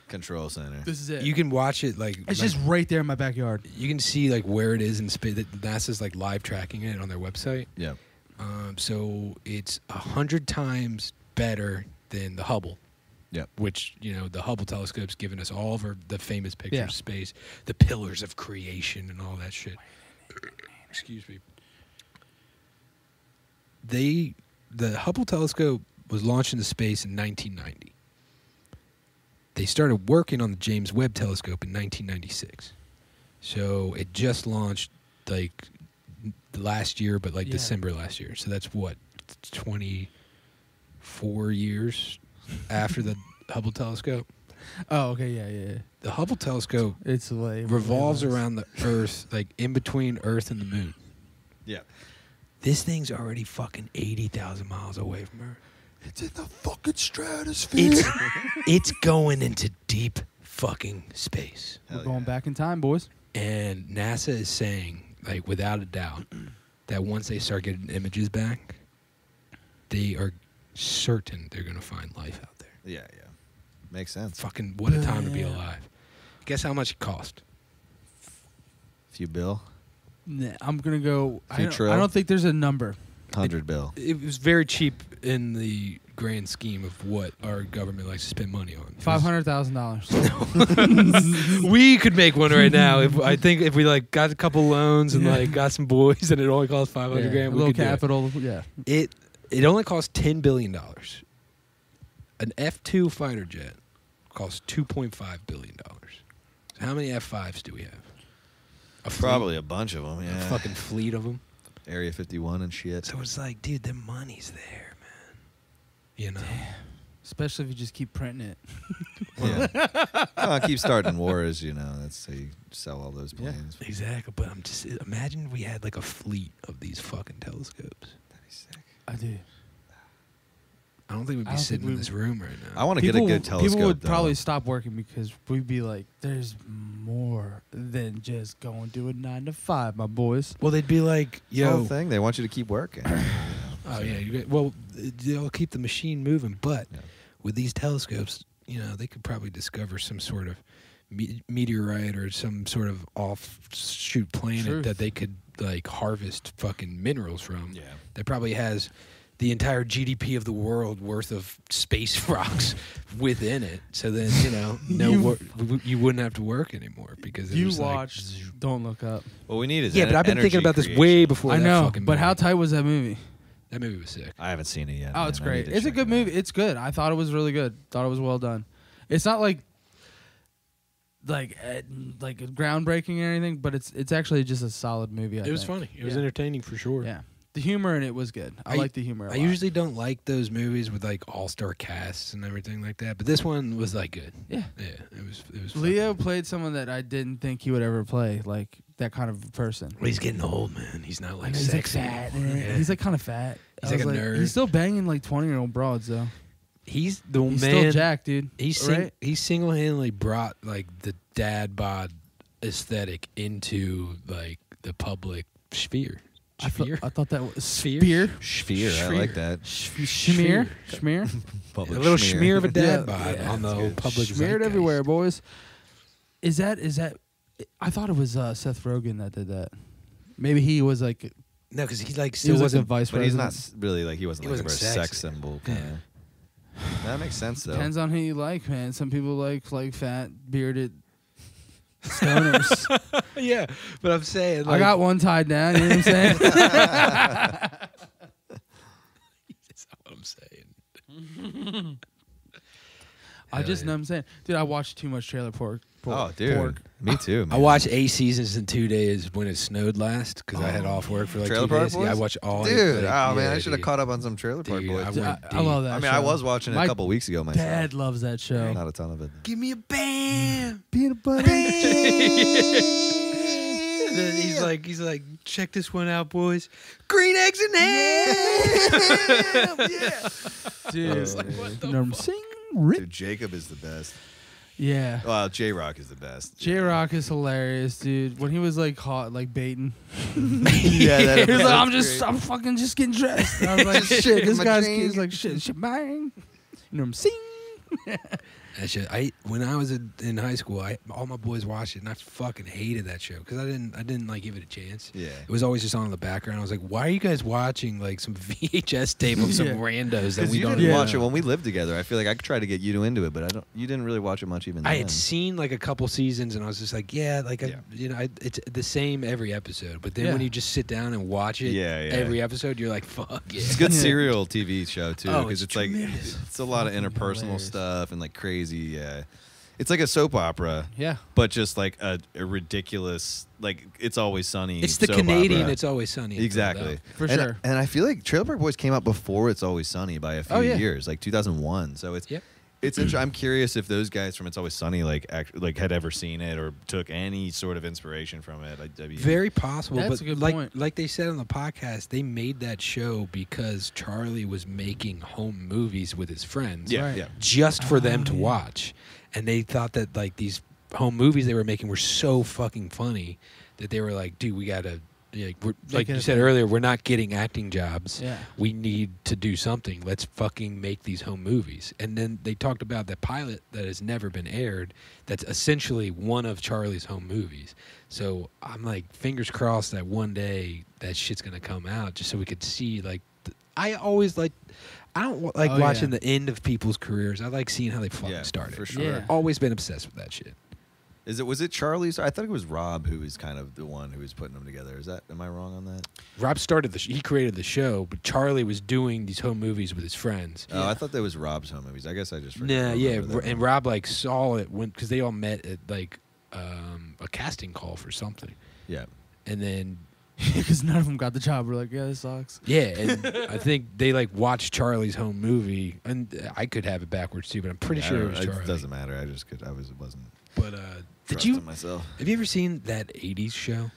[SPEAKER 3] Control Center.
[SPEAKER 2] this is it.
[SPEAKER 1] You can watch it like
[SPEAKER 2] it's
[SPEAKER 1] like-
[SPEAKER 2] just right there in my backyard.
[SPEAKER 1] you can see like where it is in space. That NASA's like live tracking it on their website.
[SPEAKER 3] Yeah.
[SPEAKER 1] Um, so it's a hundred times better than the Hubble.
[SPEAKER 3] Yep.
[SPEAKER 1] Which you know the Hubble telescope's given us all of our, the famous pictures
[SPEAKER 2] Yeah.
[SPEAKER 1] of space, the pillars of creation, and all that shit. Excuse me. They the Hubble telescope was launched into space in 1990. They started working on the James Webb telescope in 1996. So it just launched like n- last year, but like
[SPEAKER 2] Yeah.
[SPEAKER 1] December last year. So that's what 24 years after the Hubble telescope.
[SPEAKER 2] Oh, okay, yeah, yeah. yeah.
[SPEAKER 1] The Hubble telescope
[SPEAKER 2] It's like
[SPEAKER 1] revolves around the Earth, like in between Earth and the Moon.
[SPEAKER 3] Yeah.
[SPEAKER 1] This thing's already fucking 80,000 miles away from Earth.
[SPEAKER 3] It's in the fucking stratosphere.
[SPEAKER 1] It's, it's going into deep fucking space.
[SPEAKER 2] We're going back in time, boys.
[SPEAKER 1] And NASA is saying, like, without a doubt, that once they start getting images back, they are certain they're going to find life out there.
[SPEAKER 3] Yeah, yeah. Makes sense.
[SPEAKER 1] Fucking, what a time to be
[SPEAKER 2] Yeah.
[SPEAKER 1] alive. Guess how much it cost?
[SPEAKER 3] Few bill,
[SPEAKER 2] Nah, I'm gonna go. I don't,
[SPEAKER 3] Futura.
[SPEAKER 2] I don't think there's a number.
[SPEAKER 3] hundred bill.
[SPEAKER 1] It was very cheap in the grand scheme of what our government likes to spend money on. It was-
[SPEAKER 2] Five hundred thousand dollars.
[SPEAKER 1] we could make one right now. If I think if we like got a couple loans and
[SPEAKER 2] Yeah.
[SPEAKER 1] like got some boys, and it only cost five hundred
[SPEAKER 2] a
[SPEAKER 1] grand, we
[SPEAKER 2] little
[SPEAKER 1] could do it.
[SPEAKER 2] capital. Yeah.
[SPEAKER 1] it it only costs ten billion dollars. An F two fighter jet costs two point five billion dollars. So how many F fives do we have? A fleet-
[SPEAKER 3] Probably a bunch of them.
[SPEAKER 1] a
[SPEAKER 3] Yeah.
[SPEAKER 1] fucking fleet of them.
[SPEAKER 3] Area 51 and shit.
[SPEAKER 1] So it's like, dude, the money's there, man. You know,
[SPEAKER 2] Especially if you just keep printing it.
[SPEAKER 3] Yeah. Well, I keep starting wars, you know. That's how you sell all those
[SPEAKER 2] Yeah.
[SPEAKER 3] planes.
[SPEAKER 1] exactly. But I'm just imagine we had like a fleet of these fucking telescopes.
[SPEAKER 3] That'd be sick.
[SPEAKER 2] I do.
[SPEAKER 1] I don't think we'd
[SPEAKER 2] I
[SPEAKER 1] be
[SPEAKER 2] don't
[SPEAKER 1] sitting
[SPEAKER 2] think
[SPEAKER 1] in
[SPEAKER 2] we-
[SPEAKER 1] this room right now.
[SPEAKER 3] I want to get a good telescope.
[SPEAKER 2] People would
[SPEAKER 3] though.
[SPEAKER 2] probably stop working because we'd be like, "There's more than just going to a nine to five, my boys."
[SPEAKER 1] well, they'd be like,
[SPEAKER 3] The whole
[SPEAKER 1] "Yo,
[SPEAKER 3] thing. They want you to keep working.
[SPEAKER 1] oh yeah, you get, well, they'll keep the machine moving, but
[SPEAKER 3] Yeah.
[SPEAKER 1] with these telescopes, you know, they could probably discover some sort of me- meteorite or some sort of offshoot planet
[SPEAKER 2] True.
[SPEAKER 1] that they could like harvest fucking minerals from.
[SPEAKER 3] yeah.
[SPEAKER 1] that probably has the entire GDP of the world worth of space rocks within it. So then you know, no,
[SPEAKER 2] You-
[SPEAKER 1] wor- w- you wouldn't have to work anymore because it
[SPEAKER 2] You
[SPEAKER 1] was like-
[SPEAKER 2] watched Don't Look Up.
[SPEAKER 3] What we need is
[SPEAKER 1] yeah, but
[SPEAKER 3] en-
[SPEAKER 1] I've been
[SPEAKER 3] energy
[SPEAKER 1] thinking about this
[SPEAKER 3] creation.
[SPEAKER 1] way before.
[SPEAKER 2] I
[SPEAKER 1] that
[SPEAKER 2] know,
[SPEAKER 1] fucking
[SPEAKER 2] but how
[SPEAKER 1] movie.
[SPEAKER 2] tight was that movie?
[SPEAKER 1] that movie was sick.
[SPEAKER 3] I haven't seen it yet.
[SPEAKER 2] Oh,
[SPEAKER 3] man.
[SPEAKER 2] it's
[SPEAKER 3] I need
[SPEAKER 2] great.
[SPEAKER 3] to
[SPEAKER 2] It's a
[SPEAKER 3] check
[SPEAKER 2] good
[SPEAKER 3] it out.
[SPEAKER 2] movie. It's good. I thought it was really good. Thought it was well done. It's not like like eh, like groundbreaking or anything, but it's it's actually just a solid movie. I
[SPEAKER 1] It was
[SPEAKER 2] think.
[SPEAKER 1] funny. It was
[SPEAKER 2] Yeah.
[SPEAKER 1] entertaining for sure.
[SPEAKER 2] Yeah, the humor in it was good. I,
[SPEAKER 1] I-
[SPEAKER 2] like the humor. I
[SPEAKER 1] I usually don't like those movies with like all star casts and everything like that, but this one was like good.
[SPEAKER 2] yeah.
[SPEAKER 1] Yeah, it was. It was.
[SPEAKER 2] Leo played someone that I didn't think he would ever play, like that kind of person.
[SPEAKER 1] He's getting old, man. He's not like
[SPEAKER 2] he's
[SPEAKER 1] sexy.
[SPEAKER 2] like fat.
[SPEAKER 1] anymore.
[SPEAKER 2] eh,
[SPEAKER 1] Yeah.
[SPEAKER 2] He's like kind of fat.
[SPEAKER 1] He's
[SPEAKER 2] I
[SPEAKER 1] like
[SPEAKER 2] was
[SPEAKER 1] a nerd.
[SPEAKER 2] He's still banging like twenty year old broads though.
[SPEAKER 1] he's the
[SPEAKER 2] He's
[SPEAKER 1] Oh, man.
[SPEAKER 2] still Jack, dude.
[SPEAKER 1] He sing-
[SPEAKER 2] Right?
[SPEAKER 1] he single handedly brought like the dad bod aesthetic into like the public sphere.
[SPEAKER 2] I, thought-
[SPEAKER 1] Sphere?
[SPEAKER 2] I thought that was
[SPEAKER 1] Sphere?
[SPEAKER 2] Spear.
[SPEAKER 3] Sphere. I like that.
[SPEAKER 2] Schmear. Schmear.
[SPEAKER 1] a
[SPEAKER 3] Public
[SPEAKER 1] little smear of a dad
[SPEAKER 2] Yeah,
[SPEAKER 1] bod
[SPEAKER 2] yeah,
[SPEAKER 1] on the
[SPEAKER 3] that's
[SPEAKER 1] whole
[SPEAKER 3] good.
[SPEAKER 1] public.
[SPEAKER 2] Smeared
[SPEAKER 1] zeitgeist.
[SPEAKER 2] everywhere, boys. Is that is that? I thought it was uh, Seth Rogen that did that. Maybe he was like he
[SPEAKER 1] No, because he like
[SPEAKER 2] was
[SPEAKER 1] still
[SPEAKER 2] like a
[SPEAKER 1] wasn't.
[SPEAKER 2] vice
[SPEAKER 3] But he's
[SPEAKER 2] president.
[SPEAKER 3] not s- really like he wasn't,
[SPEAKER 1] He
[SPEAKER 3] like
[SPEAKER 1] wasn't
[SPEAKER 3] a very sex
[SPEAKER 1] sexy.
[SPEAKER 3] symbol. Kinda. that makes sense though.
[SPEAKER 2] Depends on who you like, man. Some people like like fat bearded stoners.
[SPEAKER 1] yeah, but I'm saying
[SPEAKER 2] I
[SPEAKER 1] like,
[SPEAKER 2] got one tied down. You know what I'm saying?
[SPEAKER 1] That's what I'm saying.
[SPEAKER 2] I
[SPEAKER 1] Hell
[SPEAKER 2] just
[SPEAKER 1] yeah.
[SPEAKER 2] know what I'm saying, dude. I watched too much trailer pork. pork
[SPEAKER 3] oh, dude.
[SPEAKER 2] Pork.
[SPEAKER 3] Me too.
[SPEAKER 1] I
[SPEAKER 3] Man.
[SPEAKER 1] watched eight seasons in two days when it snowed last because I had off work for like
[SPEAKER 3] Oh, Trailer
[SPEAKER 1] two
[SPEAKER 3] Park
[SPEAKER 1] days. Yeah, I
[SPEAKER 3] Boys?
[SPEAKER 1] watched all. eight, like,
[SPEAKER 3] Dude, oh man,
[SPEAKER 1] yeah,
[SPEAKER 3] I should have
[SPEAKER 1] dude.
[SPEAKER 3] caught up on some trailer park
[SPEAKER 1] Dude, I
[SPEAKER 3] boys.
[SPEAKER 1] went
[SPEAKER 2] I, I
[SPEAKER 1] deep.
[SPEAKER 2] love that.
[SPEAKER 3] I mean,
[SPEAKER 2] show.
[SPEAKER 3] I was watching it
[SPEAKER 2] My
[SPEAKER 3] a couple weeks ago myself.
[SPEAKER 2] Dad loves that show.
[SPEAKER 3] Not a ton of it.
[SPEAKER 1] Give me a bam.
[SPEAKER 2] Being a buddy.
[SPEAKER 1] And then he's like, he's like, check this one out, boys. Green eggs and ham. yeah.
[SPEAKER 2] dude.
[SPEAKER 1] like, what the
[SPEAKER 2] Norm Singh Rick.
[SPEAKER 3] Oh, Dude, Oh, Jacob is the best.
[SPEAKER 2] Yeah.
[SPEAKER 3] Well, J Rock is the best.
[SPEAKER 2] J Rock is hilarious, dude. When he was like caught like baiting,
[SPEAKER 3] yeah, that
[SPEAKER 2] he was
[SPEAKER 3] episode's
[SPEAKER 2] like, "I'm just,
[SPEAKER 3] great.
[SPEAKER 2] I'm fucking just getting dressed." And I was like, "Shit,
[SPEAKER 3] shaking
[SPEAKER 2] this
[SPEAKER 3] my
[SPEAKER 2] guy's
[SPEAKER 3] chain."
[SPEAKER 2] he's like, shit, shit, bang." You know what I'm saying?
[SPEAKER 1] That shit. I when I was in in high school, I all my boys watched it, and I fucking hated that show because I didn't, I didn't like give it a chance.
[SPEAKER 3] Yeah.
[SPEAKER 1] It was always just on in the background. I was like, why are you guys watching like some VHS tape of some
[SPEAKER 2] Yeah.
[SPEAKER 1] randos that
[SPEAKER 3] Because
[SPEAKER 1] we
[SPEAKER 3] you
[SPEAKER 1] don't
[SPEAKER 3] didn't
[SPEAKER 1] even
[SPEAKER 3] watch it
[SPEAKER 1] know?
[SPEAKER 3] when we lived together. I feel like I tried to get you to into it, but I don't. You didn't really watch it much even.
[SPEAKER 1] I
[SPEAKER 3] then.
[SPEAKER 1] had seen like a couple seasons, and I was just like, yeah, like I,
[SPEAKER 3] Yeah.
[SPEAKER 1] you know, I, it's the same every episode. But then when
[SPEAKER 2] Yeah.
[SPEAKER 1] you just sit down and watch it,
[SPEAKER 3] Yeah, yeah.
[SPEAKER 1] every episode, you're like, fuck yeah.
[SPEAKER 3] It's a good
[SPEAKER 2] Yeah.
[SPEAKER 3] serial TV show too,
[SPEAKER 1] Oh,
[SPEAKER 3] because
[SPEAKER 1] it's
[SPEAKER 3] it's, like
[SPEAKER 1] tremendous.
[SPEAKER 3] it's a lot of
[SPEAKER 2] Fucking
[SPEAKER 3] interpersonal
[SPEAKER 2] hilarious.
[SPEAKER 3] stuff and like crazy. Uh, it's like a soap opera,
[SPEAKER 2] Yeah,
[SPEAKER 3] but just like a, a ridiculous. Like it's always sunny.
[SPEAKER 1] It's the
[SPEAKER 3] soap
[SPEAKER 1] Canadian.
[SPEAKER 3] opera.
[SPEAKER 1] It's always sunny. in
[SPEAKER 3] exactly
[SPEAKER 1] Philadelphia.
[SPEAKER 2] for
[SPEAKER 3] And-
[SPEAKER 2] sure.
[SPEAKER 3] And I feel like Trailer Park Boys came out before It's Always Sunny by a few
[SPEAKER 2] Oh, yeah.
[SPEAKER 3] years, like 2001. So it's
[SPEAKER 1] Yep.
[SPEAKER 3] it's. Inter- I'm curious if those guys from It's Always Sunny like act- like had ever seen it or took any sort of inspiration from it. Like, I mean,
[SPEAKER 1] Very possible.
[SPEAKER 2] That's
[SPEAKER 1] but
[SPEAKER 2] a good
[SPEAKER 1] like
[SPEAKER 2] point.
[SPEAKER 1] like they said on the podcast, they made that show because Charlie was making home movies with his friends.
[SPEAKER 3] yeah,
[SPEAKER 2] Right.
[SPEAKER 3] yeah.
[SPEAKER 1] Just for them
[SPEAKER 2] Oh,
[SPEAKER 1] to
[SPEAKER 2] yeah.
[SPEAKER 1] watch. And they thought that like these home movies they were making were so fucking funny that they were like, dude, we gotta like, we're, like
[SPEAKER 2] it
[SPEAKER 1] you
[SPEAKER 2] a
[SPEAKER 1] said
[SPEAKER 2] thing.
[SPEAKER 1] earlier, we're not getting acting jobs.
[SPEAKER 2] Yeah,
[SPEAKER 1] we need to do something. Let's fucking make these home movies. And then they talked about the pilot that has never been aired. That's essentially one of Charlie's home movies. So I'm like, fingers crossed that one day that shit's gonna come out, just so we could see. Like, th- I always like, I don't wa- like
[SPEAKER 2] Oh,
[SPEAKER 1] watching
[SPEAKER 2] yeah.
[SPEAKER 1] the end of people's careers. I like seeing how they fucking
[SPEAKER 3] Yeah,
[SPEAKER 1] started.
[SPEAKER 3] for sure.
[SPEAKER 2] Yeah.
[SPEAKER 1] Always been obsessed with that shit.
[SPEAKER 3] Is it was it Charlie's? I thought it was Rob who was kind of the one who was putting them together. Is that am I wrong on that?
[SPEAKER 1] Rob started the sh- he created the show, but Charlie was doing these home movies with his friends.
[SPEAKER 3] Oh, I thought that was Rob's home movies. I guess I just forgot.
[SPEAKER 1] Nah,
[SPEAKER 3] I
[SPEAKER 1] yeah,
[SPEAKER 3] remember
[SPEAKER 1] R-
[SPEAKER 3] that
[SPEAKER 1] and
[SPEAKER 3] one.
[SPEAKER 1] Rob like saw it when because they all met at like um, a casting call for something,
[SPEAKER 3] yeah,
[SPEAKER 1] and then
[SPEAKER 2] because none of them got the job. We're like, yeah, this sucks.
[SPEAKER 1] yeah, and I think they like watched Charlie's home movie, and uh, I could have it backwards too, but I'm pretty
[SPEAKER 3] I
[SPEAKER 1] sure it
[SPEAKER 3] don't-
[SPEAKER 1] was Charlie.
[SPEAKER 3] It doesn't matter. I just could. I was wasn't.
[SPEAKER 1] But uh, did
[SPEAKER 3] trusting
[SPEAKER 1] you
[SPEAKER 3] myself?
[SPEAKER 1] have you ever seen that '80s show?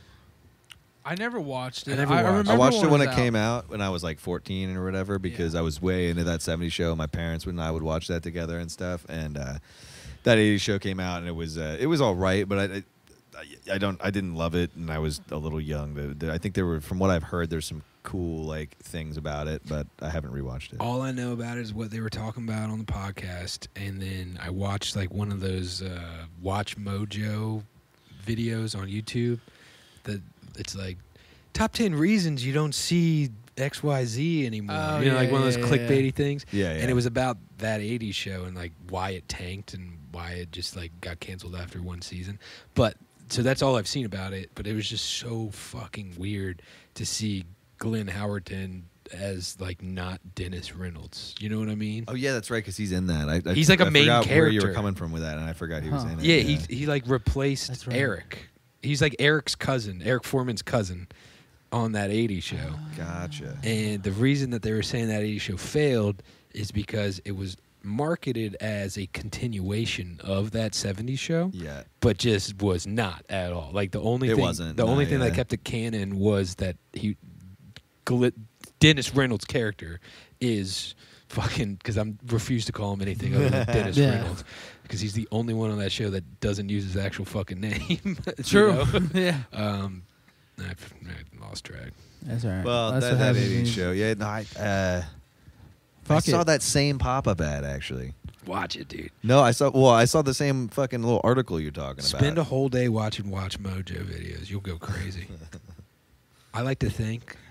[SPEAKER 4] I never watched it.
[SPEAKER 1] I never watched it.
[SPEAKER 4] remember
[SPEAKER 3] I watched it when
[SPEAKER 4] was
[SPEAKER 3] it came out when I was like 14 or whatever because I was way into that 70s show. My parents would and I would watch that together and stuff. And uh, that 80s show came out and it was uh, it was all right, but I, I I don't I didn't love it and I was a little young. The- the- I think there were from what I've heard there's some cool like things about it, but I haven't rewatched it.
[SPEAKER 1] All I know about it is what they were talking about on the podcast, and then I watched like one of those uh, Watch Mojo videos on YouTube. That it's like top ten reasons you don't see X Y Z anymore.
[SPEAKER 4] Oh,
[SPEAKER 1] you know, like
[SPEAKER 4] yeah,
[SPEAKER 1] one of those
[SPEAKER 4] yeah, yeah.
[SPEAKER 1] clickbaity things.
[SPEAKER 3] Yeah, yeah.
[SPEAKER 1] And it was about that '80s show and like why it tanked and why it just like got canceled after one season. But so that's all I've seen about it. But it was just so fucking weird to see Glenn Howerton as like not Dennis Reynolds. You know what I mean?
[SPEAKER 3] Oh yeah, that's right because he's in that. I, I,
[SPEAKER 1] He's like a
[SPEAKER 3] I
[SPEAKER 1] main
[SPEAKER 3] forgot Where you were
[SPEAKER 1] character. Uh-huh.
[SPEAKER 3] coming from with that, and I forgot he was
[SPEAKER 2] Huh.
[SPEAKER 3] in it.
[SPEAKER 1] yeah, he he like replaced
[SPEAKER 2] That's right.
[SPEAKER 1] Eric. He's like Eric's cousin, Eric Foreman's cousin, on that '80s show.
[SPEAKER 3] gotcha.
[SPEAKER 1] And the reason that they were saying that 80 show failed is because it was marketed as a continuation of that 70s show,
[SPEAKER 3] Yeah,
[SPEAKER 1] but just was not at all. Like the only
[SPEAKER 3] It
[SPEAKER 1] thing,
[SPEAKER 3] wasn't,
[SPEAKER 1] the
[SPEAKER 3] no,
[SPEAKER 1] only thing
[SPEAKER 3] yeah.
[SPEAKER 1] that kept it canon was that he, Gl- Dennis Reynolds' character is fucking because I'm refuse to call him anything other than Dennis
[SPEAKER 2] Yeah.
[SPEAKER 1] Reynolds because he's the only one on that show that doesn't use his actual fucking name. you
[SPEAKER 2] True.
[SPEAKER 1] know?
[SPEAKER 2] yeah.
[SPEAKER 1] um, I've, I lost track.
[SPEAKER 2] That's all right.
[SPEAKER 3] Well,
[SPEAKER 2] That's
[SPEAKER 3] that,
[SPEAKER 2] what
[SPEAKER 3] that
[SPEAKER 2] happens
[SPEAKER 3] 80s
[SPEAKER 2] when you-
[SPEAKER 3] show. Yeah, no, I, uh, I
[SPEAKER 2] Fuck
[SPEAKER 3] saw
[SPEAKER 2] it.
[SPEAKER 3] that same pop-up ad actually.
[SPEAKER 1] Watch it, dude.
[SPEAKER 3] No, I saw. Well, I saw the same fucking little article you're talking about.
[SPEAKER 1] Spend a whole day watching Watch Mojo videos. You'll go crazy. I like to think.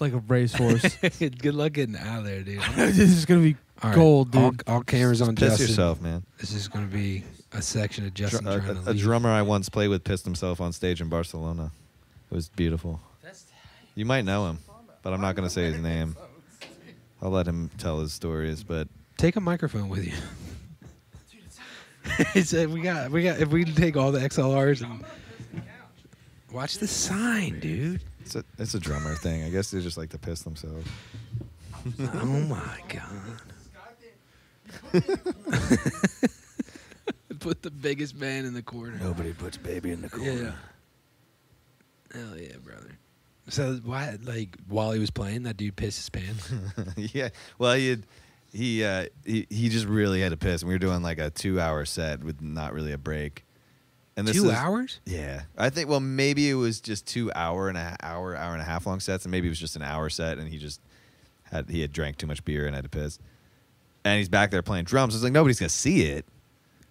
[SPEAKER 2] Like a racehorse.
[SPEAKER 1] Good luck getting out of there, dude.
[SPEAKER 2] this is gonna be
[SPEAKER 1] All right,
[SPEAKER 2] gold, dude.
[SPEAKER 1] All, all cameras on
[SPEAKER 3] Piss
[SPEAKER 1] Justin.
[SPEAKER 3] yourself, man.
[SPEAKER 1] This is going to be a section of Justin
[SPEAKER 3] Dr-
[SPEAKER 1] trying
[SPEAKER 3] a-
[SPEAKER 1] to
[SPEAKER 3] a,
[SPEAKER 1] leave.
[SPEAKER 3] drummer I once played with pissed himself on stage in Barcelona. It was beautiful. You might know him, but I'm not going to say his name. I'll let him tell his stories, but
[SPEAKER 1] Take a microphone with you. he said, "We got, we got. If we take all the XLRs and watch the sign, dude.
[SPEAKER 3] it's a, it's a drummer thing. I guess they just like to piss themselves.
[SPEAKER 1] oh my god." Put the biggest man in the corner.
[SPEAKER 3] Nobody puts baby in the
[SPEAKER 1] Yeah. Hell yeah, brother. So why, like, while he was playing, that dude pissed his pants.
[SPEAKER 3] yeah. Well, he had, he, uh, he he just really had to piss, and we were doing like a two hour set with not really a break. And this
[SPEAKER 1] Two
[SPEAKER 3] is-
[SPEAKER 1] hours?
[SPEAKER 3] Yeah, I think. Well, maybe it was just two hour and a hour, hour and a half long sets, and maybe it was just an hour set, and he just had he had drank too much beer and had to piss. And he's back there playing drums. It's like nobody's gonna see it.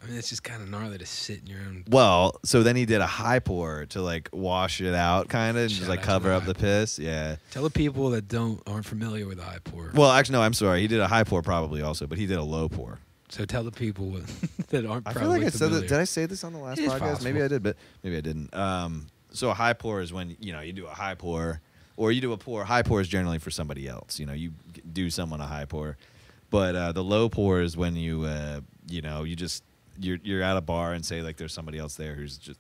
[SPEAKER 1] I mean, it's just kind of gnarly to sit in your own.
[SPEAKER 3] Well, so then he did a high pour to like wash it out, kind of, and just
[SPEAKER 1] Shout
[SPEAKER 3] like
[SPEAKER 1] out to
[SPEAKER 3] cover
[SPEAKER 1] the
[SPEAKER 3] up
[SPEAKER 1] high
[SPEAKER 3] the piss. Yeah.
[SPEAKER 1] Tell the people that don't aren't familiar with high pour.
[SPEAKER 3] Well, actually, no, I'm sorry. He did a high pour probably also, but he did a low pour.
[SPEAKER 1] so tell the people what- that aren't.
[SPEAKER 3] I
[SPEAKER 1] Probably
[SPEAKER 3] feel like I said
[SPEAKER 1] familiar.
[SPEAKER 3] that. Did I say this on the last
[SPEAKER 1] It is
[SPEAKER 3] podcast?
[SPEAKER 1] possible.
[SPEAKER 3] Maybe I did, but maybe I didn't. Um, so a high pour is when you know you do a high pour, or you do a pour. High pour is generally for somebody else. You know, you g- do someone a high pour, but uh, the low pour is when you uh, you know you just you're you're at a bar and say like there's somebody else there who's just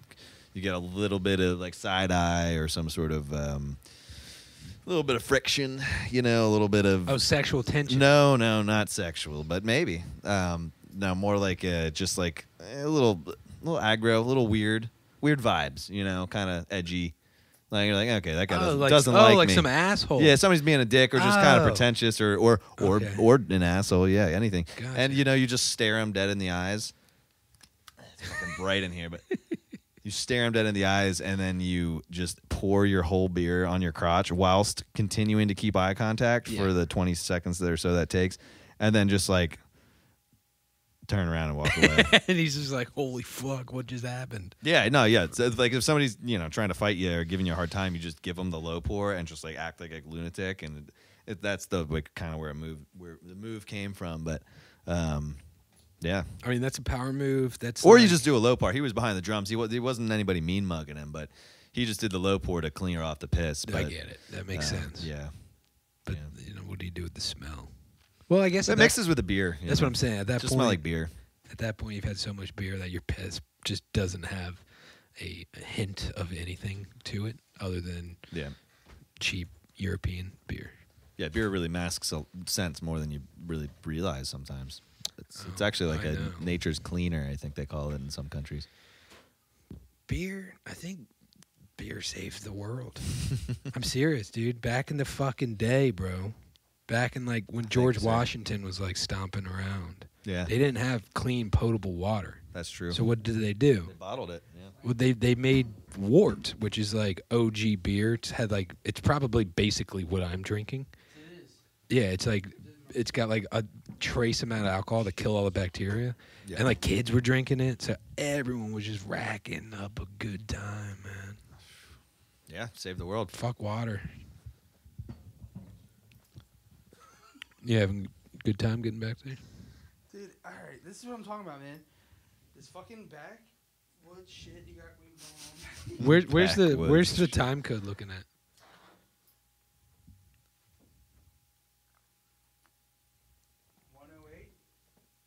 [SPEAKER 3] you get a little bit of like side eye or some sort of um, little bit of friction. You know, a little bit of
[SPEAKER 1] Oh, sexual tension.
[SPEAKER 3] no, no, not sexual, but maybe. Um, no, more like uh, just like a little, little aggro, a little weird, weird vibes. You know, kind of edgy. Like you're like, okay, that guy
[SPEAKER 1] Oh,
[SPEAKER 3] doesn't,
[SPEAKER 1] like,
[SPEAKER 3] doesn't
[SPEAKER 1] oh,
[SPEAKER 3] like,
[SPEAKER 1] like
[SPEAKER 3] me.
[SPEAKER 1] some asshole.
[SPEAKER 3] Yeah, somebody's being a dick or just kind
[SPEAKER 1] Oh.
[SPEAKER 3] of pretentious or or or
[SPEAKER 1] Okay.
[SPEAKER 3] or an asshole. Yeah, anything.
[SPEAKER 1] Gotcha.
[SPEAKER 3] And you know, you just stare him dead in the eyes. It's fucking bright in here, but. You stare him dead in the eyes, and then you just pour your whole beer on your crotch whilst continuing to keep eye contact for
[SPEAKER 1] Yeah.
[SPEAKER 3] the 20 seconds or so that takes, and then just like turn around and walk away.
[SPEAKER 1] and he's just like, "Holy fuck, what just happened?"
[SPEAKER 3] yeah, no, yeah. It's, it's like if somebody's you know trying to fight you or giving you a hard time, you just give them the low pour and just like act like a lunatic, and it, that's the like, kind of where it move where the move came from. But um, yeah,
[SPEAKER 1] I mean, that's a power move. That's
[SPEAKER 3] or
[SPEAKER 1] like-
[SPEAKER 3] you just do a low pour. He was behind the drums. He, wa- he wasn't anybody mean mugging him, but he just did the low pour to clear off the piss.
[SPEAKER 1] I
[SPEAKER 3] But,
[SPEAKER 1] get it. That makes
[SPEAKER 3] uh,
[SPEAKER 1] sense.
[SPEAKER 3] Yeah,
[SPEAKER 1] But
[SPEAKER 3] yeah.
[SPEAKER 1] you know, what do you do with the smell? Well, I guess
[SPEAKER 3] that
[SPEAKER 1] at
[SPEAKER 3] mixes with the beer. you
[SPEAKER 1] That's
[SPEAKER 3] know.
[SPEAKER 1] what I'm saying. At that
[SPEAKER 3] just
[SPEAKER 1] point,
[SPEAKER 3] smell like beer.
[SPEAKER 1] at that point you've had so much beer that your piss just doesn't have a, a hint of anything to it other than
[SPEAKER 3] Yeah,
[SPEAKER 1] cheap European beer.
[SPEAKER 3] yeah. Beer really masks a scents more than you really realize sometimes. It's, it's
[SPEAKER 1] Oh,
[SPEAKER 3] actually like
[SPEAKER 1] I
[SPEAKER 3] a
[SPEAKER 1] know.
[SPEAKER 3] nature's cleaner, I think they call it in some countries.
[SPEAKER 1] Beer, I think beer saved the world. I'm serious, dude. Back in the fucking day, bro. Back in like when George
[SPEAKER 3] so.
[SPEAKER 1] Washington was like stomping around,
[SPEAKER 3] Yeah,
[SPEAKER 1] they didn't have clean potable water.
[SPEAKER 3] that's true.
[SPEAKER 1] So what did they do?
[SPEAKER 3] they bottled it. Yeah.
[SPEAKER 1] Well, they they made wort, which is like OG beer. It's had like it's probably basically what I'm drinking. Yeah, it's like it's got like a trace amount of alcohol to kill all the bacteria,
[SPEAKER 3] Yeah.
[SPEAKER 1] and like kids were drinking it, so everyone was just racking up a good time, man.
[SPEAKER 3] Yeah, save the world.
[SPEAKER 1] Fuck water. You having a good time getting back there?
[SPEAKER 2] Dude, all right, this is what I'm talking about, man. This fucking back wood shit you got going
[SPEAKER 1] Where, where's the
[SPEAKER 3] Backwoods.
[SPEAKER 1] Where's the time code looking at?
[SPEAKER 2] on. 108,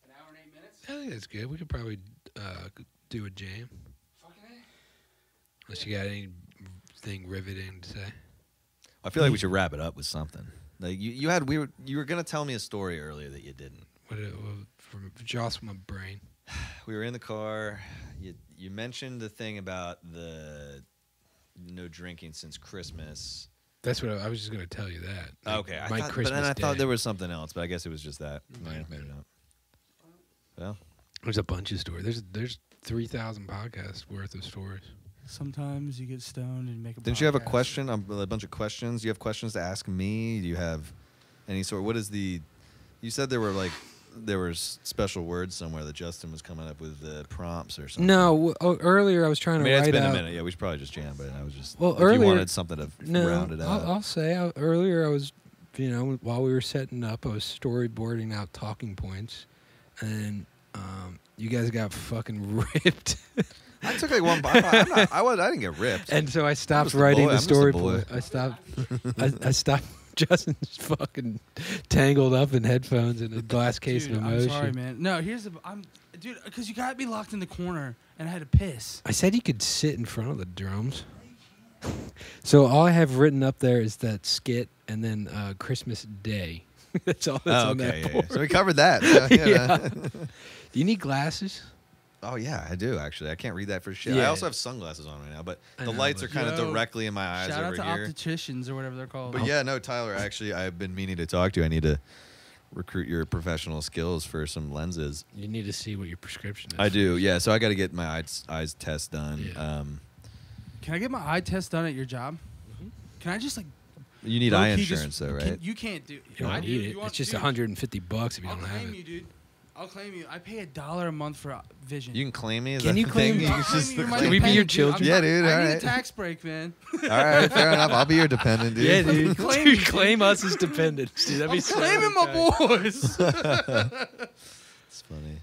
[SPEAKER 2] an hour and eight minutes.
[SPEAKER 1] I think that's good. We could probably uh, do a jam.
[SPEAKER 2] Fucking
[SPEAKER 1] Unless you got anything riveting to say.
[SPEAKER 3] I feel like we should wrap it up with something. Like you, you had we were you were gonna tell me a story earlier that you didn't.
[SPEAKER 1] What it, what, from jostle my brain.
[SPEAKER 3] We were in the car. You you mentioned the thing about the no drinking since Christmas.
[SPEAKER 1] That's what I, I was just gonna tell you that. Like,
[SPEAKER 3] Okay, I
[SPEAKER 1] my
[SPEAKER 3] thought,
[SPEAKER 1] Christmas
[SPEAKER 3] but then I
[SPEAKER 1] day.
[SPEAKER 3] thought there was something else, but I guess it was just that.
[SPEAKER 1] Might have been.
[SPEAKER 3] maybe not. Well,
[SPEAKER 1] There's a bunch of stories. There's there's three thousand podcasts worth of stories.
[SPEAKER 2] Sometimes you get stoned and make a.
[SPEAKER 3] didn't you have a
[SPEAKER 2] podcast.
[SPEAKER 3] question? A, a bunch of questions. Do you have questions to ask me? Do you have any sort? What is the? You said there were like there were s- special words somewhere that Justin was coming up with the prompts or something.
[SPEAKER 1] No, w- oh, earlier I was
[SPEAKER 3] I
[SPEAKER 1] trying to
[SPEAKER 3] mean, it's
[SPEAKER 1] write
[SPEAKER 3] been
[SPEAKER 1] out.
[SPEAKER 3] a minute. Yeah, we should probably just jam, but I was just.
[SPEAKER 1] Well,
[SPEAKER 3] if
[SPEAKER 1] earlier-
[SPEAKER 3] you wanted something to
[SPEAKER 1] No,
[SPEAKER 3] round it out.
[SPEAKER 1] I'll, I'll say I, earlier I was, you know, while we were setting up, I was storyboarding out talking points, and um, you guys got fucking ripped.
[SPEAKER 3] I took like one. bite. I'm not, I was. I didn't get ripped.
[SPEAKER 1] And so I stopped
[SPEAKER 3] just a
[SPEAKER 1] writing
[SPEAKER 3] boy.
[SPEAKER 1] the
[SPEAKER 3] I'm just a
[SPEAKER 1] story
[SPEAKER 3] boy.
[SPEAKER 1] point. I stopped. I, I stopped. Justin's fucking tangled up in headphones and a glass case
[SPEAKER 2] Dude,
[SPEAKER 1] of
[SPEAKER 2] I'm
[SPEAKER 1] emotion.
[SPEAKER 2] sorry, man. No, here's the. I'm, dude, because you got me locked in the corner and I had to piss.
[SPEAKER 1] I said you could sit in front of the drums. So all I have written up there is that skit and then uh, Christmas Day. that's all that's
[SPEAKER 3] oh,
[SPEAKER 1] on
[SPEAKER 3] okay.
[SPEAKER 1] that
[SPEAKER 3] yeah, yeah.
[SPEAKER 1] board.
[SPEAKER 3] So we covered that. Yeah, yeah.
[SPEAKER 1] Yeah. Do you need glasses?
[SPEAKER 3] Oh yeah, I do actually. I can't read that for shit. I
[SPEAKER 1] Yeah.
[SPEAKER 3] also have sunglasses on right now, but
[SPEAKER 1] I
[SPEAKER 3] the
[SPEAKER 1] know,
[SPEAKER 3] lights are
[SPEAKER 1] but-
[SPEAKER 3] kind of
[SPEAKER 2] Yo,
[SPEAKER 3] directly in my eyes
[SPEAKER 2] Shout out
[SPEAKER 3] over
[SPEAKER 2] to
[SPEAKER 3] here.
[SPEAKER 2] opticians or whatever they're called.
[SPEAKER 3] But yeah, no, Tyler. Actually, I've been meaning to talk to. you. I need to recruit your professional skills for some lenses.
[SPEAKER 1] You need to see what your prescription is.
[SPEAKER 3] I do. Yeah. So I got to get my eyes eyes test done.
[SPEAKER 1] Yeah.
[SPEAKER 3] Um,
[SPEAKER 2] Can I get my eye test done at your job? Can I just like
[SPEAKER 3] you Mm-hmm. need
[SPEAKER 2] low-key
[SPEAKER 3] eye
[SPEAKER 2] just-
[SPEAKER 3] insurance though,
[SPEAKER 2] can-
[SPEAKER 3] right?
[SPEAKER 2] you can't do.
[SPEAKER 1] You don't
[SPEAKER 2] I
[SPEAKER 1] need
[SPEAKER 2] do-
[SPEAKER 1] it.
[SPEAKER 2] you want-
[SPEAKER 1] It's just
[SPEAKER 2] dude,
[SPEAKER 1] 150 bucks if you
[SPEAKER 2] I'll
[SPEAKER 1] don't have
[SPEAKER 2] claim
[SPEAKER 1] it.
[SPEAKER 2] you, dude. I'll claim you. I pay a dollar a month for uh, vision.
[SPEAKER 3] You can claim me. Is
[SPEAKER 1] Can
[SPEAKER 3] that
[SPEAKER 1] you
[SPEAKER 3] the
[SPEAKER 1] claim
[SPEAKER 3] thing?
[SPEAKER 1] me?
[SPEAKER 3] You
[SPEAKER 2] I'll
[SPEAKER 1] I'll
[SPEAKER 3] can
[SPEAKER 2] claim
[SPEAKER 3] just
[SPEAKER 2] you my
[SPEAKER 1] Can
[SPEAKER 3] claim
[SPEAKER 1] we be
[SPEAKER 2] dependent,
[SPEAKER 1] your
[SPEAKER 2] dude. I'm
[SPEAKER 1] children?
[SPEAKER 3] Yeah,
[SPEAKER 2] not-
[SPEAKER 3] dude,
[SPEAKER 2] I
[SPEAKER 3] all
[SPEAKER 2] need a
[SPEAKER 3] right.
[SPEAKER 2] tax break, man.
[SPEAKER 3] All right, fair enough. I'll be your dependent, dude.
[SPEAKER 1] Yeah, dude.
[SPEAKER 2] Claim
[SPEAKER 1] claim,
[SPEAKER 2] me, dude.
[SPEAKER 1] claim us as dependents, dude. That'd be
[SPEAKER 2] I'm
[SPEAKER 1] so
[SPEAKER 2] claiming my boys.
[SPEAKER 3] It's funny.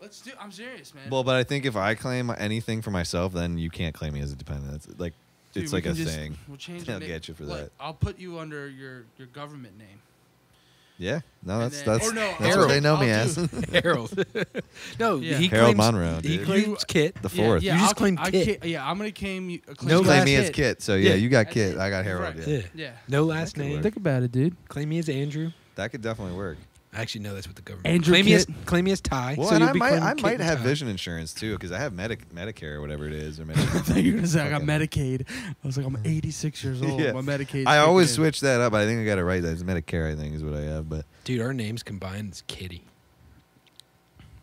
[SPEAKER 2] Let's do. I'm serious, man.
[SPEAKER 3] Well, but I think if I claim anything for myself, then you can't claim me as a dependent. It's like
[SPEAKER 2] Dude,
[SPEAKER 3] it's
[SPEAKER 2] we
[SPEAKER 3] like
[SPEAKER 2] can
[SPEAKER 3] a
[SPEAKER 2] just-
[SPEAKER 3] thing.
[SPEAKER 2] We'll change.
[SPEAKER 3] They'll
[SPEAKER 2] the
[SPEAKER 3] get you for
[SPEAKER 2] Look,
[SPEAKER 3] that.
[SPEAKER 2] I'll put you under your your government name.
[SPEAKER 3] Yeah. No,
[SPEAKER 2] And
[SPEAKER 3] that's
[SPEAKER 2] then-
[SPEAKER 3] that's
[SPEAKER 2] or no,
[SPEAKER 3] that's what
[SPEAKER 1] Harold.
[SPEAKER 3] they know me
[SPEAKER 2] I'll
[SPEAKER 3] as.
[SPEAKER 2] do-
[SPEAKER 1] Harold. no,
[SPEAKER 2] Yeah.
[SPEAKER 1] he
[SPEAKER 3] Harold
[SPEAKER 1] claims,
[SPEAKER 3] Monroe,
[SPEAKER 1] He
[SPEAKER 3] dude.
[SPEAKER 1] claims Kit.
[SPEAKER 3] the fourth.
[SPEAKER 1] You just
[SPEAKER 2] I'll,
[SPEAKER 1] claimed
[SPEAKER 2] I
[SPEAKER 1] Kit.
[SPEAKER 2] ca- yeah, I'm gonna claim you. uh, Claim
[SPEAKER 1] No
[SPEAKER 3] You
[SPEAKER 2] you.
[SPEAKER 3] claim
[SPEAKER 1] last
[SPEAKER 3] me as
[SPEAKER 1] hit.
[SPEAKER 3] Kit. So yeah,
[SPEAKER 1] Yeah.
[SPEAKER 3] you got
[SPEAKER 2] That's
[SPEAKER 3] Kit.
[SPEAKER 2] it.
[SPEAKER 3] I got Harold.
[SPEAKER 2] Right.
[SPEAKER 3] Yeah.
[SPEAKER 1] Yeah.
[SPEAKER 2] Yeah.
[SPEAKER 1] No last
[SPEAKER 3] could
[SPEAKER 1] name.
[SPEAKER 3] work.
[SPEAKER 2] about it, dude.
[SPEAKER 1] Claim me as Andrew.
[SPEAKER 3] That could definitely work.
[SPEAKER 1] Actually, no, that's what the government.
[SPEAKER 2] Andrew
[SPEAKER 1] claim me as
[SPEAKER 2] Kit.
[SPEAKER 1] claim me as Ty.
[SPEAKER 3] Well,
[SPEAKER 1] so
[SPEAKER 3] and
[SPEAKER 1] you'll
[SPEAKER 3] I
[SPEAKER 1] be
[SPEAKER 3] might
[SPEAKER 1] claiming
[SPEAKER 3] I
[SPEAKER 1] Kit
[SPEAKER 3] might
[SPEAKER 1] and
[SPEAKER 3] have
[SPEAKER 1] Ty.
[SPEAKER 3] vision insurance too because I have Medic Medicare or whatever it is or
[SPEAKER 2] I thought you were
[SPEAKER 3] Medicaid.
[SPEAKER 2] gonna say I got
[SPEAKER 3] Fucking-
[SPEAKER 2] Medicaid. I was like, I'm 86 years old.
[SPEAKER 3] Yeah.
[SPEAKER 2] My Medicaid.
[SPEAKER 3] I always switch that up. I think I got it right. That's Medicare. I think is what I have, but
[SPEAKER 1] Dude, our names combined is Kitty.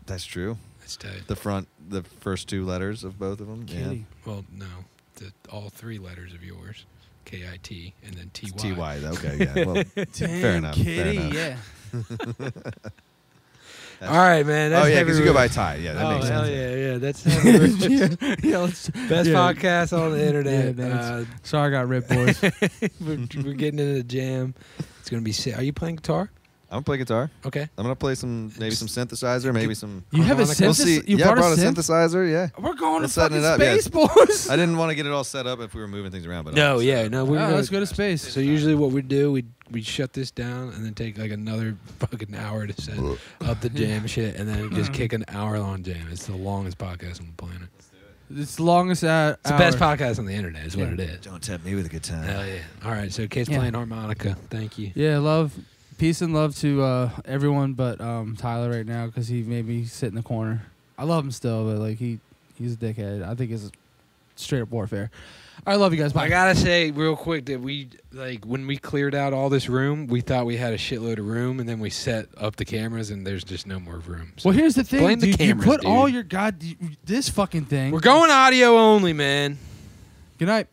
[SPEAKER 3] that's true.
[SPEAKER 1] That's tight.
[SPEAKER 3] The front, the first two letters of both of them.
[SPEAKER 2] Kitty.
[SPEAKER 1] Well, no, the, all three letters of yours, K I T and then T Y.
[SPEAKER 3] Yeah. T Y. Okay. Yeah. Well, oh,
[SPEAKER 2] Damn,
[SPEAKER 3] fair enough.
[SPEAKER 2] Kitty.
[SPEAKER 3] Fair enough.
[SPEAKER 2] Yeah.
[SPEAKER 1] All right, man. That's
[SPEAKER 3] oh yeah,
[SPEAKER 1] because
[SPEAKER 3] because you go by Ty. Yeah, that
[SPEAKER 1] oh
[SPEAKER 3] makes
[SPEAKER 1] hell
[SPEAKER 3] sense.
[SPEAKER 1] yeah, yeah. That's heavy riches.
[SPEAKER 2] yeah. yeah let's,
[SPEAKER 1] best
[SPEAKER 2] yeah.
[SPEAKER 1] podcast on the internet.
[SPEAKER 2] Yeah,
[SPEAKER 1] uh,
[SPEAKER 2] that's- Sorry, I got ripped, boys.
[SPEAKER 1] we're, we're getting into the jam. It's gonna be sick. Are you playing guitar?
[SPEAKER 3] I'm gonna play guitar.
[SPEAKER 1] Okay.
[SPEAKER 3] I'm gonna play some maybe some synthesizer, maybe some.
[SPEAKER 2] You have a
[SPEAKER 1] Harmonica.
[SPEAKER 2] synthesis.
[SPEAKER 3] We'll see.
[SPEAKER 2] You
[SPEAKER 3] yeah,
[SPEAKER 2] brought,
[SPEAKER 3] I brought a
[SPEAKER 2] synth?
[SPEAKER 3] synthesizer. Yeah.
[SPEAKER 2] We're going
[SPEAKER 3] Let's
[SPEAKER 2] to
[SPEAKER 3] setting
[SPEAKER 2] fucking
[SPEAKER 3] it up, yeah.
[SPEAKER 2] space, boys.
[SPEAKER 3] I didn't want to get it all set up if we were moving things around, but
[SPEAKER 1] No,
[SPEAKER 3] I'll-
[SPEAKER 1] yeah, no. We're
[SPEAKER 2] Oh,
[SPEAKER 1] gonna,
[SPEAKER 2] let's go to space. Uh,
[SPEAKER 1] So usually, what we do, we we shut this down and then take like another fucking hour to set up the jam shit, and then just kick an hour long jam. It's the longest podcast on the planet.
[SPEAKER 2] It's the longest uh, out.
[SPEAKER 1] It's the best podcast on the internet. Is what
[SPEAKER 2] Yeah.
[SPEAKER 1] it is.
[SPEAKER 3] Don't tempt me with a good time.
[SPEAKER 1] Hell yeah! All right, so Kate's
[SPEAKER 2] Yeah.
[SPEAKER 1] playing harmonica. Thank you.
[SPEAKER 2] Yeah, love, peace and love to uh, everyone, but um, Tyler right now because he made me sit in the corner. I love him still, but like he, he's a dickhead. I think his straight up warfare. I love you guys. Bye.
[SPEAKER 1] I gotta say real quick that we like when we cleared out all this room, we thought we had a shitload of room, and then we set up the cameras, and there's just no more room. So
[SPEAKER 2] well, here's the thing.
[SPEAKER 1] Blame the
[SPEAKER 2] dude,
[SPEAKER 1] cameras,
[SPEAKER 2] You put
[SPEAKER 1] dude.
[SPEAKER 2] all your god this fucking thing.
[SPEAKER 1] we're going audio only, man.
[SPEAKER 2] Good night.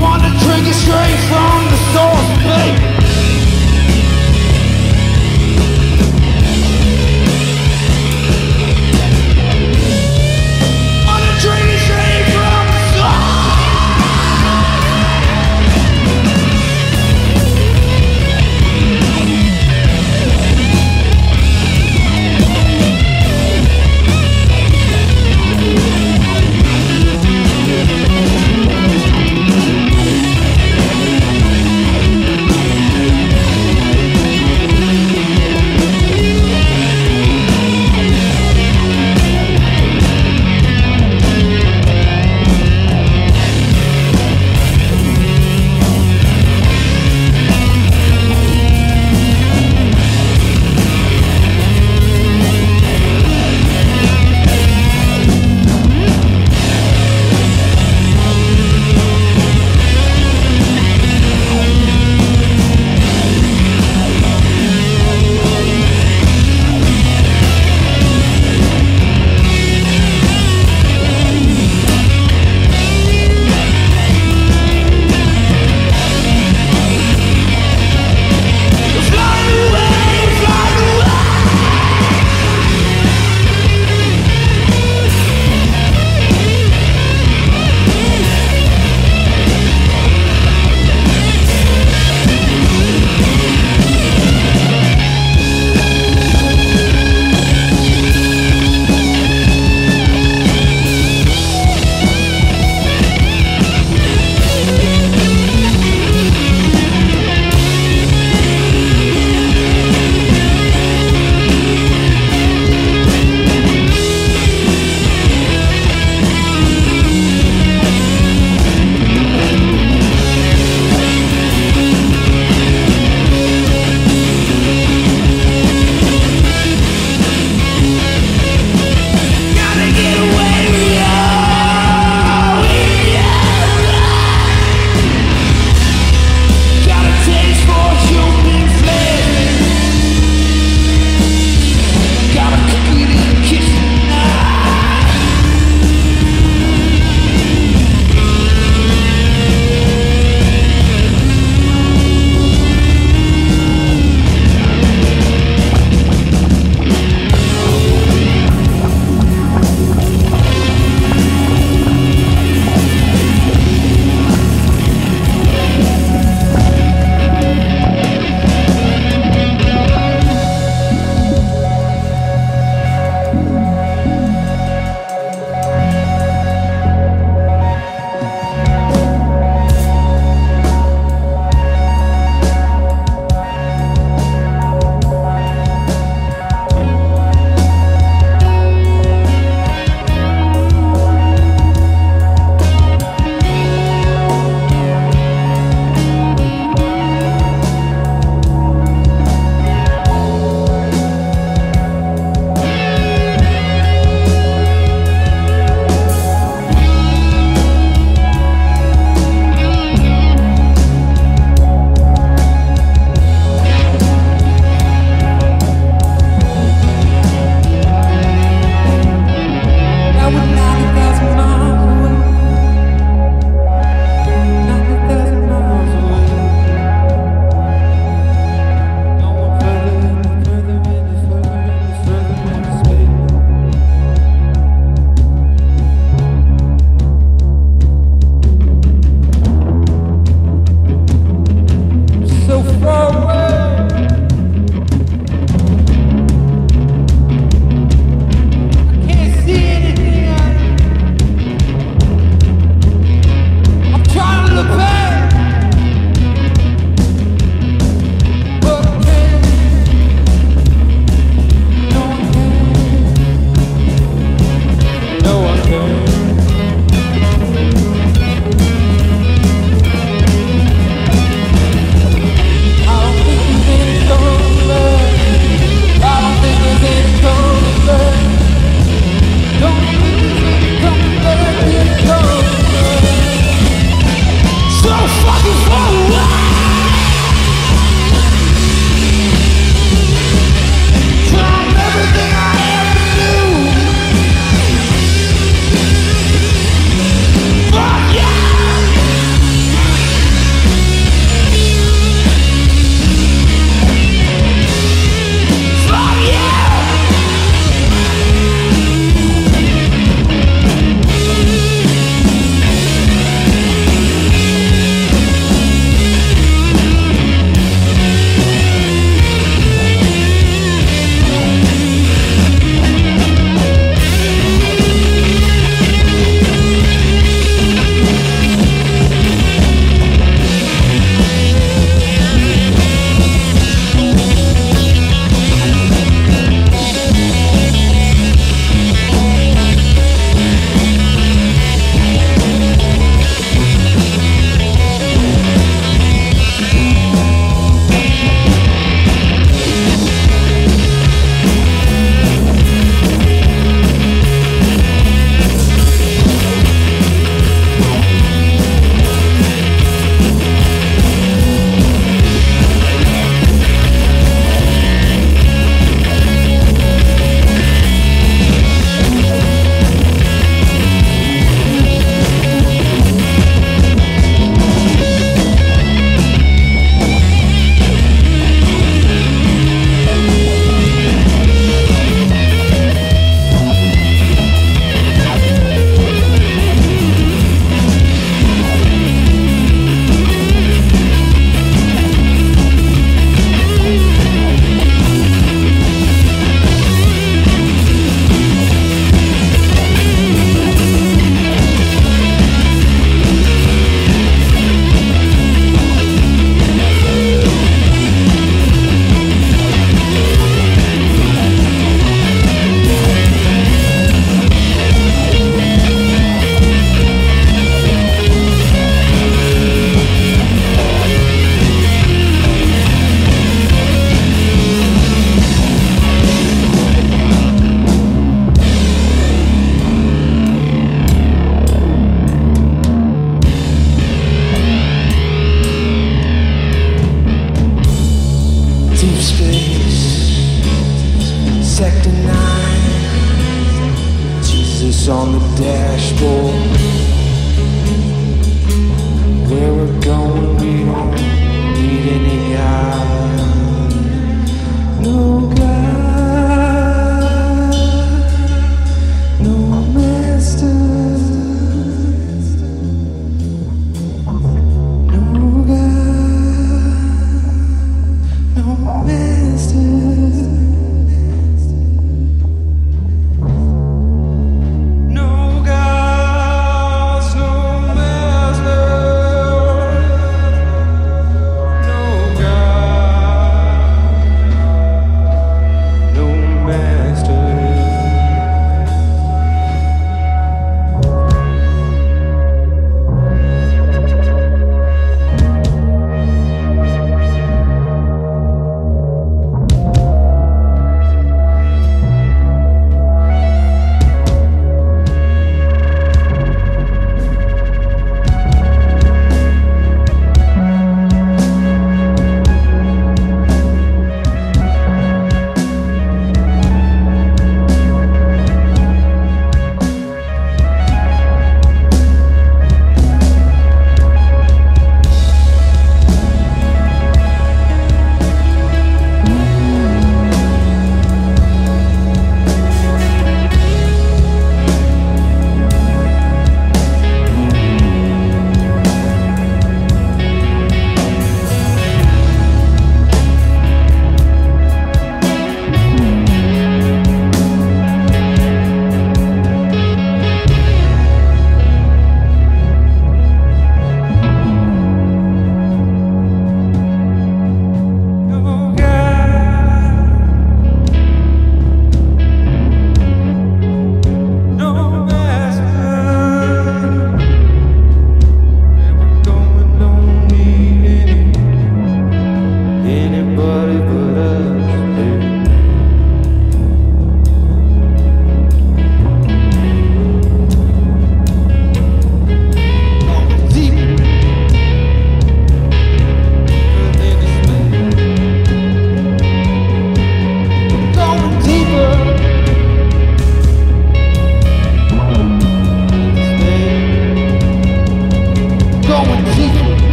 [SPEAKER 5] Wanna drink it straight from the source, babe. Wanna drink it straight from the source.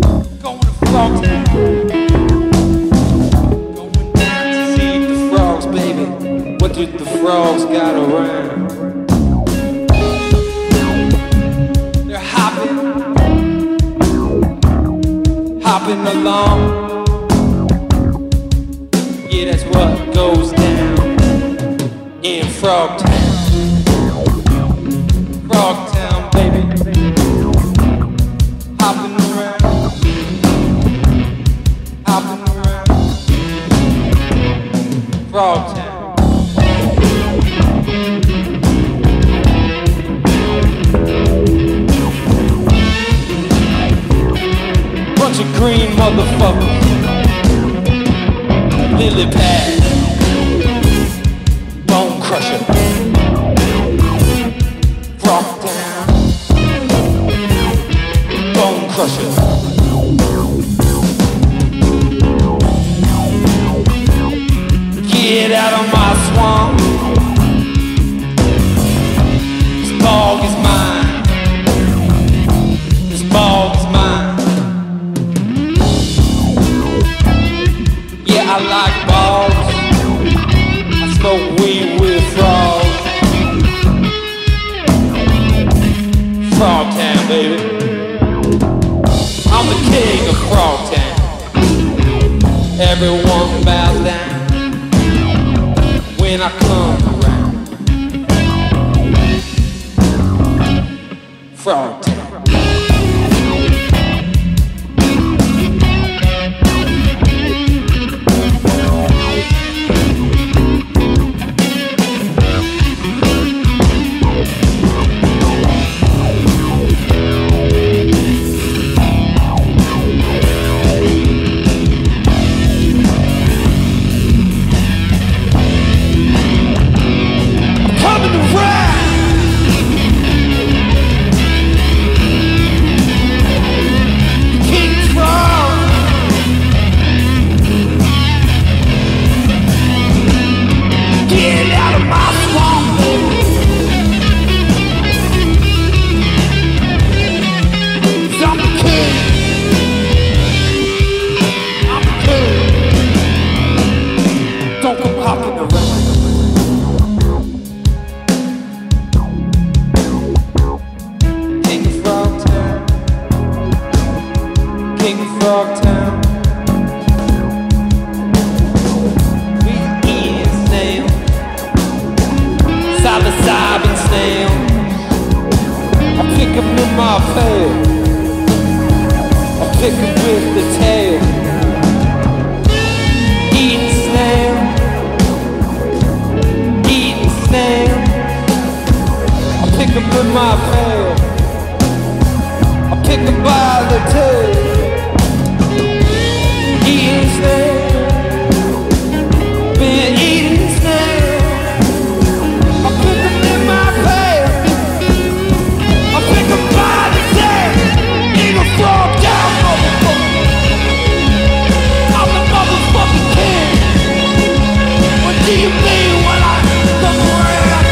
[SPEAKER 4] frogs. Going down to see the frogs, baby. What do the frogs got around? They're hopping, hopping along. Yeah, that's what goes down in Frog Town. Frog Town, baby. Hopping around, hopping around. Frog Town. Bunch of green motherfuckers lily pad, bone crusher, rock down, bone crusher. Get out of my swamp. This bog is mine. This bog is mine. Yeah, I like balls. I smoke weed with frogs. Frog town, baby. I'm the king of frog town. Everyone bows down when I come around. Frog town. coming to ride. King Frog. Get out of my swamp. I'm the king. I'm the king. Don't come hopping around. King of Frog Town. King of Frog Town. We eat snail. Psilocybin snail. I pick 'em with my pail. I pick 'em with the tail. Eating snail. Eating snail. I pick 'em with my pail. I pick him by the tail. Eating snail. Been eating snail. I pick him in my pail. I pick him by the tail. Eagle frog down, motherfucker. I'm the motherfucking king. What do you mean when I come around?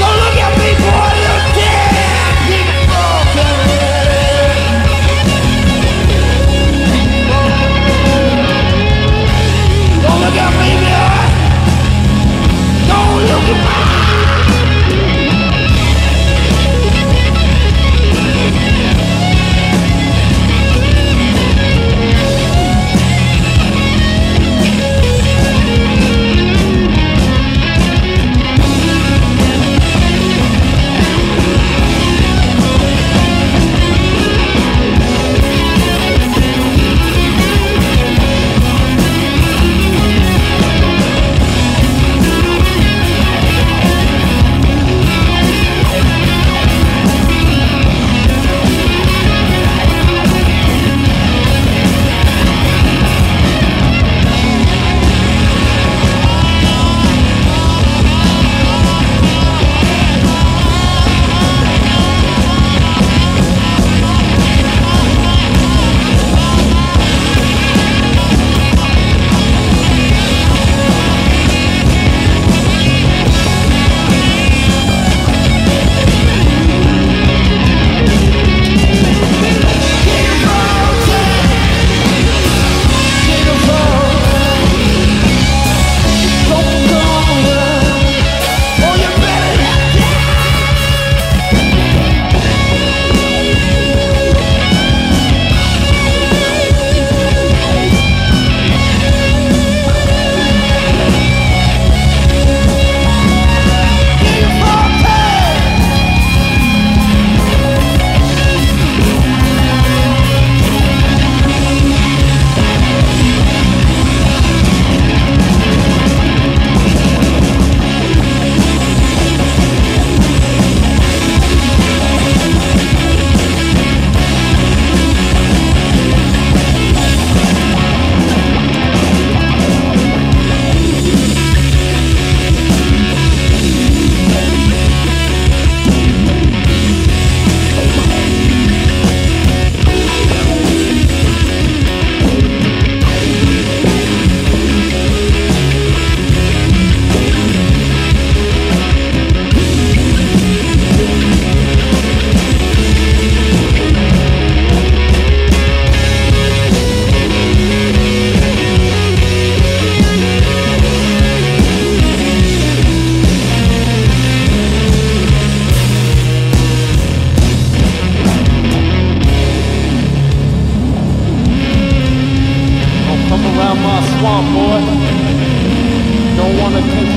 [SPEAKER 4] Don't look at me, boy, you're a kid.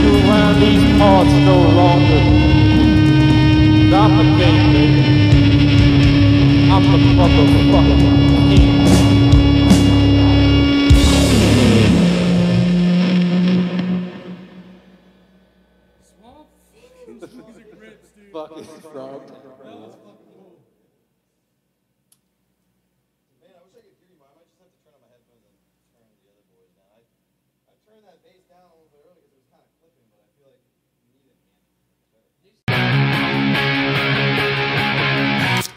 [SPEAKER 4] heart's no longer not the baby. I'm the motherfucking king. fucking frog.
[SPEAKER 3] I turned that bass down a little bit earlier.